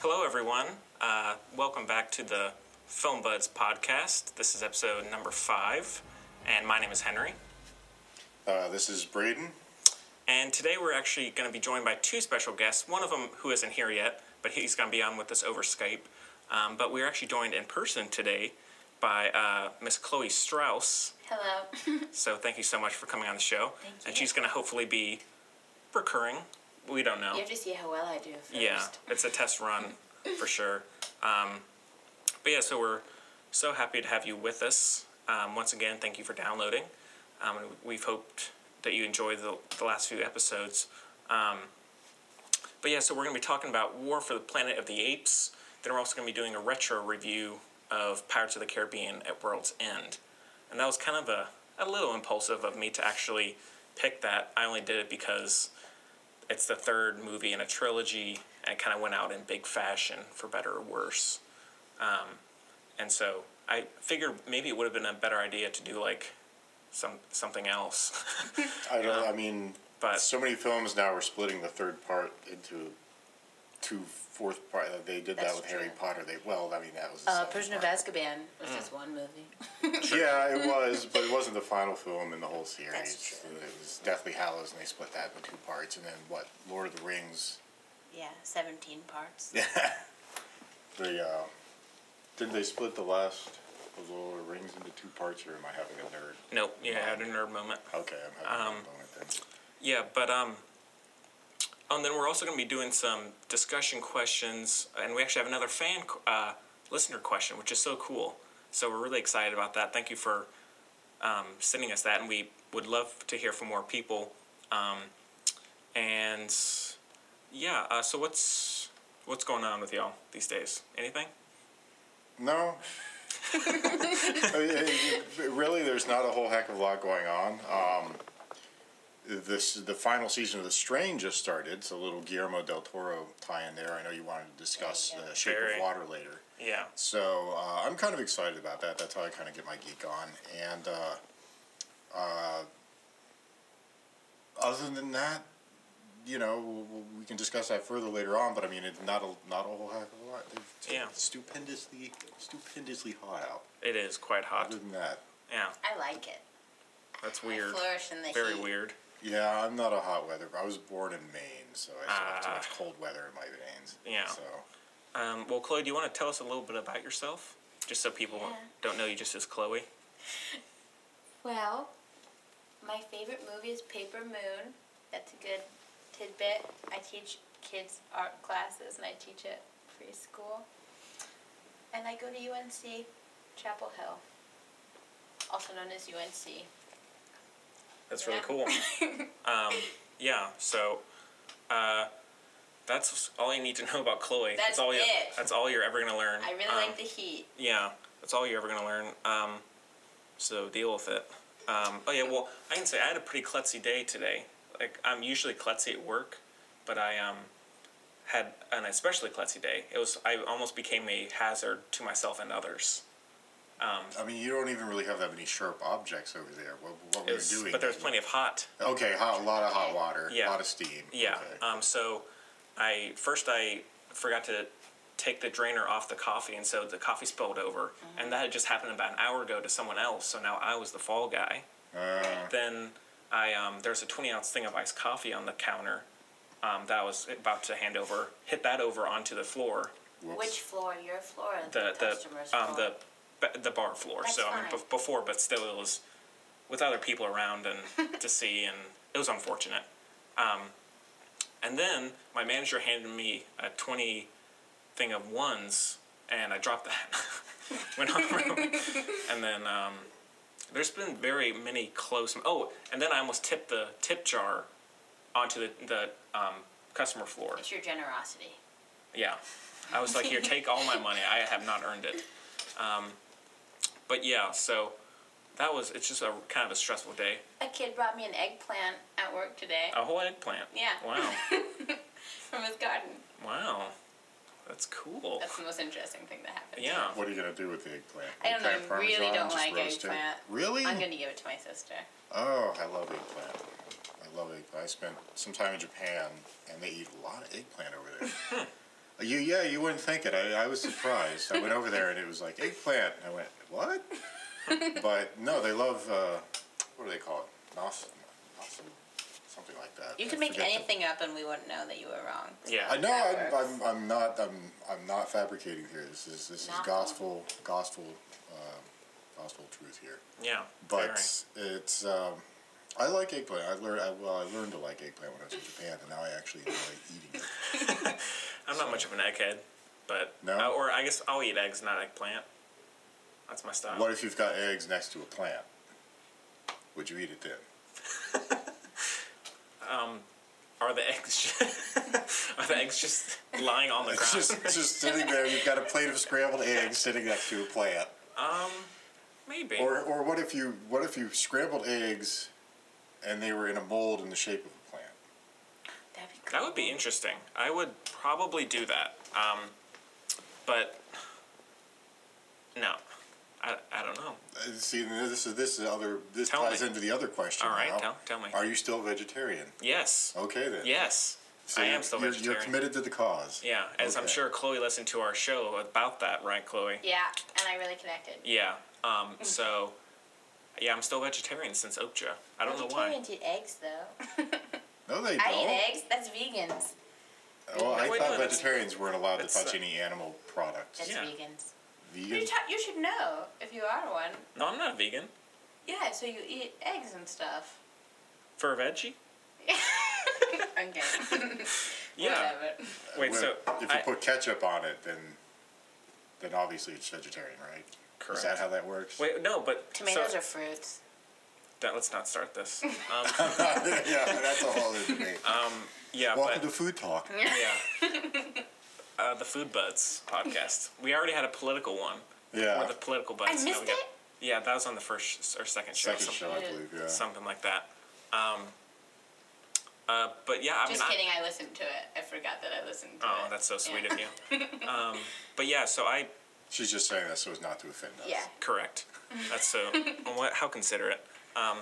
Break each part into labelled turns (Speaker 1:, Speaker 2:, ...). Speaker 1: Hello, everyone. Uh, welcome back to the Film Buds podcast. This is episode number five, and my name is Henry.
Speaker 2: Uh, this is Braden.
Speaker 1: And today we're actually going to be joined by two special guests. One of them who isn't here yet, but he's going to be on with us over Skype. Um, but we're actually joined in person today by uh, Miss Chloe Strauss.
Speaker 3: Hello.
Speaker 1: So thank you so much for coming on the show.
Speaker 3: Thank you.
Speaker 1: And she's going to hopefully be recurring. We don't know.
Speaker 3: You have to see how well I do first.
Speaker 1: Yeah, it's a test run for sure. Um, but yeah, so we're so happy to have you with us. Um, once again, thank you for downloading. Um, and we've hoped that you enjoyed the, the last few episodes. Um, but yeah, so we're going to be talking about War for the Planet of the Apes. Then we're also going to be doing a retro review of Pirates of the Caribbean at World's End. And that was kind of a, a little impulsive of me to actually pick that. I only did it because it's the third movie in a trilogy and it kind of went out in big fashion for better or worse um, and so i figured maybe it would have been a better idea to do like some something else
Speaker 2: I don't. I mean,
Speaker 1: But-
Speaker 2: so many films now are splitting the third part into two fourth part. They did
Speaker 3: That's
Speaker 2: that with
Speaker 3: true.
Speaker 2: Harry Potter. They well, I mean, that was. the
Speaker 3: Uh,
Speaker 2: second
Speaker 3: Prisoner of
Speaker 2: part.
Speaker 3: Azkaban was
Speaker 1: Mm.
Speaker 3: just one movie.
Speaker 2: Yeah, it was, but it wasn't the final film in the whole series.
Speaker 3: That's true.
Speaker 2: It was Deathly Hallows, and they split that into two parts. And then what? Lord of the Rings.
Speaker 3: Yeah, 17 parts.
Speaker 2: The uh, didn't they split the last of the Lord of the Rings into two parts? Or am I having a nerd?
Speaker 1: nope you had a nerd moment
Speaker 2: Okay, I'm having a nerd moment then.
Speaker 1: Yeah, but um, oh, and then we're also going to be doing some discussion questions, and we actually have another fan qu- uh, listener question, which is so cool. So we're really excited about that. Thank you for um, sending us that, and we would love to hear from more people. Um, and yeah, uh, so what's what's going on with y'all these days? Anything?
Speaker 2: No. I mean, it- it- really, there's not a whole heck of a lot going on. Um, this the final season of The Strain just started. It's a little Guillermo del Toro tie in there. I know you wanted to discuss
Speaker 3: There you go.
Speaker 2: the Shape
Speaker 1: Very.
Speaker 2: of Water later,
Speaker 1: Yeah.
Speaker 2: so uh, I'm kind of excited about that. That's how I kind of get my geek on. And uh, uh, other than that, you know, w- w- we can discuss that further later on. But I mean, it's not a not a whole heck of a lot. It's
Speaker 1: Yeah.
Speaker 2: stupendously stupendously hot out.
Speaker 1: It is quite hot.
Speaker 2: Other than that,
Speaker 1: Yeah,
Speaker 3: I like it.
Speaker 1: that's
Speaker 3: I
Speaker 1: weird.
Speaker 3: flourish in the
Speaker 1: Very
Speaker 3: heat.
Speaker 1: weird.
Speaker 2: yeah, I'm not a hot weather. I was born in Maine, so I still have too
Speaker 1: Ah.
Speaker 2: much cold weather in my veins.
Speaker 1: Yeah.
Speaker 2: So
Speaker 1: Um, well, Chloe, do you want to tell us a little bit about yourself? Just so people
Speaker 3: Yeah.
Speaker 1: don't know you just as Chloe.
Speaker 3: Well, my favorite movie is Paper Moon. That's a good tidbit. I teach kids art classes and I teach at preschool. And I go to UNC Chapel Hill, also known as UNC.
Speaker 1: That's
Speaker 3: really
Speaker 1: really
Speaker 3: Yeah.
Speaker 1: cool. um, yeah, so uh, that's all you need to know about Chloe.
Speaker 3: That's
Speaker 1: all You,
Speaker 3: it.
Speaker 1: that's all you're ever gonna learn.
Speaker 3: I really
Speaker 1: Um,
Speaker 3: like the heat.
Speaker 1: Yeah, that's all you're ever gonna learn. Um, so deal with it. Um, oh yeah, well I can say I had a pretty klutzy day today. Like I'm usually klutzy at work, but I um, had an especially klutzy day. It was I almost became a hazard to myself and others.
Speaker 2: I mean, you don't even really have that many sharp objects over there. What, what
Speaker 1: It
Speaker 2: were
Speaker 1: was-
Speaker 2: you doing?
Speaker 1: but there was plenty of hot.
Speaker 2: Okay, hot, a lot of hot
Speaker 3: Okay.
Speaker 2: water,
Speaker 1: Yeah.
Speaker 2: a lot of steam.
Speaker 1: Yeah.
Speaker 2: Okay.
Speaker 1: Um, so I first I forgot to take the drainer off the coffee, and so the coffee spilled over, and that had just happened about an hour ago to someone else. So now I was the fall guy.
Speaker 2: Uh,
Speaker 1: Then I um, there's a 20 ounce thing of iced coffee on the counter um, that I was about to hand over. Hit that over onto the floor.
Speaker 2: whoops.
Speaker 3: Which floor? Your floor? or
Speaker 1: The
Speaker 3: customer's
Speaker 1: the um,
Speaker 3: floor?
Speaker 1: the ba- the bar floor.
Speaker 3: That's
Speaker 1: so I mean
Speaker 3: fine.
Speaker 1: bef- before, but still it was with other people around and to see, and it was unfortunate. Um, And then my manager handed me a 20 thing of ones, and I dropped that. Went home. and then um, there's been very many close. Oh, and then I almost tipped the tip jar onto the, the um, customer floor.
Speaker 3: It's your generosity.
Speaker 1: Yeah. I was like, here, take all my money. I have not earned it. Um, but yeah, so that was, it's just a kind of a stressful day.
Speaker 3: A kid brought me an eggplant at work today
Speaker 1: A whole eggplant.
Speaker 3: Yeah.
Speaker 1: Wow.
Speaker 3: from his garden.
Speaker 1: Wow. That's cool.
Speaker 3: That's the most interesting thing that happened.
Speaker 1: Yeah.
Speaker 2: What are you gonna do with the eggplant?
Speaker 3: I don't know,
Speaker 2: Eggplant
Speaker 3: I really
Speaker 2: parmesan,
Speaker 3: don't
Speaker 2: just
Speaker 3: like
Speaker 2: roast it?
Speaker 3: eggplant.
Speaker 2: Really?
Speaker 3: I'm gonna give it to my sister.
Speaker 2: Oh, I love eggplant. I love eggplant. I spent some time in Japan, and they eat a lot of eggplant over there. You yeah, you wouldn't think it. I, I was surprised. I went over there and it was like eggplant. And I went what? but no, they love uh, what do they call it? Nothing, nothing, something like that.
Speaker 4: You
Speaker 2: I
Speaker 4: could make
Speaker 2: forget the-
Speaker 4: anything up and we wouldn't know that you were wrong.
Speaker 1: Yeah.
Speaker 2: I know.
Speaker 4: That
Speaker 2: I'm, I'm, I'm not. I'm, I'm not fabricating here. This is this is
Speaker 4: Not-
Speaker 2: gospel gospel uh, gospel truth here.
Speaker 1: Yeah. very.
Speaker 2: But it's. Um, I like eggplant. I learned. I, well, I learned to like eggplant when I was in Japan, and now I actually enjoy eating it.
Speaker 1: I'm not much of an egghead, but
Speaker 2: No?
Speaker 1: uh, or I guess I'll eat eggs, not eggplant. That's my style.
Speaker 2: What if you've got eggs next to a plant? Would you eat it then?
Speaker 1: Are the eggs? are the eggs just lying on the ground?
Speaker 2: It's just it's just sitting there. You've got a plate of scrambled eggs sitting next to a plant.
Speaker 1: Maybe.
Speaker 2: Or or what if you what if you scrambled eggs, and they were in a mold in the shape of a plant?
Speaker 4: That'd be cool.
Speaker 1: that would be interesting. I would probably do that. Um, but no, I, I don't know.
Speaker 2: Uh, See, this is this is other. This
Speaker 1: Tell
Speaker 2: ties
Speaker 1: me.
Speaker 2: into the other question.
Speaker 1: All right,
Speaker 2: now.
Speaker 1: tell- tell me.
Speaker 2: Are you still vegetarian?
Speaker 1: Yes.
Speaker 2: Okay then.
Speaker 1: Yes.
Speaker 2: So
Speaker 1: I am
Speaker 2: you're-
Speaker 1: still
Speaker 2: you're,
Speaker 1: vegetarian.
Speaker 2: You're committed to the cause.
Speaker 1: Yeah, as I'm
Speaker 2: Okay.
Speaker 1: sure Chloe listened to our show about that, right, Chloe?
Speaker 4: Yeah, and I really connected.
Speaker 1: Yeah. Um,
Speaker 4: Mm.
Speaker 1: so, yeah, I'm still vegetarian since Okja. I don't know why.
Speaker 4: Vegetarians eat eggs though.
Speaker 2: No, they don't.
Speaker 4: I eat eggs. That's vegans.
Speaker 2: Well, I
Speaker 1: No, I
Speaker 2: thought
Speaker 1: don't.
Speaker 2: vegetarians weren't allowed to
Speaker 1: It's, uh,
Speaker 2: touch any animal products.
Speaker 4: That's
Speaker 1: Yeah.
Speaker 4: vegans. You,
Speaker 2: Vegan.
Speaker 4: ta- you should know if you are one.
Speaker 1: No, I'm not a vegan.
Speaker 4: Yeah, so you eat eggs and stuff.
Speaker 1: For a veggie?
Speaker 4: okay.
Speaker 1: Yeah.
Speaker 4: Whatever.
Speaker 1: Wait,
Speaker 2: Well,
Speaker 1: so
Speaker 2: if you
Speaker 1: I-
Speaker 2: put ketchup on it, then then obviously it's vegetarian, right? Is that
Speaker 1: Correct.
Speaker 2: how that works?
Speaker 1: Wait, no, but
Speaker 4: Tomatoes
Speaker 1: so,
Speaker 4: are fruits.
Speaker 1: don't- let's not start this. Um,
Speaker 2: yeah, that's a whole other debate.
Speaker 1: yeah,
Speaker 2: Welcome
Speaker 1: Uh, but
Speaker 2: to food talk.
Speaker 1: yeah, uh, the Food Buds podcast. We already had a political one, or
Speaker 2: Yeah.
Speaker 1: the political buds.
Speaker 4: I
Speaker 1: now
Speaker 4: missed
Speaker 1: we got-
Speaker 4: it?
Speaker 1: Yeah, that was on the first sh- or second show,
Speaker 2: Second
Speaker 1: some-
Speaker 2: show, I believe. Yeah.
Speaker 1: something like that. Um, uh, but yeah, I mean,
Speaker 4: Just
Speaker 1: I-
Speaker 4: kidding. I, listened to it. I forgot that I listened to it.
Speaker 1: Oh, that's so sweet
Speaker 4: Yeah.
Speaker 1: of you. Um, but yeah, so I
Speaker 2: She's just saying that so as not to offend us.
Speaker 4: Yeah.
Speaker 1: correct. That's so. what? How considerate. Um,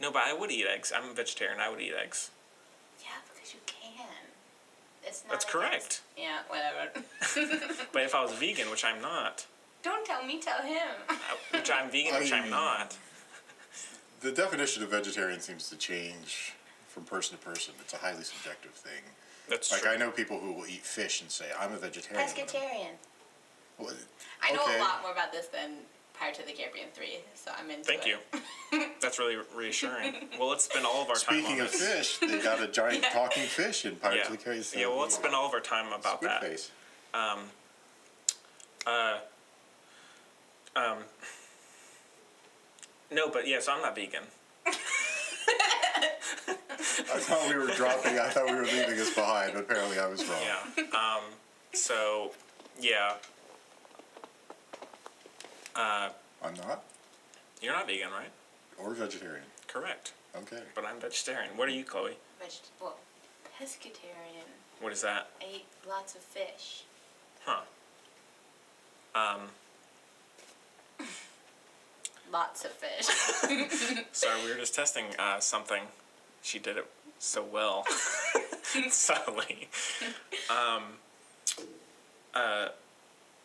Speaker 1: no, but I would eat eggs. I'm a vegetarian. I would eat eggs.
Speaker 4: Yeah, because you can. It's not
Speaker 1: That's
Speaker 4: against-
Speaker 1: correct.
Speaker 4: Yeah, whatever.
Speaker 1: But if I was vegan, which I'm not,
Speaker 4: Don't tell me, tell him.
Speaker 1: uh, which I'm vegan, which I'm not.
Speaker 2: The definition of vegetarian seems to change from person to person. It's a highly subjective thing.
Speaker 1: That's
Speaker 2: Like
Speaker 1: true.
Speaker 2: I know people who will eat fish and say I'm a vegetarian.
Speaker 4: Pescatarian.
Speaker 2: Well,
Speaker 4: I know
Speaker 2: Okay.
Speaker 4: a lot more about this than Pirates of the Caribbean 3, so I'm into
Speaker 1: Thank
Speaker 4: it.
Speaker 1: you. That's really reassuring. Well, let's spend all of our time
Speaker 2: Speaking
Speaker 1: on
Speaker 2: of
Speaker 1: this.
Speaker 2: fish, they got a giant talking fish in Pirates
Speaker 1: yeah.
Speaker 2: of the Caribbean. so-
Speaker 1: yeah. Well, let's spend all of our time about
Speaker 2: Squid
Speaker 1: that.
Speaker 2: Face.
Speaker 1: No, but yeah, so I'm not vegan.
Speaker 2: I thought we were dropping. I thought we were leaving this behind. But apparently, I was wrong.
Speaker 1: Yeah. Um, so, yeah,
Speaker 2: I'm not
Speaker 1: you're not vegan, right?
Speaker 2: or vegetarian.
Speaker 1: Correct.
Speaker 2: Okay.
Speaker 1: But I'm vegetarian. What are you, Chloe?
Speaker 4: Veget- well, pescatarian.
Speaker 1: What is that?
Speaker 4: I eat lots of fish.
Speaker 1: Huh. Um,
Speaker 4: Lots of fish.
Speaker 1: sorry, we were just testing uh, something. She did it so well, subtly. Um, uh,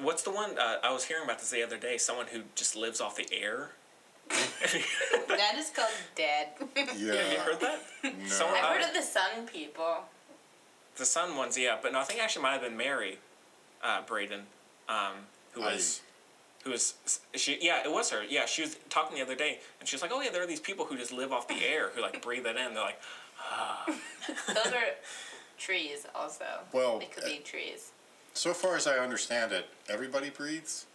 Speaker 1: what's the one uh, I was hearing about this the other day? Someone who just lives off the air.
Speaker 4: that is called dead.
Speaker 2: Yeah.
Speaker 1: Have you heard that?
Speaker 2: No.
Speaker 1: Someone-
Speaker 4: I've heard of the sun people.
Speaker 1: The Sun ones, yeah, but no, I think actually might have been Mary, uh, Braden, um, who
Speaker 2: I-
Speaker 1: was, who was she? Yeah, it was her. Yeah, she was talking the other day, and she was like, "Oh yeah, there are these people who just live off the air, who like breathe it in. They're like,
Speaker 4: Those are trees, also.
Speaker 2: Well,
Speaker 4: they could
Speaker 2: uh,
Speaker 4: be trees.
Speaker 2: so far as I understand it, everybody breathes,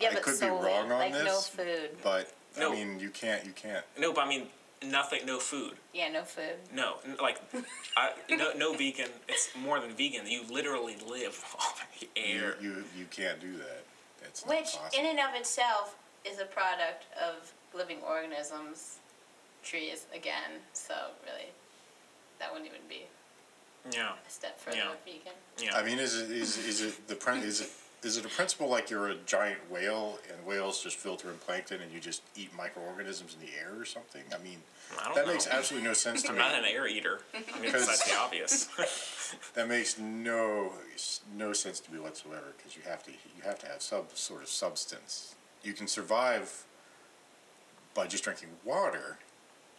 Speaker 4: Yeah,
Speaker 2: I
Speaker 4: but
Speaker 2: could be
Speaker 4: solely,
Speaker 2: wrong on
Speaker 4: like no
Speaker 2: this,
Speaker 4: food.
Speaker 2: but
Speaker 1: No.
Speaker 2: I mean, you can't. You can't.
Speaker 1: no, but I mean, nothing, no food,
Speaker 4: Yeah, no food.
Speaker 1: no, n- like, I, no, no vegan. It's more than vegan. You literally live off the
Speaker 2: You,
Speaker 1: air.
Speaker 2: you you can't do that. It's not
Speaker 4: Which,
Speaker 2: possible.
Speaker 4: in and of itself, is a product of living organisms, trees again. So really, that wouldn't even be
Speaker 1: Yeah,
Speaker 4: a step further
Speaker 1: Yeah.
Speaker 4: vegan.
Speaker 1: yeah.
Speaker 2: I mean, is it is is it the pre- is it is it a principle like you're a giant whale and whales just filter in plankton and you just eat microorganisms in the air or something? I mean,
Speaker 1: I don't
Speaker 2: that
Speaker 1: know.
Speaker 2: makes absolutely no sense to
Speaker 1: I'm
Speaker 2: me.
Speaker 1: not an air eater. I mean, besides the obvious.
Speaker 2: That makes no no sense to me whatsoever because you have to you have to have some sort of substance. You can survive by just drinking water,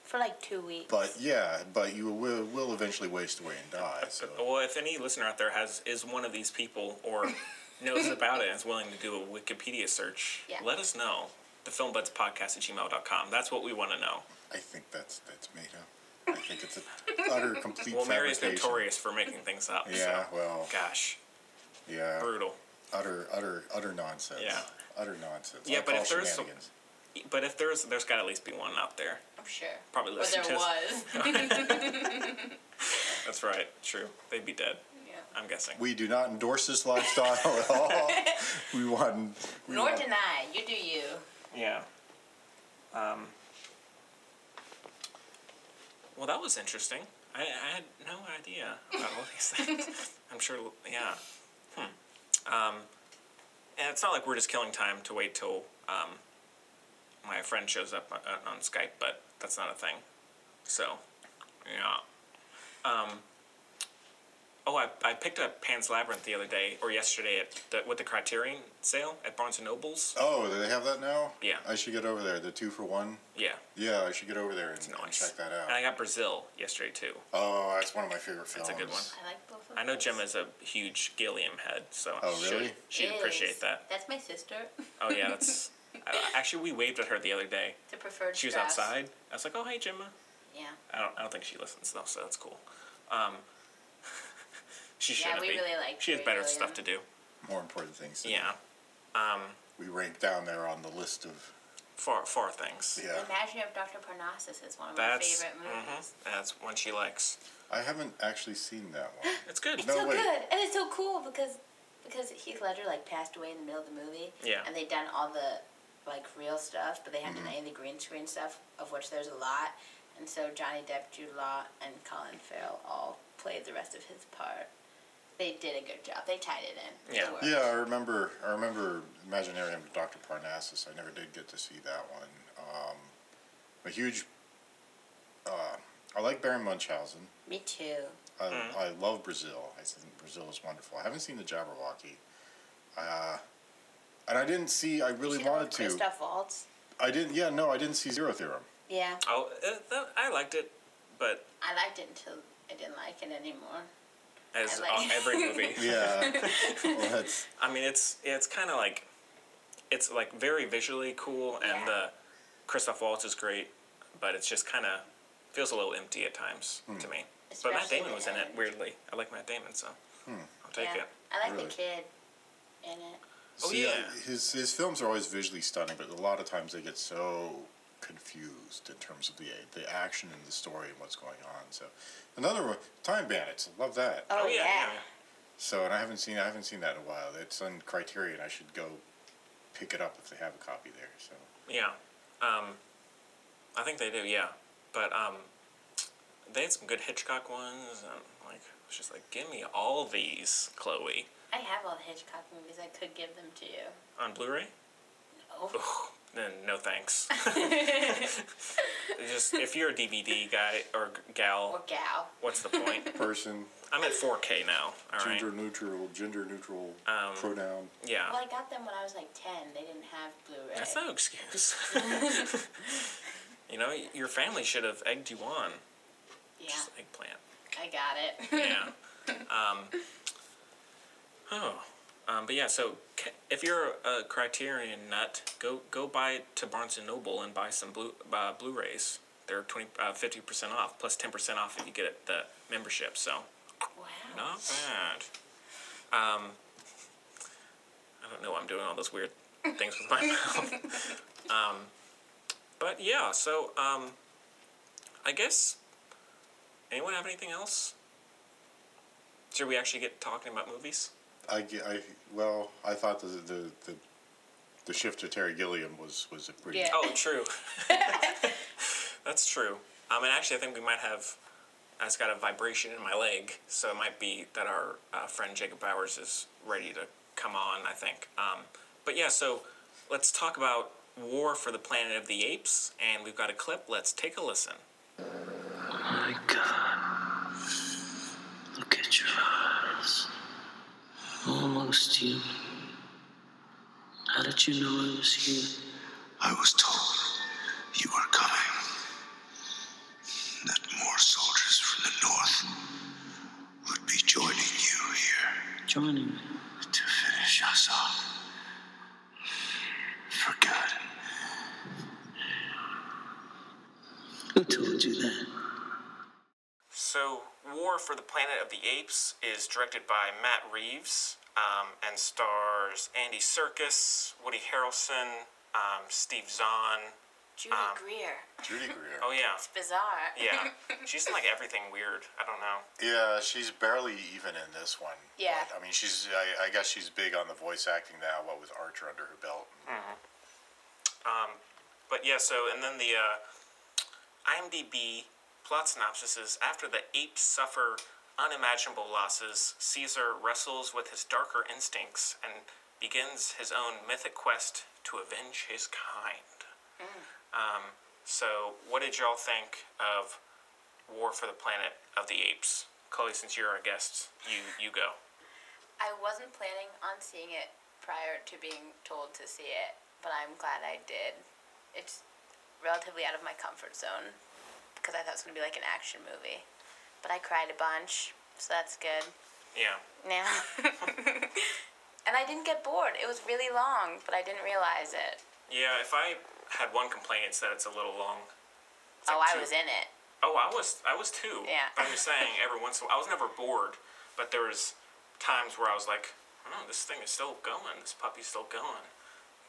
Speaker 3: For like two weeks.
Speaker 2: but yeah, but you will will eventually waste away and die. So
Speaker 1: well, if any listener out there has is one of these people or knows about it and is willing to do a Wikipedia search,
Speaker 3: Yeah.
Speaker 1: let us know. The podcast at gmail.com. That's what we want to know.
Speaker 2: I think that's that's made up. I think it's an utter complete
Speaker 1: Well, Mary is
Speaker 2: fabrication.
Speaker 1: notorious for making things up.
Speaker 2: Yeah,
Speaker 1: So.
Speaker 2: well,
Speaker 1: Gosh,
Speaker 2: yeah,
Speaker 1: brutal.
Speaker 2: utter utter utter nonsense.
Speaker 1: Yeah.
Speaker 2: utter nonsense.
Speaker 1: Yeah,
Speaker 2: I
Speaker 1: but
Speaker 2: call
Speaker 1: if there is some-
Speaker 2: shenanigans.
Speaker 1: But if there's there's got to at least be one out there.
Speaker 3: I'm sure.
Speaker 1: Probably
Speaker 3: But
Speaker 1: listen
Speaker 3: there
Speaker 1: to us.
Speaker 3: was.
Speaker 1: That's right. True. They'd be dead.
Speaker 3: yeah.
Speaker 1: I'm guessing.
Speaker 2: we do not endorse this lifestyle at all. We want we
Speaker 3: Nor
Speaker 2: want-
Speaker 3: deny. You do you.
Speaker 1: Yeah. Um, well, that was interesting. I, I had no idea about all these things. I'm sure, yeah. Hmm. Um, and it's not like we're just killing time to wait till um, my friend shows up on, on Skype, but that's not a thing. So, yeah. Um, oh, I, I picked up Pan's Labyrinth the other day, or yesterday at the, with the Criterion sale at Barnes & Noble's.
Speaker 2: Oh, do they have that now?
Speaker 1: Yeah.
Speaker 2: I should get over there. The two for one.
Speaker 1: Yeah.
Speaker 2: Yeah, I should get over there and, and
Speaker 1: nice.
Speaker 2: check that
Speaker 1: And I
Speaker 2: out.
Speaker 1: got Brazil yesterday too.
Speaker 2: Oh, that's one of my favorite films.
Speaker 1: That's a good one.
Speaker 3: I like both of
Speaker 1: I know
Speaker 3: those.
Speaker 1: Gemma's a huge Gilliam head, so
Speaker 2: Oh, really?
Speaker 1: she'd, she'd appreciate
Speaker 3: Is.
Speaker 1: that.
Speaker 3: That's my sister.
Speaker 1: Oh yeah, that's I, actually we waved at her the other day.
Speaker 3: The preferred
Speaker 1: She was
Speaker 3: spouse.
Speaker 1: outside. I was like, "Oh hey, Gemma."
Speaker 3: Yeah.
Speaker 1: I don't, I don't think she listens though, so that's cool. Um, she
Speaker 3: Yeah,
Speaker 1: shouldn't
Speaker 3: we
Speaker 1: be.
Speaker 3: really liked
Speaker 1: she has
Speaker 3: her,
Speaker 1: better
Speaker 3: Gilliam.
Speaker 1: stuff to do.
Speaker 2: More important things. than-
Speaker 1: Yeah, um,
Speaker 2: We rank down there on the list of.
Speaker 1: far far things.
Speaker 2: Yeah.
Speaker 3: The Imagining of Dr. Parnassus is one of
Speaker 1: That's
Speaker 3: my favorite movies.
Speaker 1: mhm, that's one she likes.
Speaker 2: I haven't actually seen that one.
Speaker 1: It's good.
Speaker 3: It's
Speaker 2: No,
Speaker 3: so
Speaker 2: wait.
Speaker 3: good, and it's so cool because because Heath Ledger like passed away in the middle of the movie.
Speaker 1: Yeah.
Speaker 3: And they done all the like real stuff, but they had not done any of the green screen stuff, of which there's a lot. And so Johnny Depp, Jude Law, and Colin Farrell all played the rest of his part. They did a good job. They tied it in. It
Speaker 1: Yeah.
Speaker 3: worked.
Speaker 2: Yeah, I remember. I remember Imaginarium of Dr. Parnassus. I never did get to see that one. Um, I'm a huge. Uh, I like Baron Munchausen.
Speaker 3: Me too.
Speaker 2: I, I love Brazil. I think Brazil is wonderful. I haven't seen the Jabberwocky. Uh, and I didn't see. I really
Speaker 3: She
Speaker 2: wanted
Speaker 3: loved
Speaker 2: to.
Speaker 3: Christoph Waltz.
Speaker 2: I didn't. Yeah, no, I didn't see Zero Theorem.
Speaker 3: Yeah.
Speaker 1: Oh, uh, that- I liked it, but
Speaker 3: I liked it until I didn't like it anymore.
Speaker 1: as
Speaker 3: I like-
Speaker 1: all- every movie.
Speaker 2: Yeah. well, that's
Speaker 1: I mean, it's it's kind of like it's like very visually cool, and
Speaker 3: Yeah.
Speaker 1: uh, Christoph Waltz is great, but it's just kind of feels a little empty at times to me. but Matt
Speaker 3: Especially
Speaker 1: Damon was in it
Speaker 3: in-
Speaker 1: weirdly. I like Matt Damon, so I'll take
Speaker 3: yeah.
Speaker 1: it.
Speaker 3: I like
Speaker 2: Really?
Speaker 3: the kid in it.
Speaker 1: Oh,
Speaker 2: see,
Speaker 1: yeah.
Speaker 2: I- his his films are always visually stunning, but a lot of times they get so confused in terms of the the action and the story and what's going on. So another one, Time Bandits. I love that.
Speaker 3: Oh, yeah.
Speaker 2: So and I haven't seen I haven't seen that in a while. It's on Criterion. I should go pick it up if they have a copy there. So
Speaker 1: yeah, yeah. Um, I think they do, yeah. But um, they had some good Hitchcock ones, and like it was just like, give me all these, Chloe,
Speaker 3: I have all the Hitchcock movies. I could give them to you.
Speaker 1: on Blu-ray.
Speaker 3: Oh,
Speaker 1: Ugh, then no thanks. Just if you're a DVD guy or g-
Speaker 3: or
Speaker 1: gal,
Speaker 3: gal.
Speaker 1: what's the point?
Speaker 2: person.
Speaker 1: I'm at 4K now. All right.
Speaker 2: gender neutral gender neutral
Speaker 1: Um,
Speaker 2: pronoun
Speaker 1: Yeah.
Speaker 3: Well, I got them when I was like 10. They didn't have Blu-ray.
Speaker 1: That's no excuse. you know, y- your family should have egged you on.
Speaker 3: yeah,
Speaker 1: Just eggplant.
Speaker 3: I got it.
Speaker 1: Yeah. um, oh. Um, but yeah, so ca- if you're a Criterion nut, go go buy to Barnes and Noble and buy some blue uh, Blu-rays. They're 20, uh, 50% off, plus 10% off if you get it, the membership. So
Speaker 3: wow.
Speaker 1: Not bad. Um, I don't know. why I'm doing all those weird things with my mouth. Um, but yeah. So um, I guess anyone have anything else? Should we actually get talking about movies?
Speaker 2: I, ge- I well I thought the the, the the shift to Terry Gilliam was was a pretty
Speaker 3: Yeah.
Speaker 1: Oh, true. That's true. Um, and actually, I think we might have. I just uh, got a vibration in my leg, so it might be that our uh, friend Jacob Bowers is ready to come on, I think. Um, but yeah, so let's talk about War for the Planet of the Apes, and we've got a clip. Let's take a listen.
Speaker 5: My God. Look at your eyes. Almost human. How did you know I was here?
Speaker 6: I was told you were coming. That more soldiers from the north would be joining you here
Speaker 5: Joining me.
Speaker 6: to finish us off. For good.
Speaker 5: Who told you that?
Speaker 1: So, War for the Planet of the Apes is directed by Matt Reeves um, and stars Andy Serkis, Woody Harrelson, um, Steve Zahn.
Speaker 3: Judy Greer.
Speaker 2: Judy Greer.
Speaker 1: Oh, yeah.
Speaker 3: It's bizarre.
Speaker 1: Yeah. She's in like everything weird. I don't know.
Speaker 2: Yeah, she's barely even in this one.
Speaker 3: Yeah.
Speaker 2: But, I mean, she's. I, I guess she's big on the voice acting now. What with Archer under her belt.
Speaker 1: But yeah, so and then the uh, IMDb plot synopsis is after the apes suffer unimaginable losses, Caesar wrestles with his darker instincts and begins his own mythic quest to avenge his kind. Um, so, what did y'all think of War for the Planet of the Apes? Chloe, since you're our guest, you you go.
Speaker 3: I wasn't planning on seeing it prior to being told to see it, but I'm glad I did. It's relatively out of my comfort zone because I thought it was going to be like an action movie. But I cried a bunch, so that's good.
Speaker 1: Yeah.
Speaker 3: Now. and I didn't get bored. It was really long, but I didn't realize it.
Speaker 1: Yeah, if I had one complaint, it's that it's a little long. It's
Speaker 3: oh,
Speaker 1: like
Speaker 3: I
Speaker 1: two-
Speaker 3: was in it.
Speaker 1: Oh, I was I was too.
Speaker 3: Yeah.
Speaker 1: But I'm just saying, every once in a while, I was never bored, but there was times where I was like, oh, this thing is still going. This puppy's still going.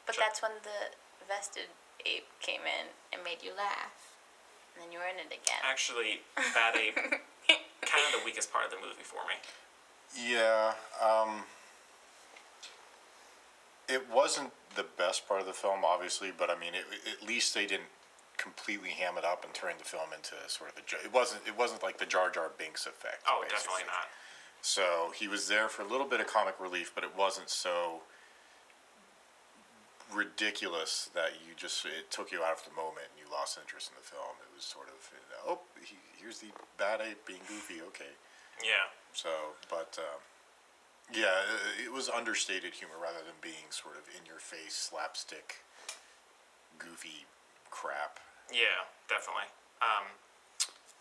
Speaker 3: But
Speaker 1: Sure.
Speaker 3: that's when the vested ape came in and made you laugh. And then you were in it again.
Speaker 1: Actually, that ape, kind of the weakest part of the movie for me.
Speaker 2: Yeah. Um, it wasn't the best part of the film, obviously, but I mean, it, at least they didn't completely ham it up and turn the film into sort of the. Jar- It wasn't. It wasn't like the Jar Jar Binks effect.
Speaker 1: Oh,
Speaker 2: basically.
Speaker 1: definitely not.
Speaker 2: So he was there for a little bit of comic relief, but it wasn't so ridiculous that you just it took you out of the moment and you lost interest in the film. It was sort of oh, he, here's the bad ape being goofy. Okay,
Speaker 1: Yeah.
Speaker 2: so but um, yeah, it, it was understated humor rather than being sort of in your face slapstick, goofy crap.
Speaker 1: Yeah, definitely. Um,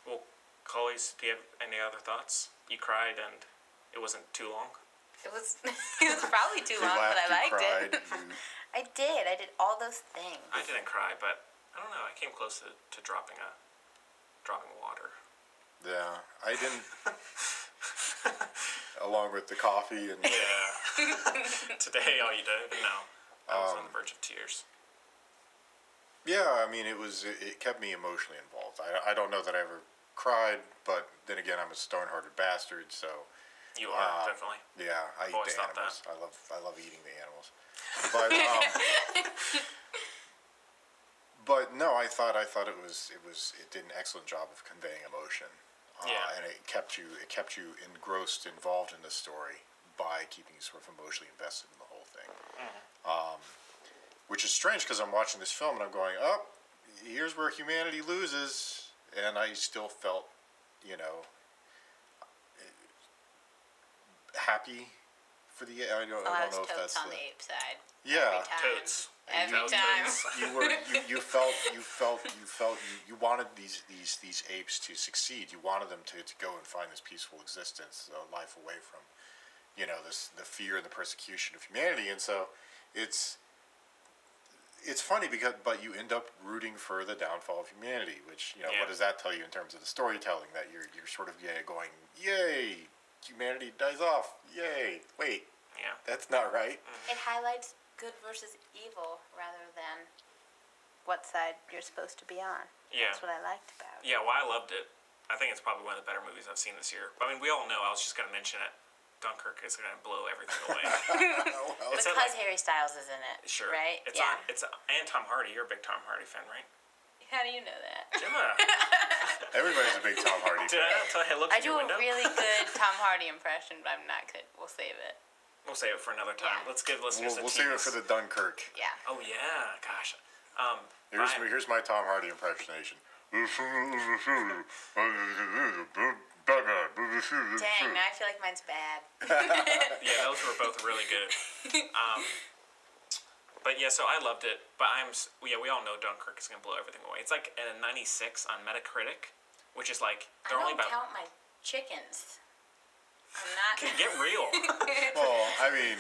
Speaker 1: well, Chloe, do you have any other thoughts? You cried and it wasn't too long.
Speaker 3: It was it was probably too
Speaker 2: You
Speaker 3: long, but
Speaker 2: laughed,
Speaker 3: I
Speaker 2: you
Speaker 3: liked it.
Speaker 2: cried, you-
Speaker 3: I did. I did all those things.
Speaker 1: I didn't cry, but I don't know. I came close to, to dropping a dropping water.
Speaker 2: Yeah, I didn't. along with the coffee and
Speaker 1: Yeah. Today, all you did? No. I was
Speaker 2: Um,
Speaker 1: on the verge of tears.
Speaker 2: yeah, I mean, it was it, it kept me emotionally involved. I, I don't know that I ever cried, but then again, I'm a stone-hearted bastard, so
Speaker 1: You are,
Speaker 2: uh,
Speaker 1: definitely.
Speaker 2: yeah, I eat
Speaker 1: Always
Speaker 2: the
Speaker 1: thought that.
Speaker 2: animals. I love I love eating the animals, but um, but no, I thought I thought it was it was it did an excellent job of conveying emotion, uh,
Speaker 1: Yeah.
Speaker 2: and it kept you it kept you engrossed, involved in the story by keeping you sort of emotionally invested in the whole thing.
Speaker 1: Mm-hmm.
Speaker 2: Um, which is strange because I'm watching this film and I'm going, oh, here's where humanity loses, and I still felt, you know, happy for the. I
Speaker 3: Oh,
Speaker 2: don't, I
Speaker 3: I
Speaker 2: don't
Speaker 3: was
Speaker 2: know if that's
Speaker 3: totes on
Speaker 2: the.
Speaker 3: the ape side.
Speaker 2: Yeah,
Speaker 3: Every time.
Speaker 1: Totes.
Speaker 3: Every
Speaker 1: Totes.
Speaker 3: time.
Speaker 2: you were you, you felt you felt you felt you, you wanted these these these apes to succeed. You wanted them to, to go and find this peaceful existence, a life away from, you know, this the fear and the persecution of humanity. And so, it's it's funny because but you end up rooting for the downfall of humanity, which you know
Speaker 1: Yeah.
Speaker 2: what does that tell you in terms of the storytelling that you're you're sort of yeah, going yay humanity dies off yay wait
Speaker 1: Yeah.
Speaker 2: that's not right
Speaker 3: It highlights good versus evil rather than what side you're supposed to be on.
Speaker 1: Yeah.
Speaker 3: That's what I liked about it.
Speaker 1: Yeah, well, I loved it. I think it's probably one of the better movies I've seen this year. I mean, we all know, I was just going to mention it. Dunkirk is going to blow everything away. It's
Speaker 3: Because
Speaker 1: not like-
Speaker 3: Harry Styles is in it.
Speaker 1: sure.
Speaker 3: Right?
Speaker 1: It's
Speaker 3: yeah.
Speaker 1: on, it's and Tom Hardy. You're a big Tom Hardy fan, right?
Speaker 3: How do you know that?
Speaker 1: Gemma.
Speaker 2: everybody's a big Tom Hardy
Speaker 1: Did
Speaker 2: fan.
Speaker 1: I not tell you I looked
Speaker 3: I do
Speaker 1: in your
Speaker 3: a
Speaker 1: window?
Speaker 3: really good Tom Hardy impression, but I'm not good. We'll save it.
Speaker 1: We'll save it for another time.
Speaker 3: Yeah.
Speaker 1: Let's give listeners
Speaker 2: We'll,
Speaker 1: a
Speaker 2: we'll save it
Speaker 1: tease.
Speaker 2: for the Dunkirk.
Speaker 3: Yeah.
Speaker 1: Oh yeah, gosh. Um,
Speaker 2: Here's,
Speaker 1: Brian,
Speaker 2: here's my Tom Hardy impersonation.
Speaker 3: Dang, now I feel like mine's bad.
Speaker 1: yeah, those were both really good. Um, but yeah, so I loved it. But I'm s- yeah, we all know Dunkirk is gonna blow everything away. It's like at a 96 on Metacritic, which is like
Speaker 3: I
Speaker 1: they're only
Speaker 3: don't
Speaker 1: about
Speaker 3: count my chickens. I'm not.
Speaker 1: get real.
Speaker 2: Well, I mean,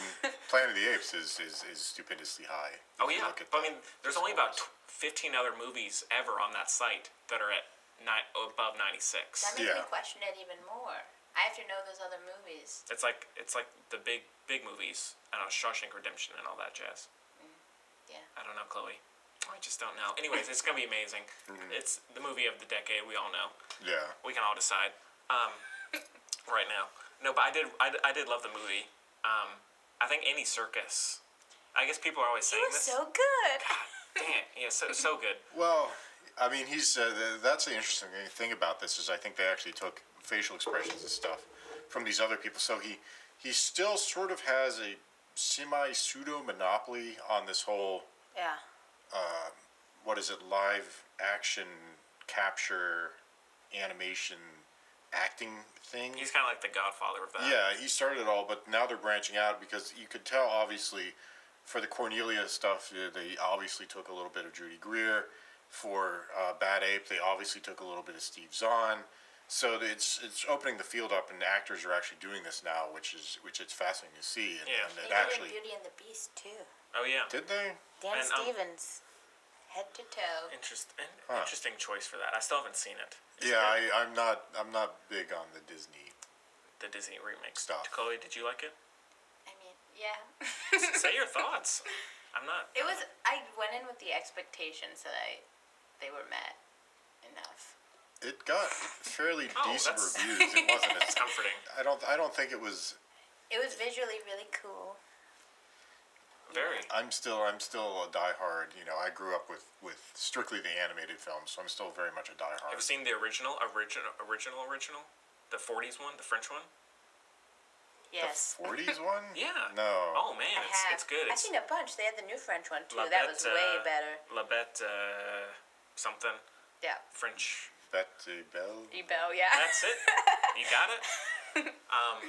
Speaker 2: Planet of the Apes is, is, is stupendously high.
Speaker 1: oh
Speaker 2: If you
Speaker 1: yeah,
Speaker 2: look at
Speaker 1: but I mean,
Speaker 2: the-
Speaker 1: there's only about tw- 15 other movies ever on that site that are at ni- above 96.
Speaker 3: That makes me
Speaker 2: Yeah.
Speaker 3: question it even more. I have to know those other movies.
Speaker 1: It's like it's like the big big movies. I don't know Shawshank Redemption and all that jazz.
Speaker 3: Mm, Yeah.
Speaker 1: I don't know, Chloe. I just don't know. Anyways, it's gonna be amazing. It's the movie of the decade. We all know.
Speaker 2: Yeah.
Speaker 1: We can all decide. Um, right now. No, but I did. I, I did love the movie. Um, I think any circus. I guess people are always
Speaker 3: It
Speaker 1: saying
Speaker 3: was
Speaker 1: this.
Speaker 3: so good.
Speaker 1: Dang it! Yeah, so so good.
Speaker 2: Well, I mean, he's uh, th- that's the interesting thing about this is I think they actually took facial expressions and stuff from these other people. So he he still sort of has a semi pseudo monopoly on this whole
Speaker 3: Yeah.
Speaker 2: what is it live action capture animation acting thing.
Speaker 1: He's kind of like the Godfather of that.
Speaker 2: Yeah, he started it all, but now they're branching out because you could tell, obviously, for the Cornelia stuff, uh, they obviously took a little bit of Judy Greer. For uh, Bad Ape, they obviously took a little bit of Steve Zahn. So it's it's opening the field up, and actors are actually doing this now, which is which it's fascinating to see. And,
Speaker 1: Yeah.
Speaker 2: and
Speaker 3: They did
Speaker 2: it actually
Speaker 3: in Beauty and the Beast too.
Speaker 1: Oh yeah.
Speaker 2: did they?
Speaker 3: Dan
Speaker 1: And, um,
Speaker 3: Stevens, head to toe.
Speaker 1: Interest, in- Interesting choice for that. I still haven't seen it. Is
Speaker 2: Yeah,
Speaker 1: it
Speaker 2: I, I'm not I'm not big on the Disney.
Speaker 1: the Disney remake
Speaker 2: Stuff.
Speaker 1: Chloe, did you like it?
Speaker 3: I mean, yeah.
Speaker 1: Say your thoughts. I'm not.
Speaker 3: it was. I went in with the expectations that I, they were met enough.
Speaker 2: It got fairly
Speaker 1: Oh,
Speaker 2: decent
Speaker 1: that's-
Speaker 2: reviews. It wasn't.
Speaker 1: It's
Speaker 2: as-
Speaker 1: comforting.
Speaker 2: I don't I don't think it was
Speaker 3: It was visually really cool.
Speaker 1: Very.
Speaker 2: I'm still I'm still a diehard. You know, I grew up with with strictly the animated films, so I'm still very much
Speaker 1: Have
Speaker 2: a
Speaker 1: you
Speaker 2: diehard.
Speaker 1: seen the original, original, original, original? The 40s one, the French one?
Speaker 3: Yes.
Speaker 2: Forties one?
Speaker 1: Yeah.
Speaker 2: No.
Speaker 1: Oh, man,
Speaker 3: I
Speaker 1: it's,
Speaker 3: have.
Speaker 1: it's good.
Speaker 3: I've
Speaker 1: It's
Speaker 3: seen a bunch. They had the new French one too.
Speaker 1: La
Speaker 3: that was
Speaker 1: Bête,
Speaker 3: way
Speaker 1: uh,
Speaker 3: better.
Speaker 1: La Bête uh, something,
Speaker 3: Yeah.
Speaker 1: French.
Speaker 2: Betty Bell.
Speaker 3: Ebel, yeah.
Speaker 1: That's it. You got it? Um,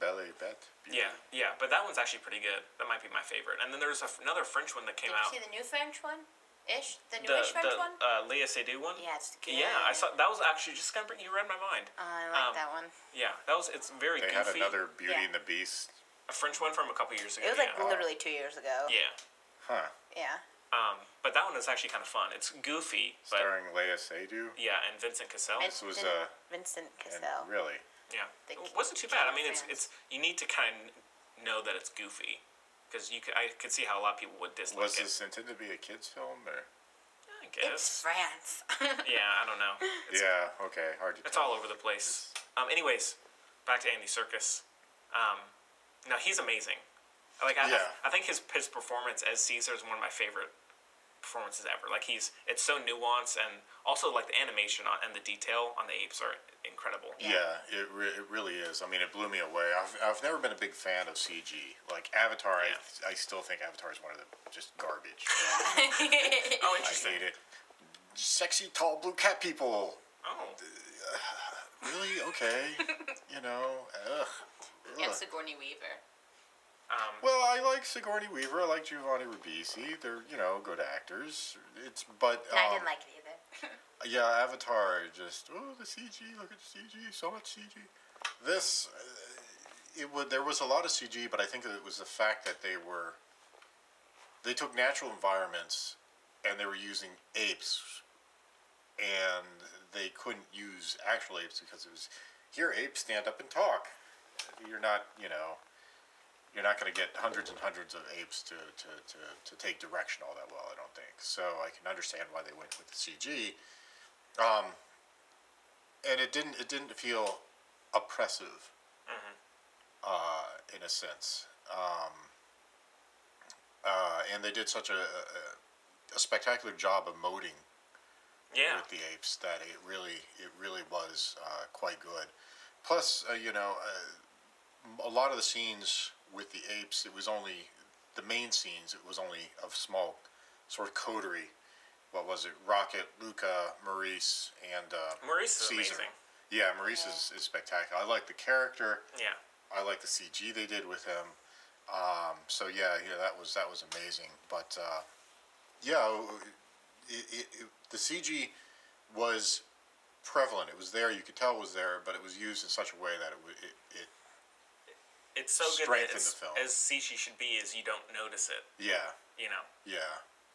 Speaker 2: Belle Bet.
Speaker 1: yeah, yeah, but that one's actually pretty good. That might be my favorite. And then there's a, another French one that
Speaker 3: Did
Speaker 1: came
Speaker 3: you
Speaker 1: out.
Speaker 3: see the new French one? Ish? The
Speaker 1: the
Speaker 3: newish French
Speaker 1: the
Speaker 3: one?
Speaker 1: Uh, Leah Seydoux one?
Speaker 3: Yeah, it's good.
Speaker 1: Yeah, I saw that was actually just gonna bring you read my mind.
Speaker 3: Oh, I like
Speaker 1: um,
Speaker 3: that one.
Speaker 1: Yeah, that was it's very
Speaker 2: They had
Speaker 1: goofy.
Speaker 2: another Beauty
Speaker 3: Yeah.
Speaker 2: and the Beast.
Speaker 1: a French one from a couple years ago.
Speaker 3: It was like
Speaker 1: yeah.
Speaker 3: literally two years ago.
Speaker 1: yeah.
Speaker 2: Huh.
Speaker 3: Yeah.
Speaker 1: Um, but that one is actually kind of fun. It's goofy, but
Speaker 2: Starring Leia Seydoux.
Speaker 1: yeah, and Vincent Cassell.
Speaker 3: Vin-
Speaker 2: This was,
Speaker 3: Vin-
Speaker 2: uh,
Speaker 3: Vincent
Speaker 2: And
Speaker 3: Cassell.
Speaker 2: really.
Speaker 1: yeah,
Speaker 3: the
Speaker 1: it
Speaker 3: ki-
Speaker 1: wasn't too bad. I mean, it's
Speaker 3: fans.
Speaker 1: it's you need to kind of know that it's goofy because you could, I could see how a lot of people would dislike
Speaker 2: Was
Speaker 1: it.
Speaker 2: this intended to be a kids film or
Speaker 1: I
Speaker 3: It's
Speaker 1: guess.
Speaker 3: France.
Speaker 1: yeah, I don't know. It's,
Speaker 2: Yeah, okay, hard to
Speaker 1: it's
Speaker 2: tell.
Speaker 1: all over the place. Um, anyways, back to Andy Circus. Um, no, he's amazing. Like I, I-
Speaker 2: Yeah.
Speaker 1: I, think his his performance as Caesar is one of my favorite performances ever. Like he's it's so nuanced and also like the animation on, and the detail on the apes are incredible.
Speaker 2: Yeah, it, re- it really is. I mean, it blew me away. I've, I've never been a big fan of CG. Like Avatar,
Speaker 1: Yeah.
Speaker 2: I, I still think Avatar is one of the just garbage.
Speaker 1: Oh,
Speaker 2: I
Speaker 1: interesting.
Speaker 2: hate it. Sexy tall blue cat people.
Speaker 1: Oh,
Speaker 2: Really? Okay. you know. Ugh.
Speaker 3: and
Speaker 2: Ugh.
Speaker 3: Sigourney Weaver.
Speaker 1: um,
Speaker 2: Well, I like Sigourney Weaver. I like Giovanni Ribisi. They're you know good actors. It's but um,
Speaker 3: And I didn't like it either.
Speaker 2: yeah, Avatar just oh the CG. Look at the CG. So much CG. This uh, it would there was a lot of CG, but I think it was the fact that they were they took natural environments and they were using apes and they couldn't use actual apes because it was here apes stand up and talk you're not you know you're not going to get hundreds and hundreds of apes to, to, to, to take direction all that well i don't think so i can understand why they went with the cg um, and it didn't it didn't feel oppressive uh, in a sense um, uh, and they did such a, a, a spectacular job emoting
Speaker 1: yeah.
Speaker 2: with the apes that it really it really was uh, quite good. Plus, uh, you know, uh, a lot of the scenes with the apes, it was only the main scenes. It was only of small sort of coterie. What was it? Rocket, Luca, Maurice, and uh,
Speaker 1: Maurice is
Speaker 2: Caesar.
Speaker 1: amazing.
Speaker 2: Yeah, Maurice Is, is spectacular. I like the character.
Speaker 1: Yeah.
Speaker 2: I like the CG they did with him. Um, so yeah, yeah, that was that was amazing. But uh, yeah, it, it, it, the CG was prevalent. It was there. You could tell it was there, but it was used in such a way that it w- it, it
Speaker 1: It's so good that
Speaker 2: Strengthen
Speaker 1: it's,
Speaker 2: the film.
Speaker 1: as CG should be is you don't notice it,
Speaker 2: yeah
Speaker 1: you know,
Speaker 2: yeah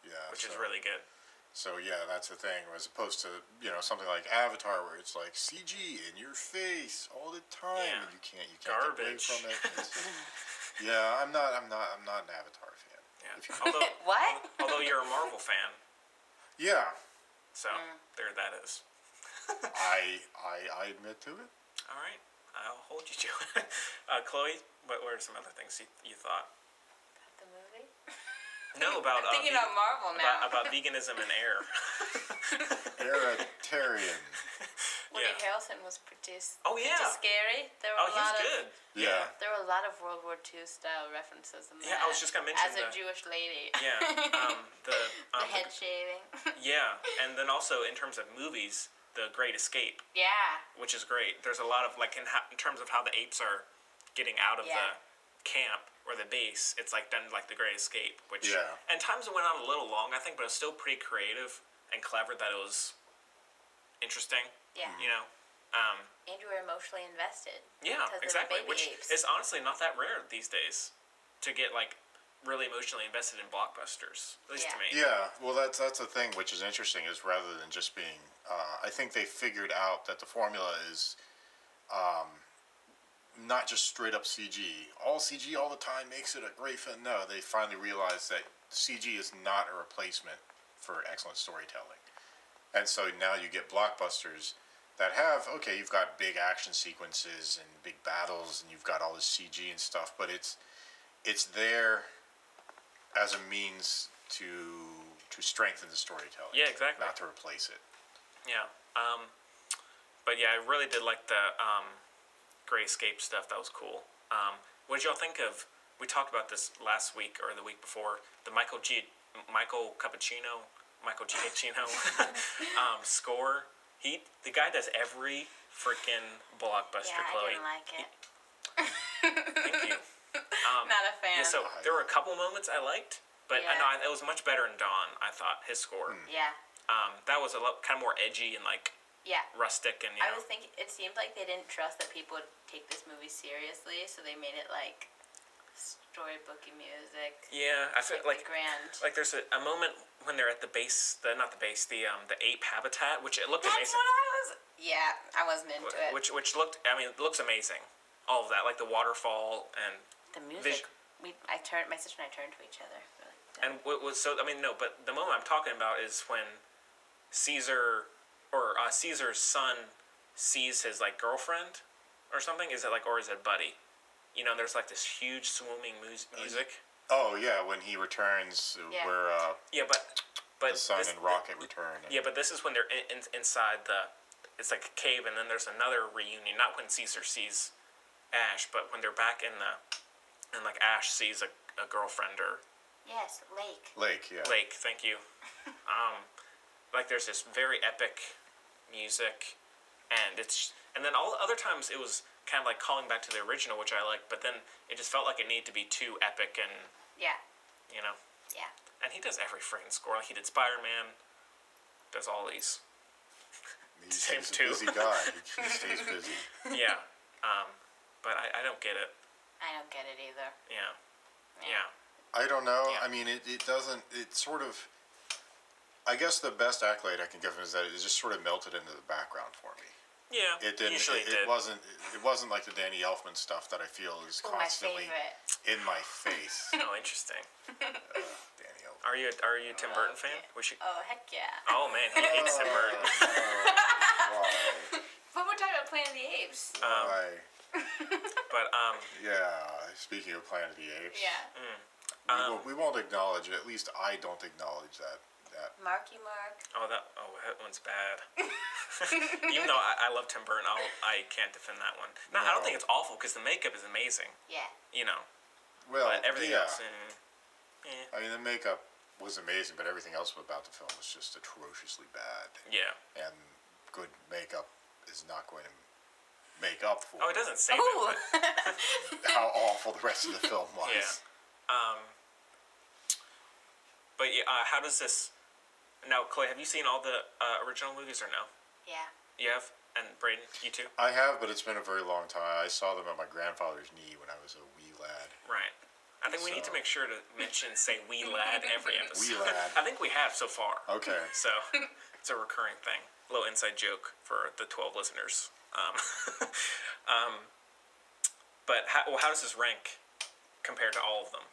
Speaker 2: yeah.
Speaker 1: which is
Speaker 2: so,
Speaker 1: really good.
Speaker 2: so yeah, that's the thing. As opposed to you know something like Avatar, where it's like CG in your face all the time,
Speaker 1: Yeah.
Speaker 2: and you can't you can't get away
Speaker 1: Garbage.
Speaker 2: from it. It's- yeah, I'm not I'm not I'm not an Avatar fan.
Speaker 1: Yeah. Although,
Speaker 4: What?
Speaker 1: although you're a Marvel fan,
Speaker 2: Yeah,
Speaker 1: so
Speaker 4: Mm.
Speaker 1: there that is.
Speaker 2: I I I admit to it.
Speaker 1: All right, I'll hold you to it. Uh, Chloe, what were some other things you, you thought?
Speaker 3: The movie?
Speaker 1: No, about uh,
Speaker 4: Thinking
Speaker 1: ve-
Speaker 4: about Marvel now.
Speaker 1: about, about veganism and air.
Speaker 2: Eritarian.
Speaker 3: Woody
Speaker 1: Yeah.
Speaker 3: Harrelson was pretty, s-
Speaker 1: Oh,
Speaker 3: pretty
Speaker 1: yeah.
Speaker 3: scary. There were a lot
Speaker 1: Oh, he's
Speaker 3: of
Speaker 1: good.
Speaker 2: Yeah.
Speaker 3: there were a lot of World War II style references in
Speaker 1: Yeah, I was
Speaker 3: that,
Speaker 1: just gonna mention
Speaker 3: as a
Speaker 1: that.
Speaker 3: Jewish lady.
Speaker 1: Yeah. Um, the,
Speaker 3: the
Speaker 1: um,
Speaker 3: head shaving.
Speaker 1: yeah, and then also in terms of movies, The Great Escape,
Speaker 3: yeah.
Speaker 1: which is great. There's a lot of like in, ho- in terms of how the apes are getting out of
Speaker 3: Yeah.
Speaker 1: the camp or the base. It's like done like The Great Escape, which
Speaker 2: Yeah.
Speaker 1: and times it went on a little long, I think, but it was still pretty creative and clever that it was interesting.
Speaker 3: Yeah.
Speaker 1: You know. Um,
Speaker 3: And you were emotionally invested.
Speaker 1: Yeah,
Speaker 3: because
Speaker 1: exactly.
Speaker 3: They were baby
Speaker 1: Which
Speaker 3: apes.
Speaker 1: is honestly not that rare these days to get like really emotionally invested in blockbusters. At least to
Speaker 3: Yeah.
Speaker 1: me.
Speaker 2: Yeah. Well, that's that's the thing, which is interesting, is rather than just being, uh, I think they figured out that the formula is, um, not just straight up CG. All CG all the time makes it a great film. No, they finally realized that CG is not a replacement for excellent storytelling, and so now you get blockbusters. That have okay, you've got big action sequences and big battles, and you've got all this CG and stuff, but it's it's there as a means to to strengthen the storytelling.
Speaker 1: Yeah, exactly.
Speaker 2: Not to replace it.
Speaker 1: Yeah. Um, but yeah, I really did like the um, Gray Escape stuff. That was cool. Um, what did y'all think of? We talked about this last week or the week before. The Michael G. Michael Cappuccino, Michael Giacchino um, score. He the guy does every freaking blockbuster.
Speaker 3: yeah, I
Speaker 1: Chloe,
Speaker 3: didn't like it.
Speaker 1: thank you. Um,
Speaker 4: Not a
Speaker 1: Yeah,
Speaker 4: fan.
Speaker 1: so there were a couple moments I liked, but I
Speaker 3: Yeah.
Speaker 1: know I- it was much better in Dawn. I thought his score.
Speaker 4: Hmm.
Speaker 3: Yeah.
Speaker 1: Um, that was a lot kind of more edgy and like
Speaker 3: Yeah.
Speaker 1: rustic and you
Speaker 3: I
Speaker 1: know.
Speaker 3: was thinking it seemed like they didn't trust that people would take this movie seriously, so they made it like storybooky music.
Speaker 1: yeah, I feel
Speaker 3: Like,
Speaker 1: like
Speaker 3: the grand.
Speaker 1: like there's a, a moment when they're at the base, the not the base, the um the ape habitat, which it looked
Speaker 4: That's
Speaker 1: amazing.
Speaker 4: what I was.
Speaker 3: yeah, I wasn't into it.
Speaker 1: Which which looked I mean it looks amazing. All of that, like the waterfall and
Speaker 3: the
Speaker 1: vis-
Speaker 3: music. we I turned my sister and I turned to each other. We're like,
Speaker 1: And what was so? I mean, no, but the moment I'm talking about is when Caesar or uh, Caesar's son sees his like girlfriend or something. Is it like or is it buddy? You know, there's like this huge swooming mus- music.
Speaker 2: Oh yeah, when he returns, uh,
Speaker 3: Yeah.
Speaker 2: where uh,
Speaker 1: Yeah, but but
Speaker 2: the sun
Speaker 1: this-
Speaker 2: and rocket return.
Speaker 1: Yeah, but this is when they're in, in, inside the. It's like a cave, and then there's another reunion. Not when Caesar sees Ash, but when they're back in the, and like Ash sees a, a girlfriend or
Speaker 3: yes, lake.
Speaker 2: Lake, yeah.
Speaker 1: Lake, thank you. Um, like there's this very epic music, and it's and then all the other times it was kind of like calling back to the original, which I liked. But then it just felt like it needed to be too epic, and
Speaker 3: Yeah,
Speaker 1: you know.
Speaker 3: yeah.
Speaker 1: And he does every freaking score. Like he did Spider Man, does all these.
Speaker 2: He's,
Speaker 1: Same
Speaker 2: he's a
Speaker 1: too.
Speaker 2: busy guy. He, he stays busy.
Speaker 1: Yeah. um, but I, I don't get it.
Speaker 3: I don't get it either.
Speaker 1: Yeah. Yeah.
Speaker 2: I don't know.
Speaker 1: Yeah.
Speaker 2: I mean, it, it doesn't. It sort of. I guess the best accolade I can give him is that it just sort of melted into the background for me.
Speaker 1: Yeah.
Speaker 2: It didn't.
Speaker 1: Usually
Speaker 2: it,
Speaker 1: did.
Speaker 2: it wasn't. It wasn't like the Danny Elfman stuff that I feel is
Speaker 3: Oh, my
Speaker 2: constantly
Speaker 3: favorite.
Speaker 2: in my face.
Speaker 1: Oh, interesting.
Speaker 2: Danny Elfman.
Speaker 1: Are you a, are you a Tim Burton fan? We should.
Speaker 3: Oh heck yeah!
Speaker 1: Oh man, he hates Tim Burton. Um,
Speaker 2: Why?
Speaker 3: But we're talking about Planet of the Apes.
Speaker 2: Why?
Speaker 1: But um,
Speaker 2: Yeah. Speaking of Planet of the Apes.
Speaker 1: Hmm.
Speaker 3: Yeah,
Speaker 1: Um,
Speaker 2: We, won't, we won't acknowledge it. At least I don't acknowledge that. that.
Speaker 3: Marky Mark.
Speaker 1: Oh, that oh that one's bad. Even though I, I love Tim Burton, I'll, I can't defend that one. No, I don't think
Speaker 2: No.
Speaker 1: it's awful because the makeup is amazing.
Speaker 3: Yeah.
Speaker 1: You know,
Speaker 2: Well,
Speaker 1: but everything
Speaker 2: yeah.
Speaker 1: else. eh.
Speaker 2: I mean, the makeup was amazing, but everything else about the film was just atrociously bad.
Speaker 1: yeah.
Speaker 2: And good makeup is not going to make up for
Speaker 1: Oh, it doesn't save
Speaker 4: Ooh.
Speaker 1: it. but-
Speaker 2: how awful the rest of the film was.
Speaker 1: Yeah. Um, but yeah, uh, how does this? Now, Clay, have you seen all the uh, original movies or no?
Speaker 3: Yeah.
Speaker 1: You have, and Braden, you too.
Speaker 2: I have, but it's been a very long time. I saw them at my grandfather's knee when I was a wee lad.
Speaker 1: Right. I think we need to
Speaker 2: So-
Speaker 1: make sure to mention say "wee lad" every episode.
Speaker 2: Wee lad. Oh.
Speaker 1: I think we have so far.
Speaker 2: Okay.
Speaker 1: So it's a recurring thing. Little inside joke for the 12 listeners. Um, um, but how, well, how does this rank compared to all of them?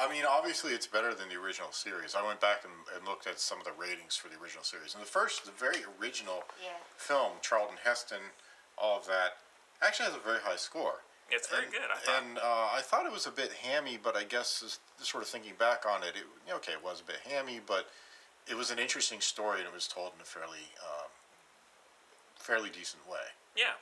Speaker 2: I mean, obviously, it's better than the original series. I went back and, and looked at some of the ratings for the original series. And the first, the very original
Speaker 3: Yeah.
Speaker 2: film, Charlton Heston, all of that, actually has a very high score.
Speaker 1: It's very
Speaker 2: and,
Speaker 1: good. I thought.
Speaker 2: And uh, I thought it was a bit hammy, but I guess is- sort of thinking back on it, it, okay, it was a bit hammy, but it was an interesting story and it was told in a fairly, um, fairly decent way.
Speaker 1: yeah.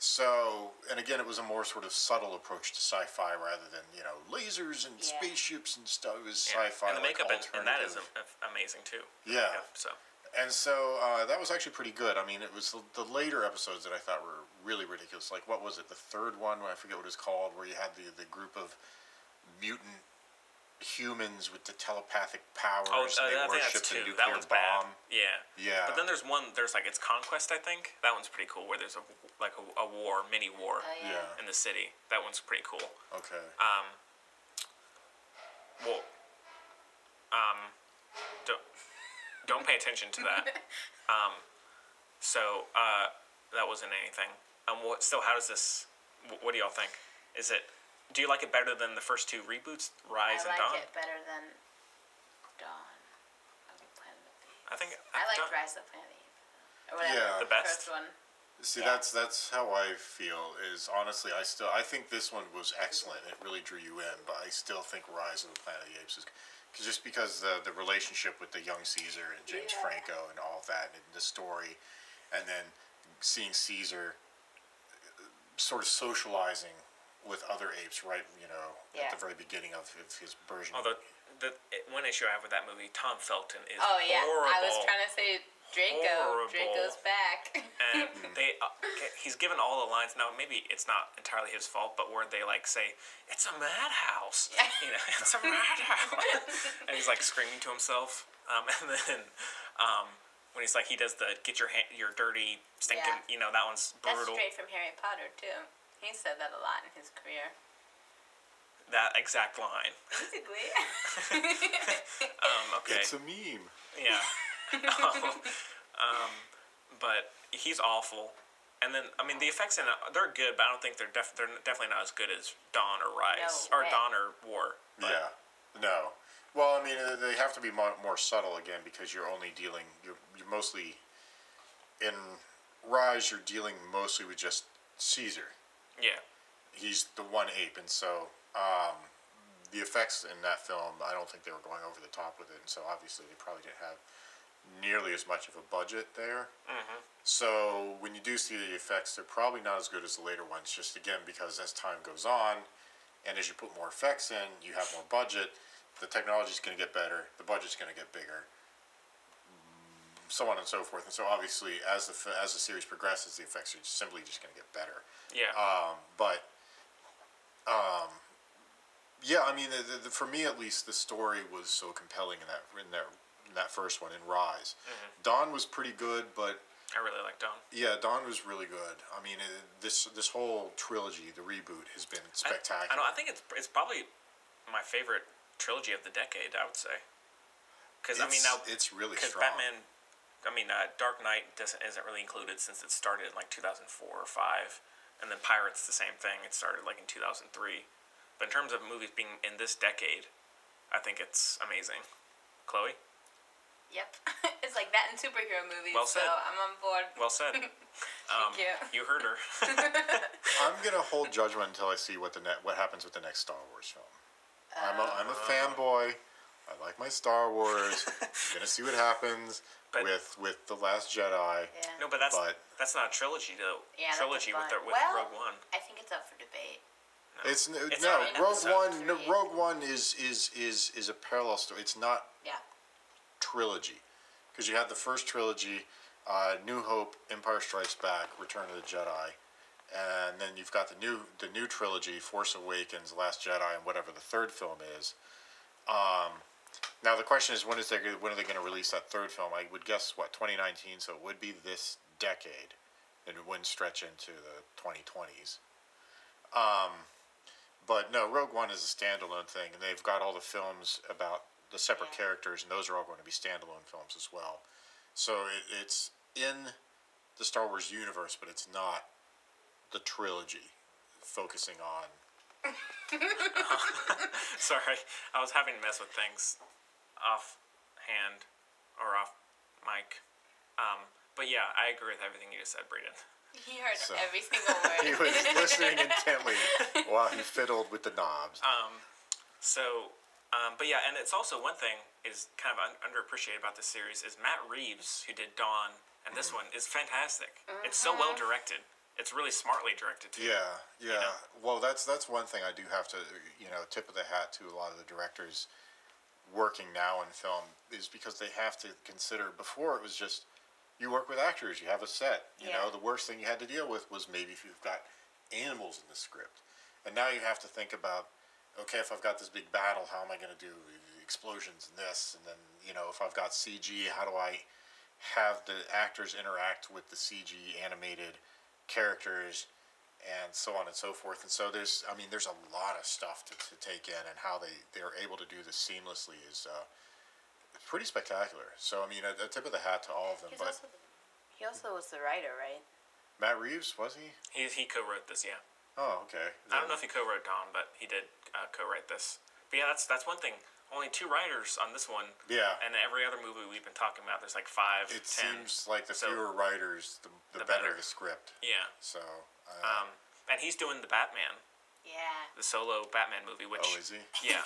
Speaker 2: So, and again, it was a more sort of subtle approach to sci-fi rather than you know lasers and
Speaker 3: Yeah.
Speaker 2: spaceships and stuff. It was
Speaker 1: yeah.
Speaker 2: sci-fi,
Speaker 1: and the
Speaker 2: like,
Speaker 1: makeup and, and that is
Speaker 2: alternative.
Speaker 1: am- amazing too.
Speaker 2: Yeah.
Speaker 1: So
Speaker 2: And so uh, that was actually pretty good. I mean, it was the, the later episodes that I thought were really ridiculous. Like, what was it? The third one, I forget what it's called, where you had the, the group of mutant humans with the telepathic powers
Speaker 1: oh, uh,
Speaker 2: and they
Speaker 1: I think
Speaker 2: worshipped
Speaker 1: that's
Speaker 2: the
Speaker 1: two. That
Speaker 2: nuclear
Speaker 1: one's bad.
Speaker 2: bomb.
Speaker 1: Yeah.
Speaker 2: Yeah.
Speaker 1: But then there's one. There's like it's conquest. I think that one's pretty cool. Where there's a like a, a war, mini war
Speaker 3: Oh, yeah.
Speaker 2: Yeah.
Speaker 1: in the city. That one's pretty cool.
Speaker 2: Okay.
Speaker 1: Um. Well. Um. Don't don't pay attention to that. Um. So uh, that wasn't anything. Um. What? So how does this? wh- What do y'all think? Is it? Do you like it better than the first two reboots,
Speaker 3: I
Speaker 1: Rise and
Speaker 3: like
Speaker 1: Dawn?
Speaker 3: it better than Dawn of the Planet of the Apes.
Speaker 1: I think
Speaker 3: I liked
Speaker 1: Dawn-
Speaker 3: Rise of the Planet of the Apes. Or whatever.
Speaker 2: Yeah. The
Speaker 1: best?
Speaker 3: First one.
Speaker 2: See,
Speaker 3: Yeah.
Speaker 2: that's that's how I feel. Is honestly, I still I think this one was excellent. It really drew you in, but I still think Rise of the Planet of the Apes is 'cause just because the the relationship with the young Caesar and James
Speaker 3: Yeah.
Speaker 2: Franco and all of that and the story, and then seeing Caesar uh, sort of socializing with other apes, right? You know, at
Speaker 3: Yeah.
Speaker 2: the very beginning of his- his version.
Speaker 1: Although the it- one issue I have with that movie, Tom Felton is
Speaker 3: Oh yeah,
Speaker 1: horrible.
Speaker 3: I was trying to say Draco.
Speaker 1: Horrible.
Speaker 3: Draco's back.
Speaker 1: and
Speaker 3: Mm-hmm.
Speaker 1: they uh, okay, he's given all the lines now maybe it's not entirely his fault but where they like say it's a madhouse you know it's a madhouse and he's like screaming to himself um, and then um, when he's like he does the get your hand your dirty stinking
Speaker 3: Yeah.
Speaker 1: you know that one's
Speaker 3: That's
Speaker 1: brutal
Speaker 3: straight from Harry Potter too. He said that a lot in his career.
Speaker 1: that exact line
Speaker 3: Basically.
Speaker 1: um, okay
Speaker 2: it's a meme.
Speaker 1: Yeah. um, but he's awful. And then I mean the effects in it, they're good, but I don't think they're def- they're definitely not as good as Dawn or Rise
Speaker 3: No
Speaker 1: or
Speaker 3: way.
Speaker 1: Dawn or War. But
Speaker 2: yeah. No. Well, I mean, uh, they have to be more, more subtle again because you're only dealing. You're, you're mostly in Rise. You're dealing mostly with just Caesar.
Speaker 1: yeah.
Speaker 2: He's the one ape, and so um, the effects in that film, I don't think they were going over the top with it, and so obviously they probably didn't have nearly as much of a budget there. So when you do see the effects, they're probably not as good as the later ones. Just again because as time goes on, and as you put more effects in, you have more budget. The technology's going to get better. The budget's going to get bigger. mm, So on and so forth. And so obviously, as the fi- as the series progresses, the effects are simply just going to get better.
Speaker 1: Yeah.
Speaker 2: Um, but um, yeah, I mean, the, the, the, for me at least, the story was so compelling in that in that in that first one in Rise.
Speaker 1: Mm-hmm.
Speaker 2: Dawn was pretty good, but
Speaker 1: I really like Dawn.
Speaker 2: yeah, Dawn was really good. I mean, it, this this whole trilogy, the reboot, has been
Speaker 1: I-
Speaker 2: spectacular.
Speaker 1: I, don't I think it's it's probably my favorite trilogy of the decade, I would say. Cuz I mean
Speaker 2: It's-
Speaker 1: now
Speaker 2: it's really
Speaker 1: cuz
Speaker 2: strong.
Speaker 1: Batman I mean uh, Dark Knight doesn't isn't really included since it started in like 2004 or 5 and then Pirates the same thing. It started like in 2003. But in terms of movies being in this decade, I think it's amazing. Chloe,
Speaker 3: yep. it's like that in superhero movies.
Speaker 1: Well
Speaker 3: so
Speaker 1: said.
Speaker 3: I'm on board.
Speaker 1: well said. Thank
Speaker 3: you.
Speaker 1: You heard her.
Speaker 2: I'm gonna hold judgment until I see what the net what happens with the next Star Wars film. I'm a, I'm
Speaker 1: Oh.
Speaker 2: a fanboy. I like my Star Wars. I'm gonna see what happens
Speaker 1: But-
Speaker 2: with with the Last Jedi.
Speaker 3: Yeah.
Speaker 1: No, but that's
Speaker 2: But-
Speaker 1: that's not a trilogy though.
Speaker 3: Yeah, that's a
Speaker 1: trilogy with the,
Speaker 3: fun-
Speaker 1: with
Speaker 3: well-
Speaker 1: Rogue One.
Speaker 3: I think it's up for debate.
Speaker 2: It's, n
Speaker 1: It's
Speaker 2: no
Speaker 1: already an
Speaker 2: Rogue
Speaker 1: episode
Speaker 2: One. No,
Speaker 3: three.
Speaker 2: Rogue One is is is is a parallel story. It's not
Speaker 3: Yeah.
Speaker 2: trilogy because you had the first trilogy, uh, New Hope, Empire Strikes Back, Return of the Jedi, and then you've got the new the new trilogy, Force Awakens, Last Jedi, and whatever the third film is. Um, now the question is when is they when are they going to release that third film? I would guess what 2019, so it would be this decade, and it wouldn't stretch into the 2020s. But no, Rogue One is a standalone thing, and they've got all the films about the separate
Speaker 3: Yeah.
Speaker 2: characters, and those are all going to be standalone films as well. So it, it's in the Star Wars universe, but it's not the trilogy focusing on.
Speaker 1: Sorry, I was having to mess with things off hand or off mic. Um, but yeah, I agree with everything you just said, Breeden.
Speaker 3: He heard
Speaker 2: So-
Speaker 3: every single
Speaker 2: He
Speaker 3: word.
Speaker 2: was listening intently while he fiddled with the knobs.
Speaker 1: So, um, but yeah, and it's also one thing is kind of un- underappreciated about this series is Matt Reeves, who did Dawn, and this
Speaker 2: Mm-hmm.
Speaker 1: one is fantastic. It's so well directed. It's really smartly directed too.
Speaker 2: Yeah, yeah. Well, that's that's one thing I do have to, you know, tip of the hat to a lot of the directors working now in film is because they have to consider. Before it was just you work with actors, you have a set. You
Speaker 3: Yeah.
Speaker 2: know, the worst thing you had to deal with was maybe if you've got animals in the script, and now you have to think about, okay, if I've got this big battle, how am I going to do explosions and this, and then you know, if I've got CG, how do I have the actors interact with the CG animated characters and so on and so forth. And so there's, I mean, there's a lot of stuff to, to take in, and how they they're able to do this seamlessly is uh, pretty spectacular. So I mean, a, a tip of the hat to all of them.
Speaker 3: He's
Speaker 2: But
Speaker 3: also the, he also was the writer, right?
Speaker 2: Matt Reeves was he?
Speaker 1: He, he co-wrote this, yeah.
Speaker 2: Oh, okay.
Speaker 1: I don't know if he co-wrote Dawn, but he did uh, co-write this. But yeah, that's that's one thing. Only two writers on this one.
Speaker 2: Yeah.
Speaker 1: And every other movie we've been talking about, there's like five,
Speaker 2: It
Speaker 1: ten.
Speaker 2: seems like the
Speaker 1: So-
Speaker 2: fewer writers, the, the,
Speaker 1: The
Speaker 2: better,
Speaker 1: better.
Speaker 2: the script.
Speaker 1: Yeah.
Speaker 2: So uh,
Speaker 1: Um, and he's doing the Batman,
Speaker 3: Yeah.
Speaker 1: the solo Batman movie, which
Speaker 2: oh, is he?
Speaker 1: yeah.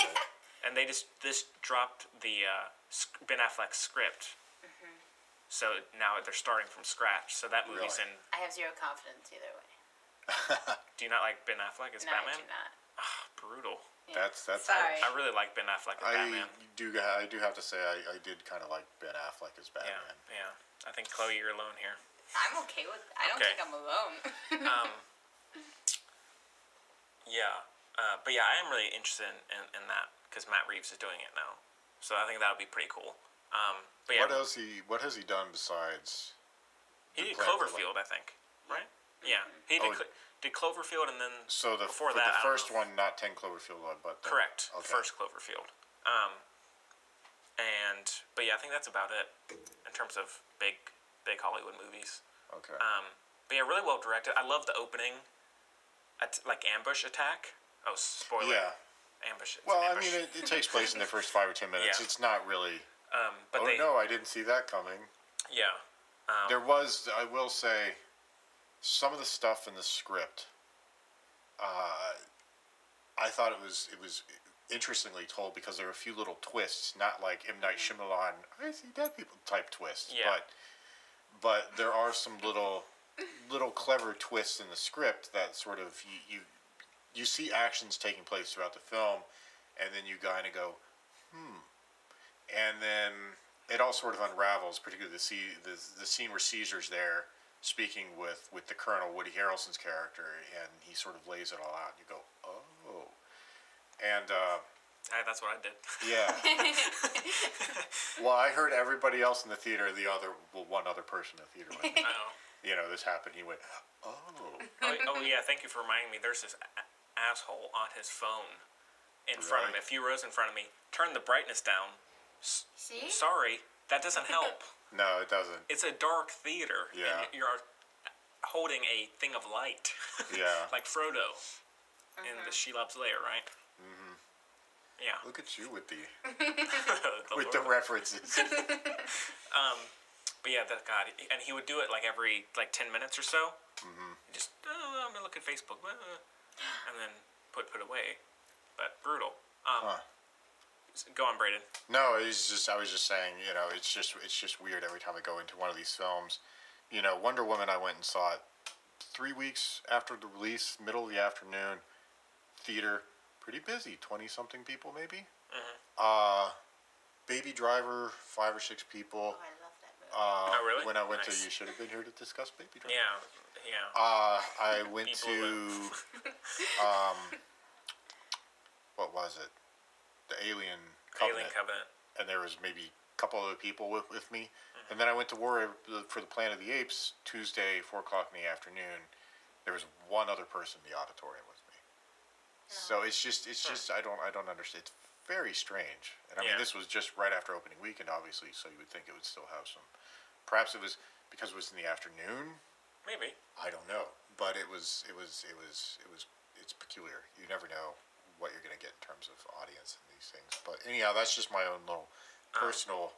Speaker 1: and they just this dropped the uh, sc- Ben Affleck script.
Speaker 3: Mm-hmm.
Speaker 1: So now they're starting from scratch. So that movie's
Speaker 2: Really?
Speaker 1: in.
Speaker 3: I have zero confidence either way.
Speaker 1: Do you not like Ben Affleck as
Speaker 3: No, I do
Speaker 1: Batman?
Speaker 3: not.
Speaker 1: Brutal.
Speaker 2: That's that's.
Speaker 3: Sorry.
Speaker 1: I really like Ben Affleck as
Speaker 2: I
Speaker 1: Batman.
Speaker 2: do. I do have to say I, I did kind of like Ben Affleck as Batman.
Speaker 1: Yeah, yeah. I think Chloe, you're alone here.
Speaker 3: I'm okay with. I don't
Speaker 1: Okay.
Speaker 3: think I'm alone.
Speaker 1: Yeah, uh, but yeah, I am really interested in, in, in that because Matt Reeves is doing it now, so I think that would be pretty cool. Um, but yeah,
Speaker 2: What else he? What has he done besides?
Speaker 1: he did
Speaker 2: plan for like-
Speaker 1: Cloverfield, I think, right? Yeah, he did,
Speaker 2: Oh,
Speaker 1: Cl- did Cloverfield and then
Speaker 2: So the
Speaker 1: before
Speaker 2: for
Speaker 1: that, I
Speaker 2: the
Speaker 1: don't
Speaker 2: first
Speaker 1: know.
Speaker 2: one, not Ten Cloverfield Road, but the,
Speaker 1: correct, the
Speaker 2: Okay.
Speaker 1: first Cloverfield. Um, and but yeah, I think that's about it in terms of big big Hollywood movies.
Speaker 2: Okay.
Speaker 1: Um, but yeah, really well directed. I love the opening, at, like ambush attack. Oh, spoiler!
Speaker 2: yeah.
Speaker 1: ambush. It's an
Speaker 2: Well, I
Speaker 1: ambush.
Speaker 2: mean, it, it takes place in the first five or ten minutes.
Speaker 1: Yeah.
Speaker 2: It's not really.
Speaker 1: um, but
Speaker 2: oh
Speaker 1: they,
Speaker 2: no, I didn't see that coming.
Speaker 1: yeah.
Speaker 2: There was, I will say, some of the stuff in the script. Uh, I thought it was it was interestingly told because there were a few little twists, not like M Night Shyamalan "I see dead people" type twists,
Speaker 1: Yeah.
Speaker 2: but but there are some little little clever twists in the script that sort of you you, you see actions taking place throughout the film, and then you kind of go, "Hmm." and then it all sort of unravels, particularly the, se- the, the scene where Caesar's there speaking with, with the Colonel, Woody Harrelson's character, and he sort of lays it all out. You go, oh. And uh,
Speaker 1: I, that's what I did.
Speaker 2: yeah. well, I heard everybody else in the theater, the other, well, one other person in the theater, went,
Speaker 1: oh.
Speaker 2: you know, this happened. He went, oh.
Speaker 1: oh, oh, yeah, thank you for reminding me. There's this a- asshole on his phone in front of me.
Speaker 2: Really?
Speaker 1: A few rows in front of me. Turn the brightness down.
Speaker 3: See?
Speaker 4: Oh,
Speaker 1: Sorry, that doesn't help.
Speaker 2: No, it doesn't.
Speaker 1: it's a dark theater.
Speaker 2: Yeah.
Speaker 1: And you're holding a thing of light.
Speaker 2: Yeah.
Speaker 1: like Frodo in the Shelob's Lair, right? Mm-hmm. Yeah.
Speaker 2: Look at you with the
Speaker 1: The
Speaker 2: with
Speaker 1: Lord
Speaker 2: the
Speaker 1: of
Speaker 2: references.
Speaker 1: But yeah, that God, and he would do it like every like ten minutes or so. Mm-hmm. Just oh, I'm gonna look at Facebook, blah, blah, blah," and then put put away. But brutal.
Speaker 2: Huh.
Speaker 1: Go on, Braden.
Speaker 2: No, it's just I was just saying, you know, it's just it's just weird every time I go into one of these films. You know, Wonder Woman, I went and saw it three weeks after the release, middle of the afternoon, theater, pretty busy, twenty something people maybe.
Speaker 1: Mm-hmm.
Speaker 2: Uh, Baby Driver, five or six people.
Speaker 3: Oh, I love that movie.
Speaker 2: Uh,
Speaker 1: Oh, really?
Speaker 2: When I went
Speaker 1: Nice.
Speaker 2: to, you should have been here to discuss Baby Driver.
Speaker 1: Yeah, yeah.
Speaker 2: Uh, I went
Speaker 1: Be
Speaker 2: to,
Speaker 1: blue.
Speaker 2: um, what was it? The Alien Uh, Covenant
Speaker 1: Alien Covenant.
Speaker 2: and there was maybe a couple other people with, with me. And then I went to war uh, for the Planet of the Apes Tuesday, four o'clock in the afternoon. There was one other person in the auditorium with me. So it's just, it's just, I don't, I don't understand. It's very strange. And I
Speaker 1: Yeah.
Speaker 2: mean, this was just right after opening weekend, obviously. So you would think it would still have some. Perhaps it was because it was in the afternoon.
Speaker 1: Maybe.
Speaker 2: I don't know, but it was, it was, it was, it was, it's peculiar. You never know what you're going to get in terms of audience and these things. But anyhow, that's just my own little
Speaker 1: Ah.
Speaker 2: personal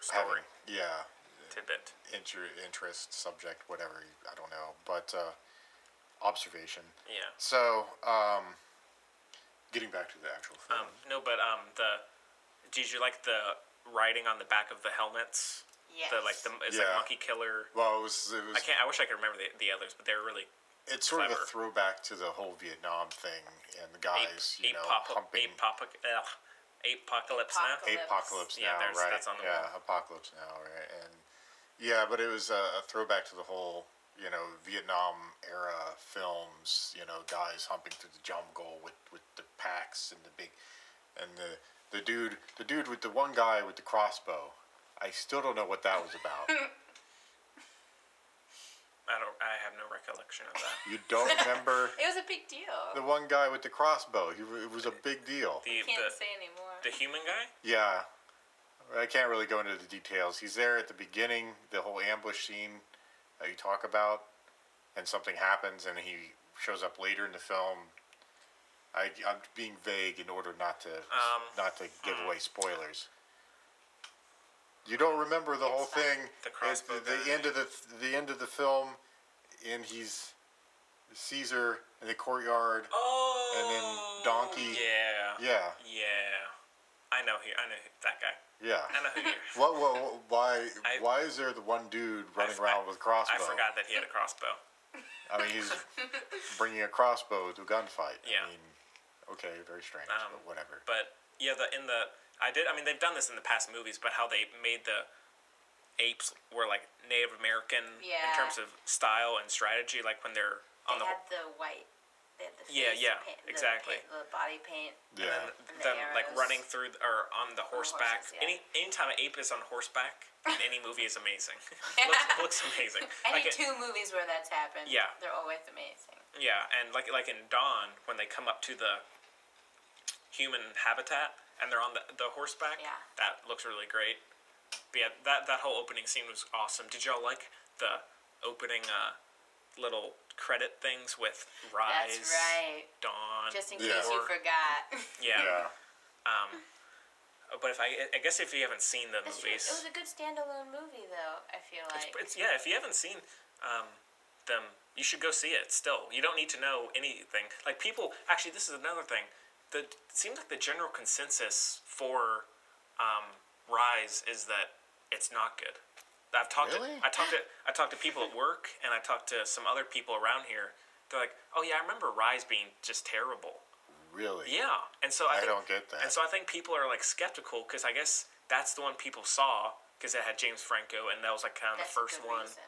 Speaker 1: Story.
Speaker 2: having- yeah,
Speaker 1: Tidbit.
Speaker 2: inter- interest, subject, whatever. I don't know, but uh, observation.
Speaker 1: Yeah.
Speaker 2: So, um, getting back to the actual film.
Speaker 1: Um, no, but um, the did you like the writing on the back of the helmets?
Speaker 4: Yes.
Speaker 1: The like the it's
Speaker 2: Yeah.
Speaker 1: like monkey killer.
Speaker 2: well, it was, it was
Speaker 1: I can't. I wish I could remember the, the others, but they're really
Speaker 2: it's sort of
Speaker 1: clever.
Speaker 2: a throwback to the whole Vietnam thing and the
Speaker 1: ape,
Speaker 2: guys, you
Speaker 1: ape,
Speaker 2: know,
Speaker 1: pop,
Speaker 2: humping
Speaker 1: ape, pop, ugh, ape apocalypse now.
Speaker 4: Apocalypse.
Speaker 2: apocalypse
Speaker 1: Yeah,
Speaker 2: now,
Speaker 1: there's-
Speaker 2: right?
Speaker 1: that's on the
Speaker 2: yeah,
Speaker 1: wall.
Speaker 2: apocalypse now, right? And yeah, but it was a, a throwback to the whole, you know, Vietnam era films. You know, guys humping through the jungle with with the packs and the big, and the the dude the dude with the one guy with the crossbow. I still don't know what that was about.
Speaker 1: I don't. I have no recollection of that.
Speaker 2: you don't remember
Speaker 3: it was a big deal.
Speaker 2: the one guy with the crossbow? He, w- it was a big deal.
Speaker 1: The
Speaker 4: Can't
Speaker 1: the,
Speaker 4: say anymore.
Speaker 1: the human guy.
Speaker 2: Yeah. I can't really go into the details. He's there at the beginning, the whole ambush scene that you talk about, and something happens, and he shows up later in the film. I, I'm being vague in order not to
Speaker 1: Um,
Speaker 2: not to give away spoilers. You don't remember the whole thing.
Speaker 1: The
Speaker 2: At
Speaker 1: crossbow
Speaker 2: the, the
Speaker 1: guy.
Speaker 2: end of the the end of the film, and he's Caesar in the courtyard.
Speaker 1: Oh.
Speaker 2: And then donkey.
Speaker 1: Yeah.
Speaker 2: Yeah,
Speaker 1: Yeah. I know who. I know who, that guy.
Speaker 2: yeah.
Speaker 1: I know who. You're,
Speaker 2: What, what, what- why?
Speaker 1: I-
Speaker 2: why is there the one dude running
Speaker 1: f-
Speaker 2: around
Speaker 1: I-
Speaker 2: with a crossbow?
Speaker 1: I forgot that he had a crossbow.
Speaker 2: I mean, he's bringing a crossbow to a gunfight.
Speaker 1: Yeah.
Speaker 2: I mean, okay, very strange,
Speaker 1: Um,
Speaker 2: but whatever.
Speaker 1: But yeah, the in the I did. I mean, they've done this in the past movies, but how they made the apes were like Native American in
Speaker 4: Yeah.
Speaker 1: terms of style and strategy, like when they're
Speaker 4: They
Speaker 1: on the.
Speaker 4: had the white. They had the face
Speaker 1: Yeah, yeah,
Speaker 4: paint, the
Speaker 1: exactly.
Speaker 4: paint- the body paint.
Speaker 2: yeah.
Speaker 1: and
Speaker 4: And the
Speaker 1: Them like
Speaker 4: arrows.
Speaker 1: running through th- or on the horseback.
Speaker 4: horses, yeah.
Speaker 1: Any anytime an ape is on horseback in any movie is amazing. looks, looks amazing.
Speaker 4: Any
Speaker 1: Like it-
Speaker 4: two movies where that's happened,
Speaker 1: Yeah.
Speaker 4: they're always amazing.
Speaker 1: Yeah, and like like in Dawn, when they come up to the human habitat and they're on the, the horseback,
Speaker 4: Yeah.
Speaker 1: that looks really great. But yeah, that that whole opening scene was awesome. Did y'all like the opening uh, little credit things with Rise,
Speaker 4: That's right.
Speaker 1: Dawn,
Speaker 4: Just in
Speaker 2: Yeah.
Speaker 4: case you
Speaker 1: War?
Speaker 4: forgot.
Speaker 1: yeah.
Speaker 2: yeah.
Speaker 1: Um, but if I I guess if you haven't seen the
Speaker 4: That's true. It was
Speaker 1: movies,
Speaker 4: a good standalone movie, though. I feel
Speaker 1: it's,
Speaker 4: like
Speaker 1: it's- yeah, if you haven't seen um, them, you should go see it. Still, you don't need to know anything. Like people, actually, this is another thing. The it seems like the general consensus for um, Rise is that it's not good. I've talked.
Speaker 2: Really?
Speaker 1: To, I talked to I talked to people at work, and I talked to some other people around here. They're like, "Oh yeah, I remember Rise being just terrible."
Speaker 2: Really?
Speaker 1: Yeah, and so I,
Speaker 2: I
Speaker 1: think,
Speaker 2: don't get that.
Speaker 1: And so I think people are like skeptical because I guess that's the one people saw because it had James Franco, and that was like kind of the
Speaker 4: that's
Speaker 1: first
Speaker 4: a good
Speaker 1: one.
Speaker 4: Reason.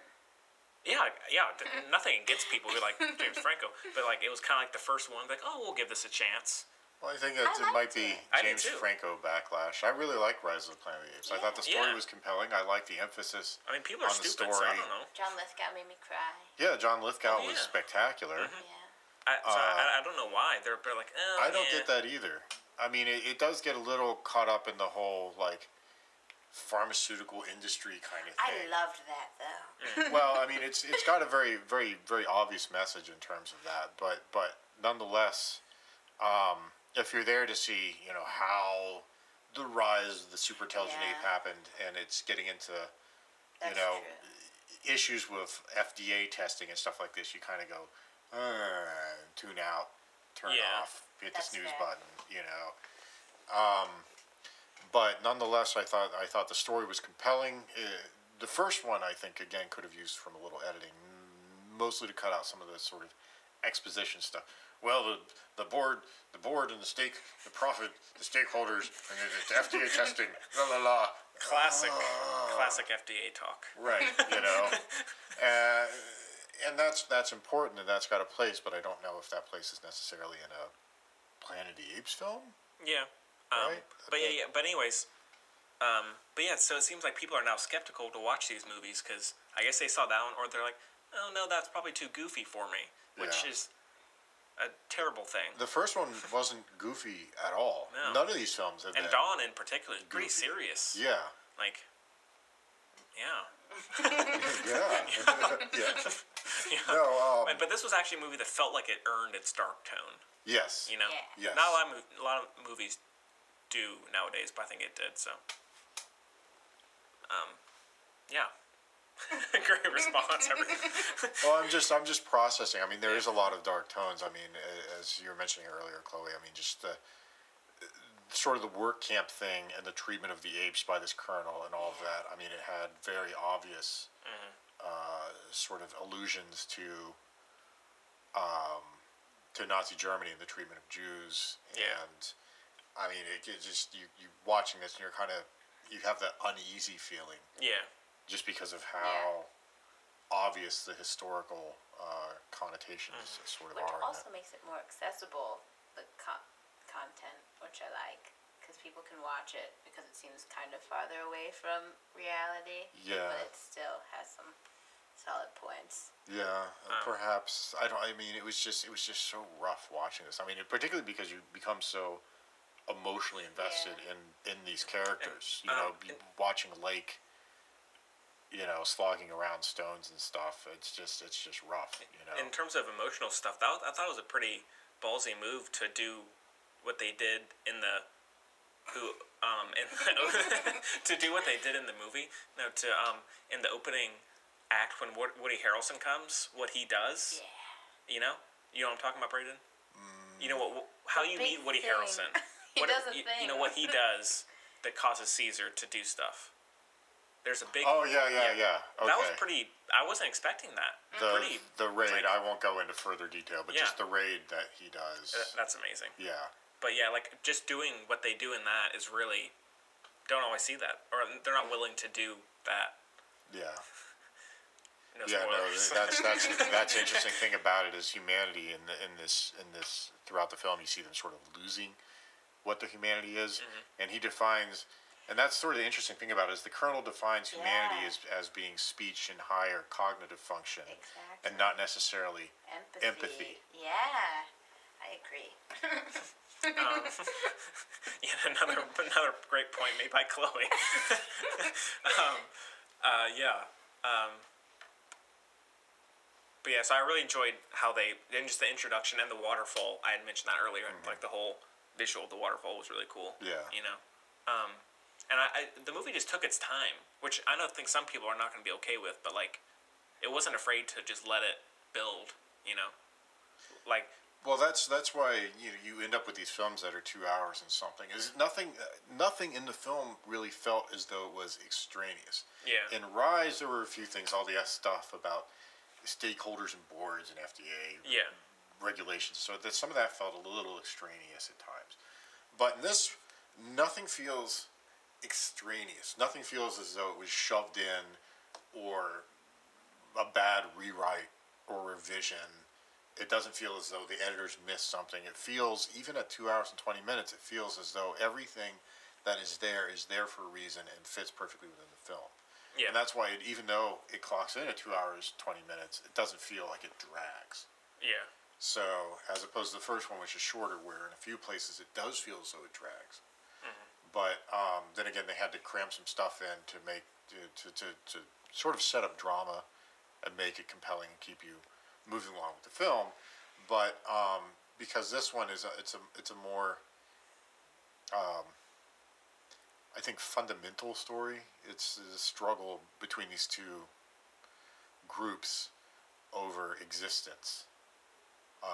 Speaker 1: Yeah, yeah. d- nothing against people who like James Franco, but like it was kind of like the first one. Like, oh, we'll give this a chance.
Speaker 2: Well, I think that's, it
Speaker 4: I
Speaker 2: might
Speaker 4: liked
Speaker 2: be
Speaker 4: it.
Speaker 1: I did
Speaker 2: James
Speaker 1: too.
Speaker 2: Franco backlash. I really like Rise of the Planet of the Apes. I thought the story
Speaker 1: Yeah.
Speaker 2: was compelling. I liked the emphasis.
Speaker 1: I mean, people are
Speaker 2: On the
Speaker 1: stupid, so I
Speaker 2: story.
Speaker 1: don't know.
Speaker 4: John Lithgow made me cry.
Speaker 2: Yeah, John Lithgow
Speaker 1: Oh, yeah.
Speaker 2: was
Speaker 1: Mm-hmm.
Speaker 2: spectacular.
Speaker 4: Yeah.
Speaker 1: I, so
Speaker 2: Uh,
Speaker 1: I, I don't know why they're they're like, oh,
Speaker 2: I don't
Speaker 1: yeah.
Speaker 2: get that either. I mean, it, it does get a little caught up in the whole like pharmaceutical industry kind of
Speaker 4: I
Speaker 2: thing.
Speaker 4: loved that though.
Speaker 2: well, I mean, it's it's got a very very very obvious message in terms of that, but but nonetheless, um, if you're there to see, you know, how the rise of the super intelligent
Speaker 4: Yeah.
Speaker 2: ape happened, and it's getting into
Speaker 4: That's
Speaker 2: you know
Speaker 4: true.
Speaker 2: issues with FDA testing and stuff like this, you kind of go uh, tune out. turn
Speaker 1: Yeah.
Speaker 2: off, hit
Speaker 4: That's
Speaker 2: the snooze
Speaker 4: fair.
Speaker 2: button, you know. Um, but nonetheless, I thought I thought the story was compelling. Uh the first one, I think, again, could have used from a little editing, mostly to cut out some of the sort of exposition stuff. Well, the, the board, the board, and the stake, the profit, the stakeholders, and the FDA testing, la la la.
Speaker 1: Classic,
Speaker 2: Oh.
Speaker 1: classic FDA talk.
Speaker 2: Right, you know, uh, and that's that's important, and that's got a place. But I don't know if that place is necessarily in a Planet of the Apes film.
Speaker 1: Yeah. Um,
Speaker 2: Right?
Speaker 1: But yeah,
Speaker 2: Okay.
Speaker 1: yeah. But anyways, um, but yeah. So it seems like people are now skeptical to watch these movies because I guess they saw that one, or they're like, "Oh no, that's probably too goofy for me," which
Speaker 2: Yeah.
Speaker 1: is a terrible thing.
Speaker 2: The first one wasn't goofy at all.
Speaker 1: No.
Speaker 2: None of these films have
Speaker 1: and
Speaker 2: been.
Speaker 1: Dawn in particular is pretty
Speaker 2: Goofy.
Speaker 1: serious.
Speaker 2: Yeah,
Speaker 1: Like, yeah.
Speaker 2: yeah, yeah. No, um,
Speaker 1: But, but this was actually a movie that felt like it earned its dark tone.
Speaker 2: yes,
Speaker 1: You know,
Speaker 4: Yeah.
Speaker 2: Yes.
Speaker 1: not a lot of mov- a lot of movies do nowadays, but I think it did. So, um, yeah, great response. Every-
Speaker 2: Well, I'm just I'm just processing. I mean, there is a lot of dark tones. I mean, a- as you were mentioning earlier, Chloe. I mean, just the sort of the work camp thing and the treatment of the apes by this colonel and all of that. I mean, it had very obvious uh, sort of allusions to um, to Nazi Germany and the treatment of Jews.
Speaker 1: Yeah.
Speaker 2: And I mean, it, it just you you watching this and you're kind of you have that uneasy feeling
Speaker 1: yeah,
Speaker 2: just because of how obvious the historical uh, connotations
Speaker 1: Mm.
Speaker 2: sort of
Speaker 4: Which
Speaker 2: are. in
Speaker 4: also
Speaker 2: it.
Speaker 4: makes it more accessible, the co- content, which I like, because people can watch it because it seems kind of farther away from reality.
Speaker 2: Yeah.
Speaker 4: But it still has some solid points.
Speaker 2: Yeah,
Speaker 1: Um.
Speaker 2: perhaps I don't. I mean, it was just it was just so rough watching this. I mean, particularly because you become so emotionally invested in in these characters. you
Speaker 1: um,
Speaker 2: know, be watching Lake. You know, slogging around stones and stuff. It's just, it's just rough. You know,
Speaker 1: in terms of emotional stuff, that was, I thought it was a pretty ballsy move to do what they did in the who um in the, to do what they did in the movie. No, to um in the opening act when Wo- Woody Harrelson comes, what he does.
Speaker 4: Yeah.
Speaker 1: You know, you know what I'm talking about, Braden.
Speaker 2: Mm.
Speaker 1: You know what? How you
Speaker 4: big
Speaker 1: meet Woody
Speaker 4: thing.
Speaker 1: Harrelson.
Speaker 4: He
Speaker 1: what
Speaker 4: does a
Speaker 1: you, you
Speaker 4: thing.
Speaker 1: know what he does that causes Caesar to do stuff. There's a big.
Speaker 2: oh yeah, yeah, yeah. Okay.
Speaker 1: That was pretty. I wasn't expecting that.
Speaker 2: The
Speaker 1: pretty.
Speaker 2: the raid.
Speaker 1: like-
Speaker 2: I won't go into further detail, but
Speaker 1: Yeah.
Speaker 2: just the raid that he does.
Speaker 1: th- uh, That's amazing.
Speaker 2: yeah.
Speaker 1: But yeah, like just doing what they do in that is really don't always see that, or they're not willing to do that.
Speaker 2: Yeah,
Speaker 1: No
Speaker 2: yeah, no,
Speaker 1: spoilers.
Speaker 2: that's that's that's the interesting thing about it is humanity in the, in this in this throughout the film you see them sort of losing what their humanity is,
Speaker 4: Mm-hmm.
Speaker 2: and he defines, and that's sort of the interesting thing about it is the colonel defines humanity
Speaker 4: Yeah.
Speaker 2: as as being speech and higher cognitive function,
Speaker 4: Exactly.
Speaker 2: and not necessarily
Speaker 4: Empathy.
Speaker 2: Empathy.
Speaker 4: Yeah. I agree.
Speaker 1: Yet another another great point made by Chloe. um, uh, yeah. Um, but yeah, so I really enjoyed how they and just the introduction and the waterfall. I had mentioned that earlier. Like the whole visual of the waterfall was really cool.
Speaker 2: Yeah.
Speaker 1: You know, um, and I, I the movie just took its time, which I don't think some people are not going to be okay with. But like, it wasn't afraid to just let it build. You know, like
Speaker 2: Well, that's that's why you know, you end up with these films that are two hours and something. Is nothing uh, nothing in the film really felt as though it was extraneous.
Speaker 1: Yeah.
Speaker 2: In Rise, there were a few things, all the S stuff about stakeholders and boards and FDA
Speaker 1: yeah,
Speaker 2: regulations. So that some of that felt a little extraneous at times. But in this, nothing feels extraneous. Nothing feels as though it was shoved in or a bad rewrite or revision. It doesn't feel as though the editors missed something. It feels, even at two hours and 20 minutes, it feels as though everything that is there is there for a reason and fits perfectly within the film.
Speaker 1: yeah.
Speaker 2: And that's why, it, even though it clocks in at two hours, 20 minutes, it doesn't feel like it drags.
Speaker 1: yeah.
Speaker 2: So, as opposed to the first one, which is shorter, where in a few places it does feel as though it drags. But um, then again, they had to cram some stuff in to make to, to, to, to sort of set up drama and make it compelling and keep you moving along with the film. But um, because this one is a, it's a it's a more um, I think fundamental story. It's the struggle between these two groups over existence and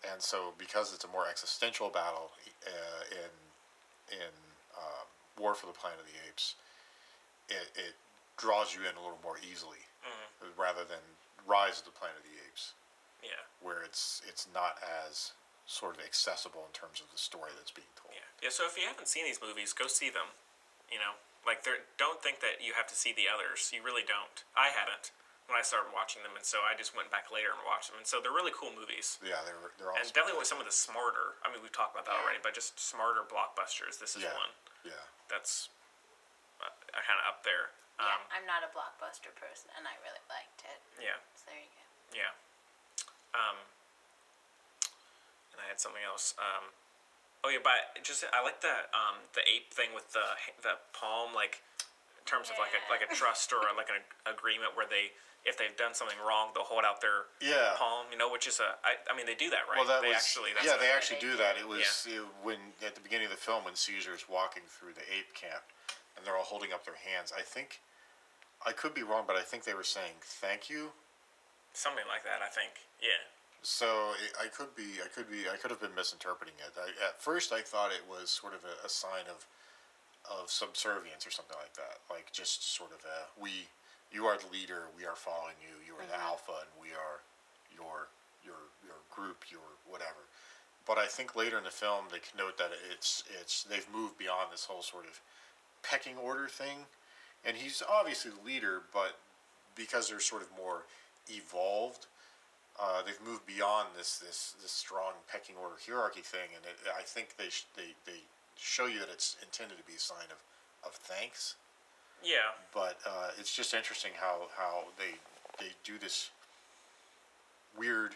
Speaker 2: and so because it's a more existential battle uh, in in um, War for the Planet of the Apes, it, it draws you in a little more easily
Speaker 1: Mm-hmm.
Speaker 2: rather than Rise of the Planet of the Apes,
Speaker 1: Yeah.
Speaker 2: where it's it's not as sort of accessible in terms of the story that's being told.
Speaker 1: Yeah. Yeah. So if you haven't seen these movies, go see them. You know, like they don't think that you have to see the others. You really don't. I hadn't when I started watching them, and so I just went back later and watched them. And so they're really cool movies,
Speaker 2: Yeah, they're they're all
Speaker 1: and definitely with some of the smarter. I mean, we've talked about that already, but just smarter blockbusters. This is
Speaker 2: yeah,
Speaker 1: one
Speaker 2: yeah.
Speaker 1: that's uh, kind of up there.
Speaker 4: Yeah,
Speaker 1: Um,
Speaker 4: I'm not a blockbuster person, and I really liked it.
Speaker 1: yeah.
Speaker 4: So there you go.
Speaker 1: Yeah. Um, and I had something else. Um, oh yeah, but just I like the um, the ape thing with the the palm, like in terms of like a like a trust or like an ag- agreement where they if they've done something wrong they'll hold out their
Speaker 2: Yeah.
Speaker 1: palm, you know, which is a I, I mean they do that right?
Speaker 2: Well, that
Speaker 1: they
Speaker 2: was
Speaker 1: actually that's
Speaker 2: yeah.
Speaker 1: a-
Speaker 2: They actually do that. It was uh, when at the beginning of the film when Caesar's walking through the ape camp, and they're all holding up their hands. I think I could be wrong, but I think they were saying thank you.
Speaker 1: something like that. I think yeah.
Speaker 2: So I I could be, I could be, I could have been misinterpreting it. I, at first, I thought it was sort of a, a sign of of subservience or something like that, like just sort of a we, you are the leader, we are following you, you are the alpha, and we are your your your group, your whatever. But I think later in the film, they connote that it's it's they've moved beyond this whole sort of pecking order thing, and he's obviously the leader, but because they're sort of more evolved uh, they've moved beyond this, this this strong pecking order hierarchy thing, and it, I think they, sh- they they show you that it's intended to be a sign of, of thanks.
Speaker 1: Yeah.
Speaker 2: But uh, it's just interesting how, how they they do this weird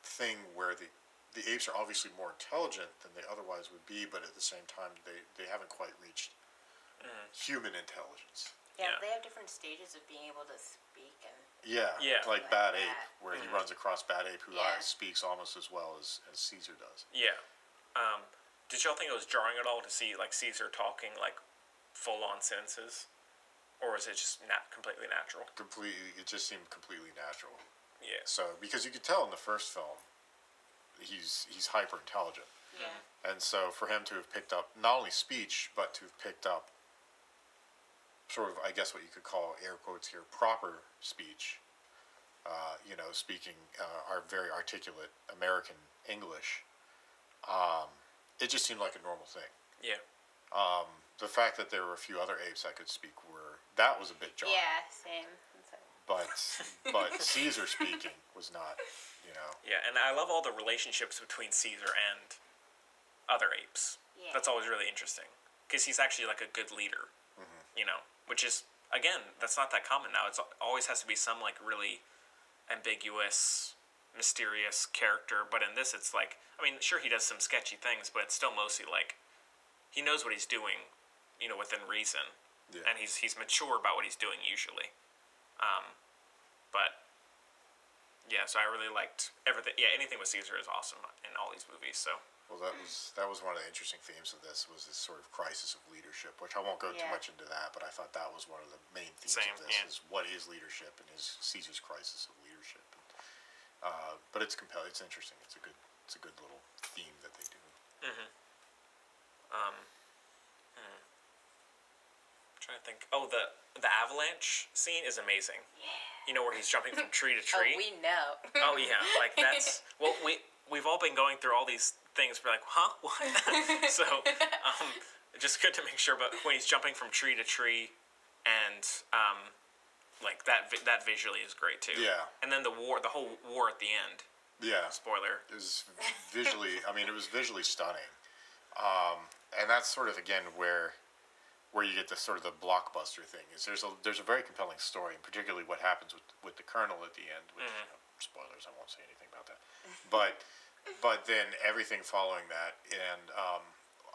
Speaker 2: thing where the the apes are obviously more intelligent than they otherwise would be, but at the same time they, they haven't quite reached human intelligence.
Speaker 1: Yeah.
Speaker 4: Yeah, they have different stages of being able to speak, and
Speaker 2: Yeah,
Speaker 1: Yeah.
Speaker 2: like
Speaker 4: Like
Speaker 2: Bad
Speaker 4: that.
Speaker 2: Ape, where he runs across Bad Ape, who
Speaker 4: Yeah.
Speaker 2: uh, speaks almost as well as, as Caesar does.
Speaker 1: Yeah. Um, did y'all think it was jarring at all to see like Caesar talking like full on sentences? Or was it just not completely natural?
Speaker 2: completely it just seemed completely natural
Speaker 1: Yeah.
Speaker 2: so because you could tell in the first film he's he's hyper intelligent
Speaker 4: yeah,
Speaker 2: and so for him to have picked up not only speech but to have picked up sort of i guess what you could call air quotes here proper speech uh, you know speaking uh, our very articulate american english um, it just seemed like a normal thing
Speaker 1: Yeah.
Speaker 2: the fact that there were a few other apes that could speak were that was a bit jarring
Speaker 4: yeah, same. It's like-
Speaker 2: but but Caesar speaking was not, you know.
Speaker 1: Yeah, and I love all the relationships between Caesar and other apes.
Speaker 4: Yeah.
Speaker 1: That's always really interesting because he's actually like a good leader, you know, which is again that's not that common now. It's al- always has to be some like really ambiguous, mysterious character. But in this, it's like I mean, sure he does some sketchy things, but it's still mostly like he knows what he's doing, you know, within reason,
Speaker 2: Yeah.
Speaker 1: and he's he's mature about what he's doing usually. Um, but yeah, so I really liked everything. Yeah, anything with Caesar is awesome in all these movies. So
Speaker 2: Well, that was that was one of the interesting themes of this was this sort of crisis of leadership, which I won't go
Speaker 4: Yeah.
Speaker 2: too much into that, but I thought that was one of the main themes
Speaker 1: Same,
Speaker 2: of this
Speaker 1: yeah.
Speaker 2: is what is leadership and is Caesar's crisis of leadership. uh, but it's compelling. It's interesting. It's a good. It's a good little theme that they do.
Speaker 1: I'm trying to think. Oh, the the avalanche scene is amazing. Yeah. You know where he's jumping from tree to
Speaker 4: Oh,
Speaker 1: tree.
Speaker 4: we know.
Speaker 1: Oh yeah, like that's well we we've all been going through all these things. We're like, huh, what? so um, just good to make sure. But when he's jumping from tree to tree, and um, like that vi- that visually is great too.
Speaker 2: Yeah.
Speaker 1: And then the war, the whole war at the end.
Speaker 2: Yeah,
Speaker 1: Spoiler.
Speaker 2: it was visually. I mean, it was visually stunning. Um, and that's sort of again where where you get the sort of the blockbuster thing is there's a there's a very compelling story, and particularly what happens with with the colonel at the end. Which you know, spoilers, I won't say anything about that. But but then everything following that, and um,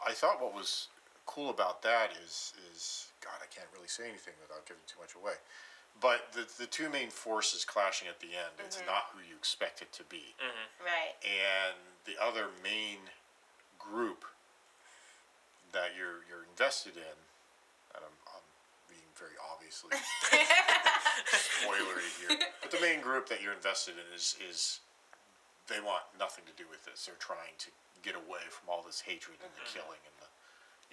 Speaker 2: I thought what was cool about that is is God, I can't really say anything without giving too much away. But the, the two main forces clashing at the end, it's not who you expect it to be
Speaker 4: Right.
Speaker 2: and the other main group that you're you're invested in, and I'm, I'm being very obviously spoilery here, but the main group that you're invested in is is they want nothing to do with this. They're trying to get away from all this hatred and
Speaker 1: Mm-hmm.
Speaker 2: the killing and the,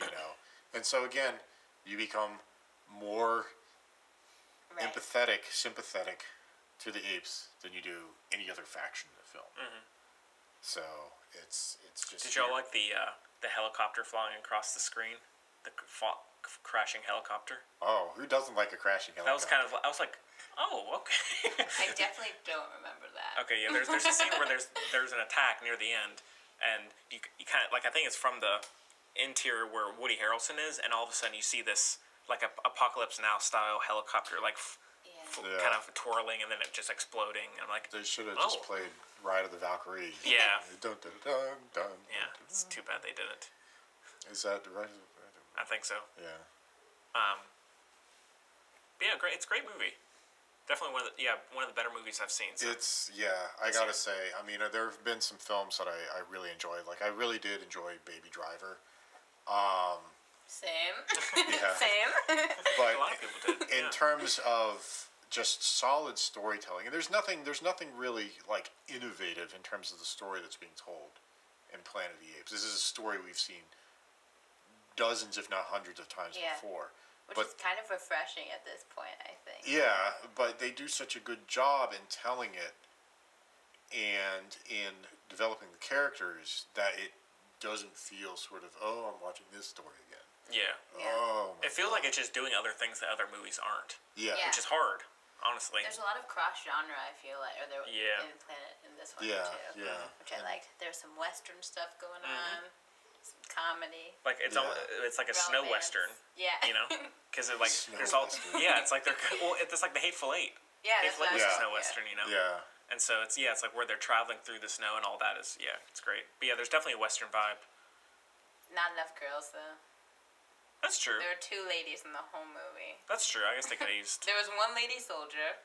Speaker 2: you know. And so again, you become more
Speaker 4: Right.
Speaker 2: empathetic, sympathetic to the apes than you do any other faction in the film. So it's it's just
Speaker 1: Mm-hmm. Did y'all like
Speaker 2: weird.
Speaker 1: the uh, the helicopter flying across the screen? The c- fa- c- crashing helicopter.
Speaker 2: oh who doesn't like a crashing helicopter?
Speaker 1: That was kind of. I was like, oh, okay.
Speaker 4: I definitely don't remember that.
Speaker 1: Okay, yeah. There's there's a scene where there's there's an attack near the end, and you you kind of like I think it's from the interior where Woody Harrelson is, and all of a sudden you see this like a apocalypse now style helicopter like f- f-
Speaker 2: Yeah.
Speaker 1: kind of twirling and then it just exploding. And I'm like,
Speaker 2: They should have just
Speaker 1: Oh.
Speaker 2: played Ride of the Valkyrie.
Speaker 1: Yeah.
Speaker 2: Dun, dun, dun, dun.
Speaker 1: yeah, it's too bad they didn't.
Speaker 2: Is that the Ride of the
Speaker 1: I think so.
Speaker 2: Yeah.
Speaker 1: Um, but yeah, great. It's a great movie. Definitely one of the, yeah one of the better movies I've seen. So.
Speaker 2: It's yeah. I gotta say, I mean, uh, there have been some films that I, I really enjoyed. Like I really did enjoy Baby Driver,
Speaker 4: Same.
Speaker 2: Yeah.
Speaker 4: Same.
Speaker 2: but
Speaker 1: a lot of people did.
Speaker 2: in
Speaker 1: yeah.
Speaker 2: terms of just solid storytelling, and there's nothing there's nothing really like innovative in terms of the story that's being told in Planet of the Apes. This is a story we've seen dozens, if not hundreds, of times
Speaker 4: Yeah.
Speaker 2: before.
Speaker 4: Which
Speaker 2: but
Speaker 4: is kind of refreshing at this point, I think.
Speaker 2: Yeah, but they do such a good job in telling it and in developing the characters that it doesn't feel sort of, oh, I'm watching this story again.
Speaker 1: yeah.
Speaker 4: Yeah.
Speaker 2: Oh, my
Speaker 1: It feels like it's just doing other things that other movies aren't,
Speaker 2: yeah.
Speaker 4: Yeah.
Speaker 1: which is hard, honestly.
Speaker 4: There's a lot of cross genre. I feel like, or there
Speaker 1: Yeah.
Speaker 4: in Planet in this one
Speaker 2: Yeah,
Speaker 4: too,
Speaker 2: yeah.
Speaker 4: which I
Speaker 2: And-
Speaker 4: liked. There's some Western stuff going on, some comedy.
Speaker 1: Like it's
Speaker 2: Yeah.
Speaker 1: al Mm-hmm. it's like a snow
Speaker 4: Romance.
Speaker 1: western,
Speaker 4: Yeah.
Speaker 1: you know, because it like
Speaker 2: Snow
Speaker 1: there's all
Speaker 2: western.
Speaker 1: yeah, it's like they're well, it's like the hateful eight.
Speaker 4: yeah, that's
Speaker 1: hateful
Speaker 4: what
Speaker 1: eight
Speaker 4: I
Speaker 1: is
Speaker 2: Yeah.
Speaker 1: a
Speaker 4: was-
Speaker 1: snow western, you know.
Speaker 2: Yeah.
Speaker 1: And so it's yeah, it's like where they're traveling through the snow and all that is yeah, it's great. But yeah, there's definitely a western vibe.
Speaker 4: Not enough girls though.
Speaker 1: That's true.
Speaker 4: There were two ladies in the whole movie.
Speaker 1: That's true. I guess they could have used
Speaker 4: There was one lady soldier,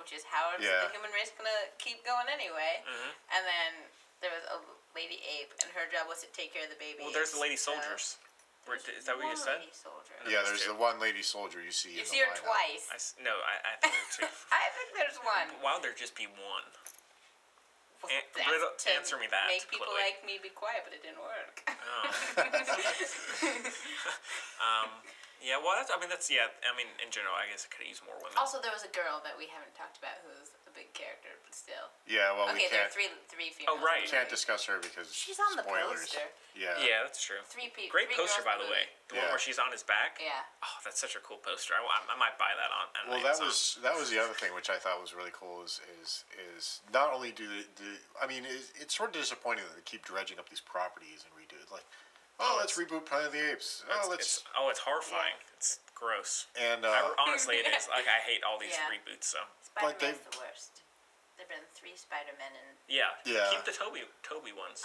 Speaker 4: which is how is
Speaker 2: Yeah.
Speaker 4: the human race gonna keep going anyway.
Speaker 1: Mm-hmm.
Speaker 4: And then there was a lady ape, and her job was to take care of the baby.
Speaker 1: well, there's the lady
Speaker 4: apes, so-
Speaker 1: soldiers. Where-
Speaker 4: uh, There's
Speaker 1: is that what you
Speaker 4: one
Speaker 1: said?
Speaker 4: lady soldier.
Speaker 2: Yeah, there's the one lady soldier you see.
Speaker 4: You
Speaker 2: in
Speaker 4: see
Speaker 2: the
Speaker 4: her
Speaker 2: lineup.
Speaker 4: twice.
Speaker 1: I s no, I, I think there are two.
Speaker 4: I think there's one.
Speaker 1: Why would there just be one?
Speaker 4: Well,
Speaker 1: An-
Speaker 4: that's
Speaker 1: riddle-
Speaker 4: to
Speaker 1: answer me that,
Speaker 4: Make people
Speaker 1: Chloe.
Speaker 4: like me be quiet, but it didn't work.
Speaker 1: Oh, um, Yeah, well, that's, I mean that's yeah. I mean in general, I guess it could have used more women.
Speaker 4: also, there was a girl that we haven't talked about who's a big character, but still.
Speaker 2: Yeah,
Speaker 1: Oh,
Speaker 2: well, we
Speaker 4: okay, there
Speaker 2: can't,
Speaker 4: are three three females. in
Speaker 1: right.
Speaker 4: the
Speaker 2: can't
Speaker 4: movie.
Speaker 2: discuss her because
Speaker 4: She's on the
Speaker 2: spoilers.
Speaker 4: poster.
Speaker 2: Yeah.
Speaker 1: yeah, that's true.
Speaker 4: Three people.
Speaker 1: Great poster, by the way. The one
Speaker 2: Yeah.
Speaker 1: where she's on his back.
Speaker 4: Yeah.
Speaker 1: Oh, that's such a cool poster. I, I, I might buy that on. on
Speaker 2: Well, that
Speaker 1: Amazon.
Speaker 2: was that was the other thing which I thought was really cool is is is not only do the, the I mean it's, it's sort of disappointing that they keep dredging up these properties and redo it like oh let's reboot Planet of the Apes oh
Speaker 1: It's,
Speaker 2: let's
Speaker 1: it's, oh, it's horrifying. It's gross.
Speaker 2: and uh,
Speaker 1: I, honestly, it is. Like I hate all these
Speaker 4: Yeah.
Speaker 1: reboots. So
Speaker 4: Spider
Speaker 2: they-
Speaker 4: Man's the worst. There've been three Spider Men, and
Speaker 1: yeah,
Speaker 2: Yeah.
Speaker 1: Keep the Toby Toby
Speaker 4: Ah,
Speaker 1: ones.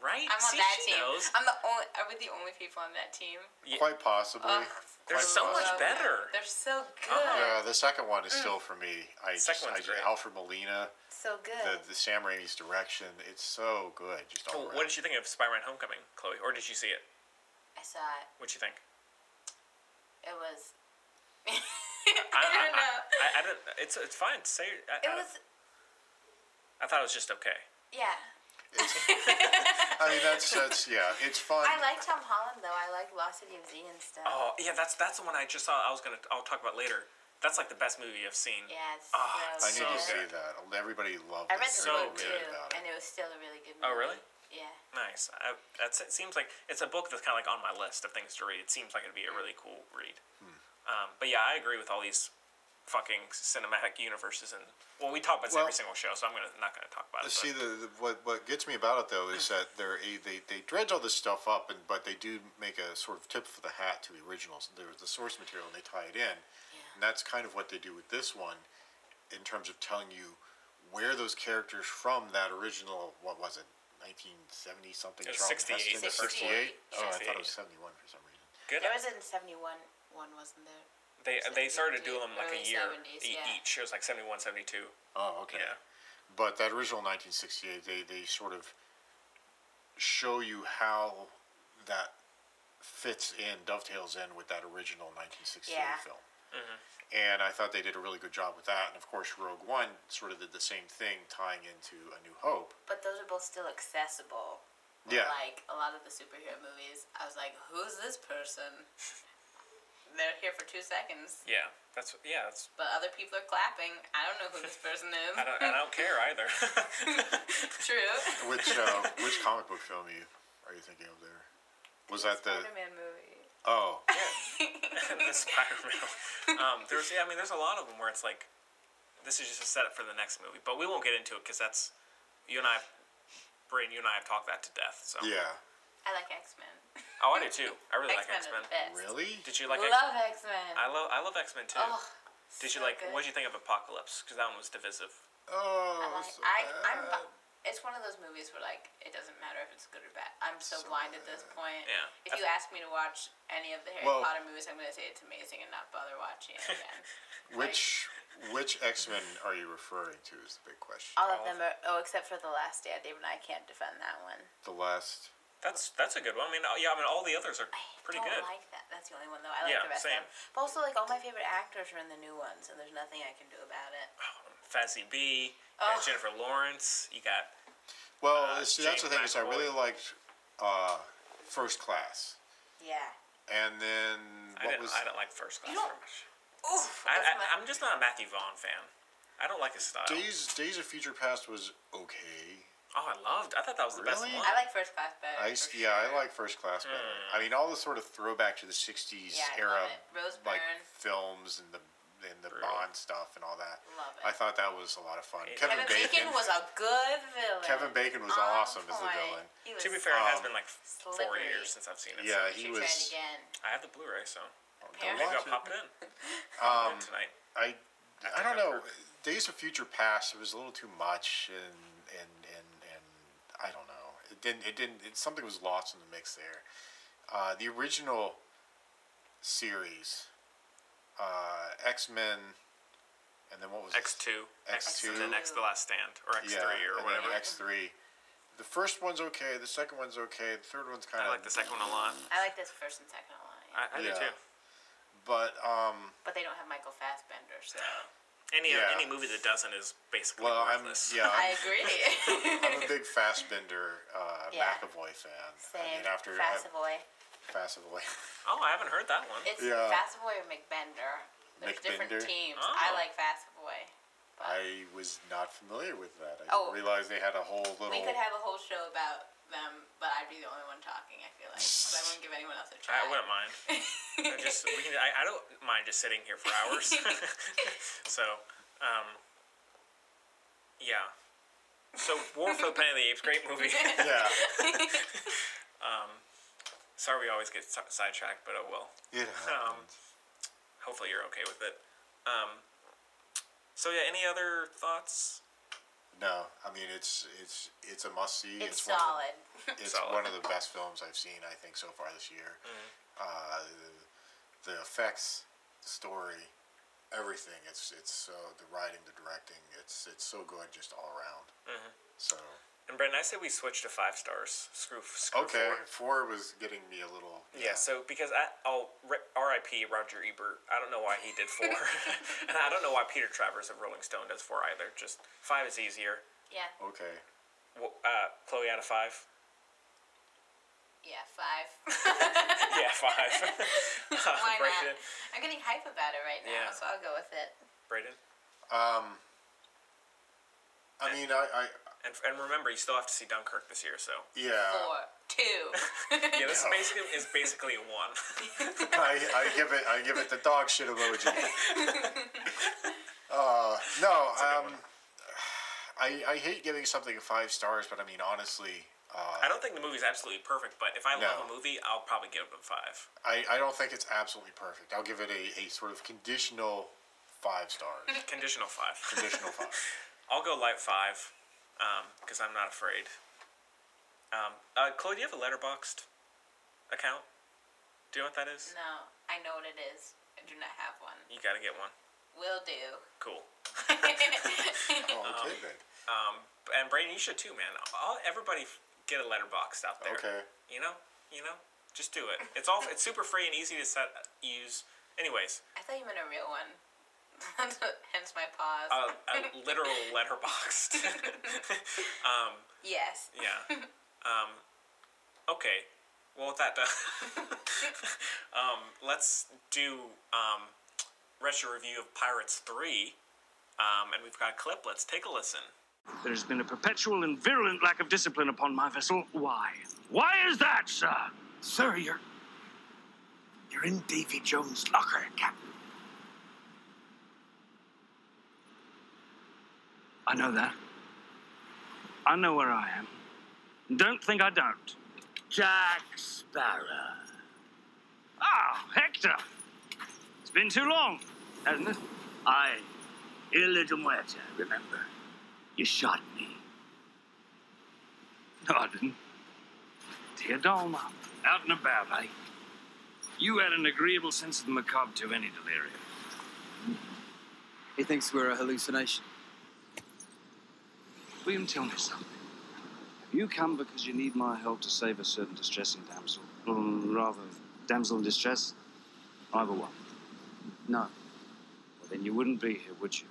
Speaker 1: Right.
Speaker 4: I'm on
Speaker 1: See,
Speaker 4: that
Speaker 1: she
Speaker 4: team.
Speaker 1: knows.
Speaker 4: I'm the only. Are we the only people on that team?
Speaker 2: quite possibly
Speaker 4: Ugh,
Speaker 1: They're
Speaker 2: quite
Speaker 1: so much
Speaker 2: possibly.
Speaker 1: better. Uh-huh.
Speaker 4: They're so good.
Speaker 2: Yeah, the second one is
Speaker 4: Mm.
Speaker 2: still for me. I just,
Speaker 1: Second
Speaker 2: I
Speaker 1: one's
Speaker 2: just
Speaker 1: great.
Speaker 2: Alfred Molina,
Speaker 4: So
Speaker 2: the,
Speaker 4: good.
Speaker 2: the Sam Raimi's direction. It's so good. Just
Speaker 1: Well,
Speaker 2: all around.
Speaker 1: Oh, what did you think of Spider-Man: Homecoming, Chloe? Or did you see it?
Speaker 4: I saw it.
Speaker 1: What'd you think?
Speaker 4: It was.
Speaker 1: I,
Speaker 4: don't
Speaker 1: I,
Speaker 4: know.
Speaker 1: I, I, don't. It's it's fine. Say. I,
Speaker 4: It
Speaker 1: I,
Speaker 4: was.
Speaker 1: I thought it was just okay.
Speaker 4: Yeah.
Speaker 2: I mean, that's that's yeah. It's fun.
Speaker 4: I like Tom Holland though. I like Lost City of Z and stuff.
Speaker 1: Oh yeah, that's that's the one I just saw. I was gonna. I'll talk about later. That's like the best movie I've seen.
Speaker 4: Yeah, it's
Speaker 1: Ah,
Speaker 2: I
Speaker 4: so
Speaker 2: need
Speaker 1: so
Speaker 2: to
Speaker 1: good.
Speaker 2: see
Speaker 4: good.
Speaker 2: that. Everybody loved.
Speaker 4: I
Speaker 2: it.
Speaker 4: read the
Speaker 1: So
Speaker 2: Everybody
Speaker 4: book
Speaker 1: good.
Speaker 2: raved
Speaker 4: too,
Speaker 2: about it.
Speaker 4: and it was still a really good movie.
Speaker 1: Oh, really?
Speaker 4: Yeah.
Speaker 1: Nice. I, that's, it seems like it's a book that's kind of like on my list of things to read. It seems like it'd be a really cool read.
Speaker 2: Hmm.
Speaker 1: Um, but yeah, I agree with all these fucking cinematic universes and well, we talk about this
Speaker 2: Well-
Speaker 1: every single show, so I'm gonna not gonna talk about it. but-
Speaker 2: See the, the what what gets me about it though is that they're a, they they dredge all this stuff up and but they do make a sort of tip for the hat to the originals the, the source material and they tie it in and that's kind of what they do with this one in terms of telling you where those characters from that original what was it 1970 something
Speaker 1: It was
Speaker 2: Charlton
Speaker 1: 68,
Speaker 2: Heston?
Speaker 1: the
Speaker 4: first one.
Speaker 2: 68 oh I thought it
Speaker 1: 68.
Speaker 2: was 71 for some reason
Speaker 1: good.
Speaker 4: There was in '71 one, wasn't there?
Speaker 1: They they started
Speaker 4: 70s,
Speaker 1: doing them like a
Speaker 4: early
Speaker 1: year
Speaker 4: 70s,
Speaker 1: e-
Speaker 4: yeah.
Speaker 1: each. It was like 71, 72.
Speaker 2: oh okay
Speaker 1: Yeah.
Speaker 2: but that original 1968 they, they sort of show you how that fits in dovetails in with that original 1968
Speaker 4: Yeah.
Speaker 2: film And I thought they did a really good job with that. And of course, Rogue One sort of did the same thing, tying into A New Hope.
Speaker 4: But those are both still accessible.
Speaker 2: Yeah.
Speaker 4: Like a lot of the superhero movies, I was like, who's this person? They're here for two seconds,
Speaker 1: Yeah, that's yeah. That's
Speaker 4: but other people are clapping. I don't know who this person is.
Speaker 1: I don't, I don't care either.
Speaker 4: True.
Speaker 2: Which uh, which comic book film are you, are you thinking of there? Was that the
Speaker 4: Spider Man movie.
Speaker 2: oh
Speaker 1: the Spider-Man. Um, there's yeah, I mean, there's a lot of them where it's like, this is just a setup for the next movie, but we won't get into it because that's you and I, Brain, you and I have talked that to death. So
Speaker 2: yeah
Speaker 4: I like X Men.
Speaker 1: Oh, I do too. I really
Speaker 4: X
Speaker 1: like
Speaker 4: Men
Speaker 1: X
Speaker 4: are
Speaker 1: Men.
Speaker 4: the best.
Speaker 2: really
Speaker 1: Did you like? X-
Speaker 4: Love X Men.
Speaker 1: I love I love X Men too.
Speaker 4: Oh,
Speaker 1: Did you
Speaker 4: so
Speaker 1: like?
Speaker 4: good.
Speaker 1: What did you think of Apocalypse? Because that one was divisive.
Speaker 2: oh
Speaker 4: I,
Speaker 2: so
Speaker 4: I, I'm,
Speaker 2: bad.
Speaker 4: bu- it's one of those movies where like it doesn't matter if it's good or bad. I'm so, blind at this point.
Speaker 1: Yeah.
Speaker 4: If you ask me to watch any of the Harry
Speaker 2: Well-
Speaker 4: Potter movies, I'm gonna say it's amazing and not bother watching it again.
Speaker 2: which which X Men are you referring to is the big question
Speaker 4: All of them are oh, except for the Last Stand. Even I can't defend that one.
Speaker 2: the last
Speaker 1: That's that's a good one. I mean, oh, yeah, I mean, all the others are pretty
Speaker 4: I don't
Speaker 1: good.
Speaker 4: like that. That's the only one though. I like
Speaker 1: Yeah,
Speaker 4: the rest
Speaker 1: same.
Speaker 4: of them. But also, like all my favorite actors are in the new ones, and there's nothing I can do about it.
Speaker 1: Fazzy B, you got
Speaker 4: Ugh.
Speaker 1: Jennifer Lawrence. You got
Speaker 2: well
Speaker 1: Uh,
Speaker 2: see that's the
Speaker 1: James
Speaker 2: thing is I
Speaker 1: McAvoy.
Speaker 2: really liked uh, First Class
Speaker 4: Yeah.
Speaker 2: and then
Speaker 1: I
Speaker 2: what
Speaker 1: didn't
Speaker 2: was
Speaker 1: I don't like First Class
Speaker 4: don't-
Speaker 1: very much.
Speaker 4: Oof.
Speaker 1: I,
Speaker 4: that's my-
Speaker 1: I, I'm just not a Matthew Vaughn fan. I don't like his style.
Speaker 2: Days Days of Future Past was okay
Speaker 1: Oh, I loved. I thought that was the best
Speaker 2: Really?
Speaker 1: one.
Speaker 4: I like First Class better.
Speaker 2: I
Speaker 4: for
Speaker 2: yeah
Speaker 4: sure.
Speaker 2: I like First Class better
Speaker 1: Hmm.
Speaker 2: I mean all the sort of throwback to the '60s
Speaker 4: Yeah, I
Speaker 2: era
Speaker 4: love it. Rose
Speaker 2: like
Speaker 4: Byrne.
Speaker 2: films and the and the
Speaker 1: Brutal.
Speaker 2: Bond stuff and all that
Speaker 4: Love it.
Speaker 2: I thought that was a lot of fun
Speaker 1: Yeah.
Speaker 2: Kevin,
Speaker 4: Kevin
Speaker 2: Bacon,
Speaker 4: Bacon was a good villain.
Speaker 2: Kevin Bacon was
Speaker 4: On
Speaker 2: awesome as the
Speaker 4: point.
Speaker 2: villain.
Speaker 4: He
Speaker 1: to be
Speaker 4: was-
Speaker 1: fair, it has
Speaker 2: Um,
Speaker 1: been like f- four
Speaker 4: Slippery.
Speaker 1: years since I've seen it. so
Speaker 2: Yeah, Uh, he
Speaker 4: should try it
Speaker 2: was.
Speaker 4: again.
Speaker 1: I have the Blu-ray, so
Speaker 2: Don't
Speaker 1: maybe I'll
Speaker 4: Watch
Speaker 2: watch
Speaker 1: pop
Speaker 2: it.
Speaker 1: it in
Speaker 2: Um,
Speaker 1: tonight.
Speaker 2: I, I
Speaker 1: think
Speaker 2: don't
Speaker 1: I've
Speaker 2: know.
Speaker 1: heard.
Speaker 2: Days of Future Past. It was a little too much, and and and and I don't know. It didn't. It didn't. It, something was lost in the mix there. Uh, the original series, uh, X Men, and then what was it?
Speaker 1: X two,
Speaker 2: X
Speaker 1: and then
Speaker 2: two.
Speaker 1: X the Last Stand, or X
Speaker 2: Yeah,
Speaker 1: three, or
Speaker 2: and
Speaker 1: whatever.
Speaker 2: Then X three. The first one's okay. The second one's okay. The third one's kind
Speaker 1: I
Speaker 2: of
Speaker 1: like the second one a lot.
Speaker 4: I like this first and second line,
Speaker 1: I, I
Speaker 2: Yeah.
Speaker 1: do too.
Speaker 2: But um,
Speaker 4: but they don't have Michael Fassbender, so
Speaker 1: Any
Speaker 2: Yeah.
Speaker 1: any movie that doesn't is basically
Speaker 2: well, I'm
Speaker 1: worthless.
Speaker 2: yeah. I'm-
Speaker 4: I agree.
Speaker 2: I'm a big Fassbender uh,
Speaker 4: Yeah.
Speaker 2: McAvoy fan. I
Speaker 4: Same.
Speaker 2: mean, after uh,
Speaker 4: Fassavoy.
Speaker 2: I, Fassavoy.
Speaker 1: Oh, I haven't heard that one.
Speaker 4: It's
Speaker 2: Yeah.
Speaker 4: Fassavoy or McBender. There's different
Speaker 2: McBender?
Speaker 4: teams.
Speaker 1: Oh.
Speaker 4: I like Fassavoy. But
Speaker 2: I was not familiar with that. I
Speaker 4: Oh.
Speaker 2: didn't realize they had a whole little.
Speaker 4: we could have a whole show about them, but I'd be the only one talking. I feel like 'cause I wouldn't give anyone else a try.
Speaker 1: I wouldn't mind. I just we can, I, I don't mind just sitting here for hours. so, um, yeah. So War for the Planet of the Apes, great movie.
Speaker 2: yeah,
Speaker 1: Sorry, we always get si- sidetracked, but oh well.
Speaker 2: it
Speaker 1: Um,
Speaker 2: happened.
Speaker 1: hopefully you're okay with it. Um, so yeah, any other thoughts?
Speaker 2: no, I mean it's it's it's a must see.
Speaker 4: It's
Speaker 2: one of the-
Speaker 4: solid.
Speaker 2: it's
Speaker 1: Solid.
Speaker 2: one of the best films I've seen, I think, so far this year. Uh, the effects, the story, everything. It's it's so the writing, the directing. It's it's so good, just all around. So
Speaker 1: And Brendan, I say we switch to five stars. Screw, screw
Speaker 2: okay,
Speaker 1: four.
Speaker 2: four was getting me a little.
Speaker 1: Yeah, so because I, I'll ri- R.I.P. Roger Ebert. I don't know why he did four, and I don't know why Peter Travers of Rolling Stone does four either. Just five is easier.
Speaker 4: Yeah.
Speaker 2: Okay.
Speaker 1: Wh- Uh, Chloe out of five.
Speaker 4: Yeah. Five.
Speaker 1: Yeah, five.
Speaker 4: Why
Speaker 1: Brayden,
Speaker 4: not? I'm getting hype about it right now,
Speaker 1: Yeah.
Speaker 4: so I'll go with it.
Speaker 1: Brayden,
Speaker 2: Um, I mean, I, I
Speaker 1: and and remember, you still have to see Dunkirk this year. So
Speaker 2: yeah,
Speaker 4: Four, two.
Speaker 1: yeah, this
Speaker 2: No.
Speaker 1: is basically is basically a one.
Speaker 2: I, I give it, I give it the dog shit emoji. uh, no, um, I, I hate giving something five stars, but I mean, honestly, uh,
Speaker 1: I don't think the movie's absolutely perfect, but if I love a
Speaker 2: No.
Speaker 1: movie, I'll probably give it a five.
Speaker 2: I, I don't think it's absolutely perfect. I'll give it a, a sort of conditional five stars.
Speaker 1: Conditional five.
Speaker 2: conditional five.
Speaker 1: I'll go light five, because I'm not afraid. Um, uh, Chloe, do you have a letterboxed account? Do you know what that is?
Speaker 4: no, I know what it is. I do not have one.
Speaker 1: You gotta get one.
Speaker 4: Will do.
Speaker 1: Cool.
Speaker 2: Oh, okay, then.
Speaker 1: Um, and Brayden, you should too, man. All everybody f- get a letterboxed out there.
Speaker 2: Okay.
Speaker 1: You know, you know, just do it. It's all it's super free and easy to set use. Anyways,
Speaker 4: I thought you meant a real one. Hence my pause.
Speaker 1: a, uh, a literal letterboxed. um,
Speaker 4: yes.
Speaker 1: yeah. Um, okay. Well, with that done, um, let's do um, retro review of Pirates Three, um, and we've got a clip. Let's take a listen.
Speaker 7: There has been a perpetual and virulent lack of discipline upon my vessel. Why? Why is that, sir?
Speaker 8: Sir, you're. You're in Davy Jones' locker, Captain.
Speaker 7: I know that. I know where I am. Don't think I don't.
Speaker 8: Jack Sparrow.
Speaker 7: Ah, Hector! It's been too long, hasn't it?
Speaker 8: I. Ilha de Muerta, remember? You shot me.
Speaker 7: No, I didn't. Dear Dolma, out and about, eh? You had an agreeable sense of the macabre to any delirium.
Speaker 9: He thinks we're a hallucination.
Speaker 7: William, tell me something. Have you come because you need my help to save a certain distressing damsel? Or rather, damsel in distress? Either one.
Speaker 9: No.
Speaker 7: Well, then you wouldn't be here, would you?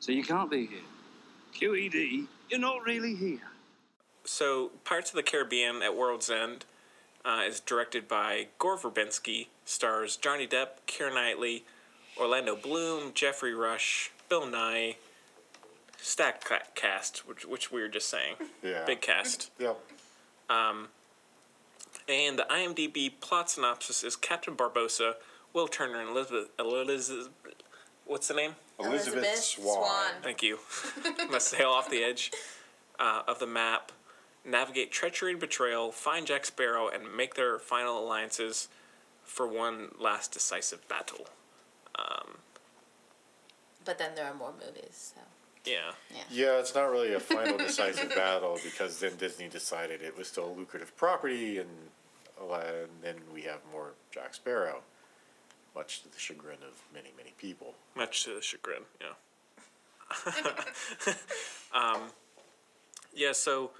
Speaker 7: So you can't be here. QED, you're not really here.
Speaker 1: So, Pirates of the Caribbean at World's End uh, is directed by Gore Verbinski, stars Johnny Depp, Keira Knightley, Orlando Bloom, Jeffrey Rush, Bill Nye, stack ca- cast, which, which we were just saying,
Speaker 2: Yeah.
Speaker 1: big cast.
Speaker 2: Yep.
Speaker 1: And the IMDb plot synopsis is Captain Barbosa, Will Turner, and Elizabeth. Elizabeth what's the name?
Speaker 2: Elizabeth, Swan.
Speaker 1: Thank you. Must sail off the edge uh, of the map, navigate treachery and betrayal, find Jack Sparrow, and make their final alliances for one last decisive battle.
Speaker 4: But then there are more movies, so.
Speaker 1: Yeah.
Speaker 2: Yeah, it's not really a final decisive battle because then Disney decided it was still a lucrative property, and, and then we have more Jack Sparrow, much to the chagrin of many, many people.
Speaker 1: Much to the chagrin, yeah. um, yeah, so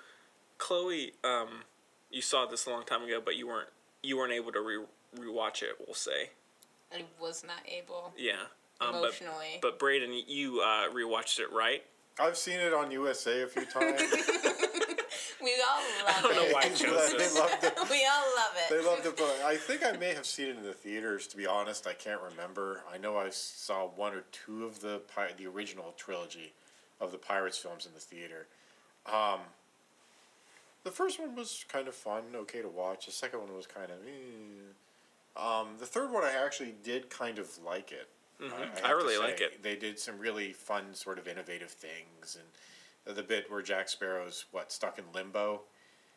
Speaker 1: Chloe, um, you saw this a long time ago, but you weren't you weren't able to re rewatch it. We'll say,
Speaker 4: I was not able
Speaker 1: yeah. Um, but-
Speaker 4: emotionally.
Speaker 1: But, Braden, you uh, rewatched it, right?
Speaker 2: I've seen it on USA a few times.
Speaker 4: we all
Speaker 1: I don't
Speaker 4: love
Speaker 1: know
Speaker 4: it.
Speaker 1: why I
Speaker 2: they,
Speaker 1: chose this.
Speaker 2: loved it.
Speaker 4: we all love it.
Speaker 2: they loved it, but I think I may have seen it in the theaters. To be honest, I can't remember. I know I saw one or two of the pi- the original trilogy of the Pirates films in the theater. Um, the first one was kind of fun, okay to watch. The second one was kind of. Eh. Um, the third one, I actually did kind of like it. have
Speaker 1: Mm-hmm. I
Speaker 2: to
Speaker 1: really like
Speaker 2: say.
Speaker 1: it.
Speaker 2: They did some really fun, sort of innovative things, and the bit where Jack Sparrow's what stuck in limbo.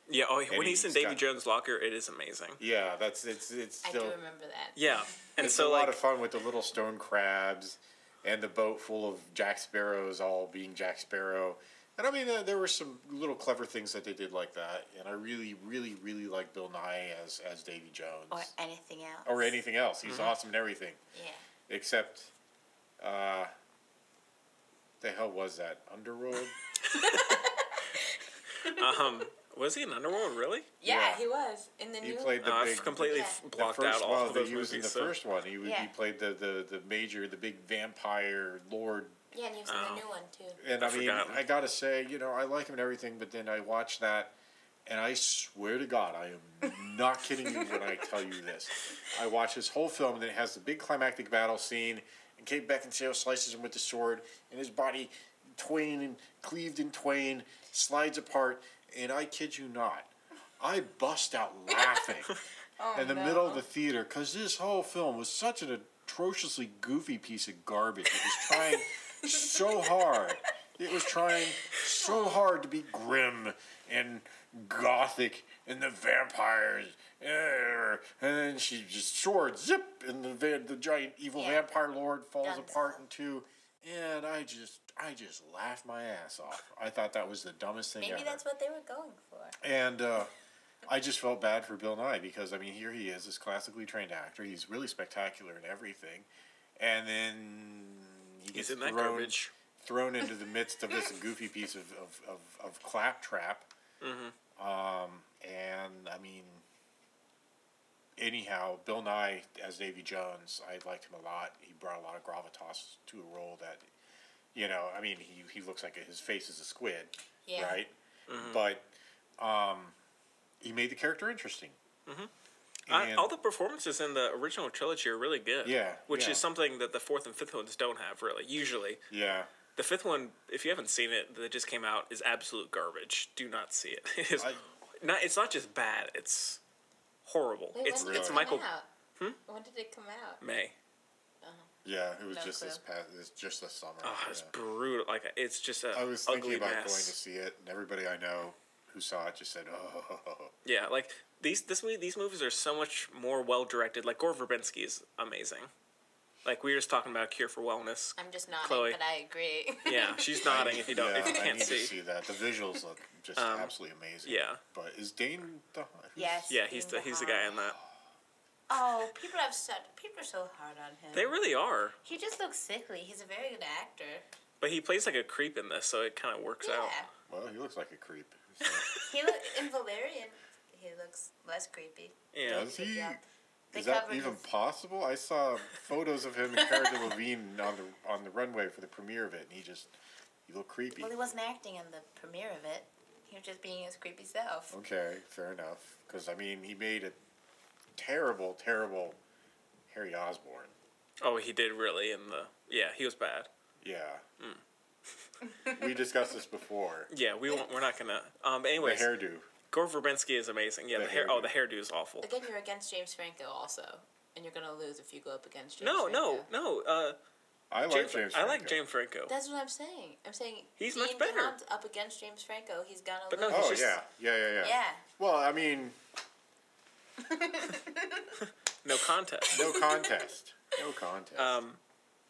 Speaker 1: Yeah, oh, when he's
Speaker 2: he's
Speaker 1: in Davy
Speaker 2: got-
Speaker 1: Jones' locker, it is amazing.
Speaker 2: Yeah, that's it's it's
Speaker 4: I
Speaker 2: still.
Speaker 4: do remember that.
Speaker 1: Yeah, and
Speaker 2: it's
Speaker 1: so
Speaker 2: a
Speaker 1: like,
Speaker 2: lot of fun with the little stone crabs and the boat full of Jack Sparrows all being Jack Sparrow. And I mean, uh, there were some little clever things that they did like that. And I really, really, really like Bill Nye as, as Davy Jones.
Speaker 4: Oh,
Speaker 3: Or anything else.
Speaker 2: Or anything else. He's awesome in everything.
Speaker 3: Yeah.
Speaker 2: Except, uh, the hell was that? Underworld?
Speaker 1: um, was he in Underworld really?
Speaker 4: Yeah,
Speaker 2: Yeah.
Speaker 4: he was in the
Speaker 2: he
Speaker 4: new.
Speaker 2: played the
Speaker 1: Uh,
Speaker 2: big.
Speaker 1: I've completely
Speaker 4: Yeah.
Speaker 1: f-
Speaker 2: the
Speaker 1: blocked
Speaker 2: first-
Speaker 1: out all
Speaker 2: well,
Speaker 1: of those
Speaker 2: He was
Speaker 1: movies.
Speaker 2: in the
Speaker 1: so-
Speaker 2: first one. He, was- he
Speaker 3: Yeah.
Speaker 2: played the, the, the major, the big vampire lord
Speaker 3: Yeah, and he was in the new one too.
Speaker 2: And
Speaker 1: I
Speaker 2: I, mean,
Speaker 1: forgot.
Speaker 2: I gotta say, you know, I like him and everything, but then I watch that, and I swear to God, I am not kidding you when I tell you this. I watch this whole film, and it has the big climactic battle scene, and Kate Beckinsale slices him with the sword, and his body, twain and cleaved in twain, slides apart, and I kid you not, I bust out laughing
Speaker 3: Oh,
Speaker 2: in the middle of the theater because this whole film was such an atrociously goofy piece of garbage. It was trying so hard. It was trying so hard to be grim and gothic and the vampires. err, And then she just sword zip, and the va- the giant evil
Speaker 3: Yeah.
Speaker 2: vampire lord falls
Speaker 3: Done.
Speaker 2: apart in two. And I just I just laughed my ass off. I thought that was the dumbest thing
Speaker 3: Maybe
Speaker 2: ever.
Speaker 3: that's what they were going for.
Speaker 2: And uh, I just felt bad for Bill Nye because I mean, here he is, this classically trained actor. He's really spectacular in everything, and then he
Speaker 1: He's
Speaker 2: gets
Speaker 1: in that
Speaker 2: thrown,
Speaker 1: garbage.
Speaker 2: thrown into the midst of this goofy piece of of of, of
Speaker 1: Mm-hmm.
Speaker 2: claptrap. Um, and I mean, it anyhow, Bill Nye as Davy Jones, I liked him a lot. He brought a lot of gravitas to a role that, you know, I mean, he, he looks like his face is a squid,
Speaker 3: Yeah.
Speaker 2: right?
Speaker 1: Mm-hmm.
Speaker 2: But um, he made the character interesting.
Speaker 1: Mm-hmm. I,
Speaker 2: And-
Speaker 1: all the performances in the original trilogy are really good.
Speaker 2: Yeah,
Speaker 1: Which
Speaker 2: yeah.
Speaker 1: is something that the fourth and fifth ones don't have, really, usually.
Speaker 2: Yeah.
Speaker 1: The fifth one, if you haven't seen it, that just came out, is absolute garbage. Do not see it. It is
Speaker 2: I-
Speaker 1: not, it's not just bad, it's horrible.
Speaker 3: Wait,
Speaker 1: it's
Speaker 3: when did
Speaker 1: it's
Speaker 3: it come
Speaker 1: Michael
Speaker 3: out? When did it come out?
Speaker 1: May.
Speaker 2: Yeah, it was
Speaker 3: No
Speaker 2: just
Speaker 3: clue.
Speaker 2: this past, it's just this summer.
Speaker 1: Oh, it's
Speaker 2: yeah.
Speaker 1: brutal. Like it's just a
Speaker 2: I was thinking
Speaker 1: ugly
Speaker 2: about
Speaker 1: mess.
Speaker 2: going to see it, and everybody I know who saw it just said, "Oh,
Speaker 1: Yeah, like these this movie, these movies are so much more well directed. Like Gore Verbinski is amazing. Like we were just talking about Cure for Wellness.
Speaker 3: I'm just nodding,
Speaker 1: Chloe.
Speaker 3: but I agree.
Speaker 1: Yeah, she's nodding if you don't if you
Speaker 2: I
Speaker 1: can't
Speaker 2: need
Speaker 1: see.
Speaker 2: to see that." The visuals look just absolutely amazing.
Speaker 1: Um, yeah.
Speaker 2: but is Dane the who's-
Speaker 3: yes.
Speaker 1: Yeah, he's the
Speaker 3: Dean
Speaker 1: he's the
Speaker 3: DeHaan.
Speaker 1: guy in that.
Speaker 3: Oh, people have such people are so hard on him.
Speaker 1: They really are.
Speaker 3: he just looks sickly. He's a very good actor.
Speaker 1: But he plays like a creep in this, so it kind of works
Speaker 3: Yeah.
Speaker 1: out.
Speaker 2: Well, he looks like a creep.
Speaker 3: He look in Valerian. He looks less creepy.
Speaker 1: Yeah.
Speaker 2: Does he?
Speaker 3: Yeah. They
Speaker 2: Is that
Speaker 3: covered
Speaker 2: even
Speaker 3: his-
Speaker 2: possible? I saw photos of him and Cara Delevingne on the on the runway for the premiere of it, and he just he looked creepy.
Speaker 3: Well, he wasn't acting in the premiere of it. He was just being his creepy self.
Speaker 2: Okay, fair enough. Because I mean, he made a terrible, terrible Harry Osborne.
Speaker 1: Oh, he did really in the. Yeah, he was bad.
Speaker 2: Yeah.
Speaker 1: Hmm.
Speaker 2: we discussed this before.
Speaker 1: Yeah, we won't, we're not gonna. Um. But
Speaker 2: The
Speaker 1: anyways,
Speaker 2: hairdo.
Speaker 1: Gore Verbinski is amazing. Yeah, the,
Speaker 2: The
Speaker 1: hair. Oh,
Speaker 2: hairdo.
Speaker 1: the hairdo is awful.
Speaker 4: Again, you're against James Franco also, and you're gonna lose if you go up against James.
Speaker 1: No,
Speaker 4: Franco.
Speaker 1: no, no. Uh,
Speaker 2: I like
Speaker 1: James,
Speaker 2: James.
Speaker 1: I like
Speaker 2: Franco.
Speaker 1: James Franco.
Speaker 4: That's what I'm saying. I'm saying
Speaker 1: He's
Speaker 4: Ian
Speaker 1: much better.
Speaker 4: DeHaan's up against James Franco. He's gonna
Speaker 1: But no,
Speaker 4: lose.
Speaker 1: he's
Speaker 2: Oh
Speaker 1: just-
Speaker 2: yeah. yeah, yeah, yeah,
Speaker 3: Yeah.
Speaker 2: Well, I mean,
Speaker 1: No contest.
Speaker 2: no contest. No contest.
Speaker 1: Um,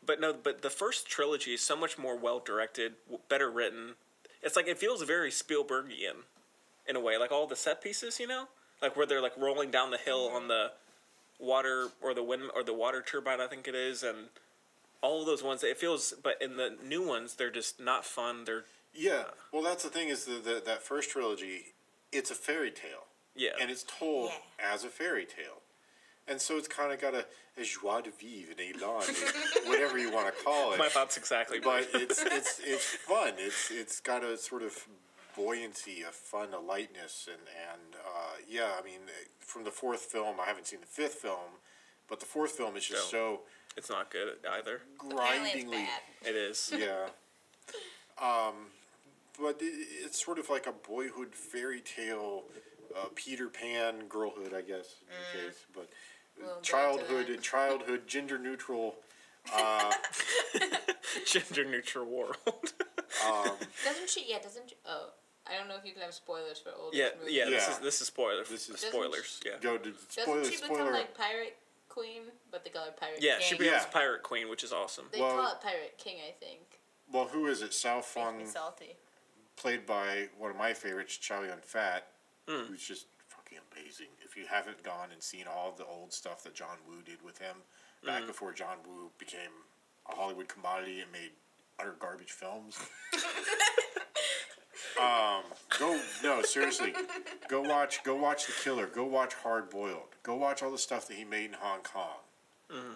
Speaker 1: but no, but the first trilogy is so much more well directed, w- better written. It's like it feels very Spielbergian, in a way. Like all the set pieces, you know, like where they're like rolling down the hill on the water or the wind or the water turbine, I think it is, and all of those ones. It feels, but in the new ones, they're just not fun. They're
Speaker 2: yeah.
Speaker 1: uh,
Speaker 2: Well, that's the thing is the, the, that first trilogy, it's a fairy tale,
Speaker 1: yeah,
Speaker 2: and it's told
Speaker 3: Yeah.
Speaker 2: as a fairy tale, and so it's kind of got a, a joie de vivre, an elan, whatever you want to call it.
Speaker 1: my thoughts exactly.
Speaker 2: but it's it's it's fun. It's it's got a sort of buoyancy, a fun, a lightness, and and uh, yeah, I mean, from the fourth film, I haven't seen the fifth film, but the fourth film is just so
Speaker 1: it's not good either.
Speaker 3: Apparently it's
Speaker 2: grindingly,
Speaker 3: bad.
Speaker 1: It is.
Speaker 2: yeah. Um, but it, it's sort of like a boyhood fairy tale, uh, Peter Pan girlhood, I guess, in your case, but
Speaker 3: We'll get to
Speaker 2: childhood,
Speaker 3: that.
Speaker 2: childhood, gender neutral.
Speaker 1: Gender neutral world.
Speaker 4: Doesn't she? Yeah, doesn't. Oh, I don't know if you can have spoilers for old.
Speaker 1: yeah, yeah, This
Speaker 2: Yeah.
Speaker 1: is this is spoilers.
Speaker 2: This is-
Speaker 1: spoilers. Yeah.
Speaker 2: Go to
Speaker 4: Doesn't
Speaker 2: spoiler,
Speaker 4: she become
Speaker 2: spoiler.
Speaker 4: like pirate queen? But they call her pirate.
Speaker 1: Yeah,
Speaker 4: king.
Speaker 1: she becomes
Speaker 2: Yeah.
Speaker 1: Pirate Queen, which is awesome.
Speaker 4: They
Speaker 2: Well- um,
Speaker 4: call it pirate king, I think.
Speaker 2: well, who is it? Sal Fung.
Speaker 4: Makes me salty.
Speaker 2: played by one of my favorites, Chow Yun Fat, who's just fucking amazing. If you haven't gone and seen all the old stuff that John Woo did with him back before John Woo became a Hollywood commodity and made utter garbage films. um, go no seriously, go watch go watch The Killer. Go watch Hard Boiled. Go watch all the stuff that he made in Hong Kong.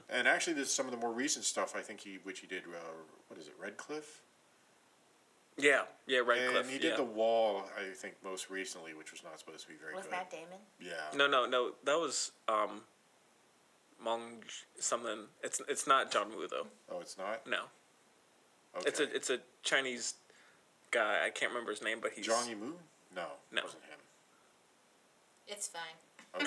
Speaker 2: And actually, there's some of the more recent stuff I think he, which he did, uh, what is it, Red Cliff?
Speaker 1: Yeah, yeah,
Speaker 2: And
Speaker 1: Redcliffe.
Speaker 2: he did
Speaker 1: yeah.
Speaker 2: the wall, I think, most recently, which was not supposed to be very
Speaker 3: With
Speaker 2: good.
Speaker 3: Matt Damon.
Speaker 2: Yeah.
Speaker 1: no, no, no. That was um, Mong something. It's it's not John Woo though.
Speaker 2: Oh, it's not.
Speaker 1: No,
Speaker 2: Okay.
Speaker 1: it's a it's a Chinese guy. I can't remember his name, but he's
Speaker 2: Zhang Yimou. No,
Speaker 1: No.
Speaker 2: it wasn't him.
Speaker 3: It's fine.
Speaker 2: Okay.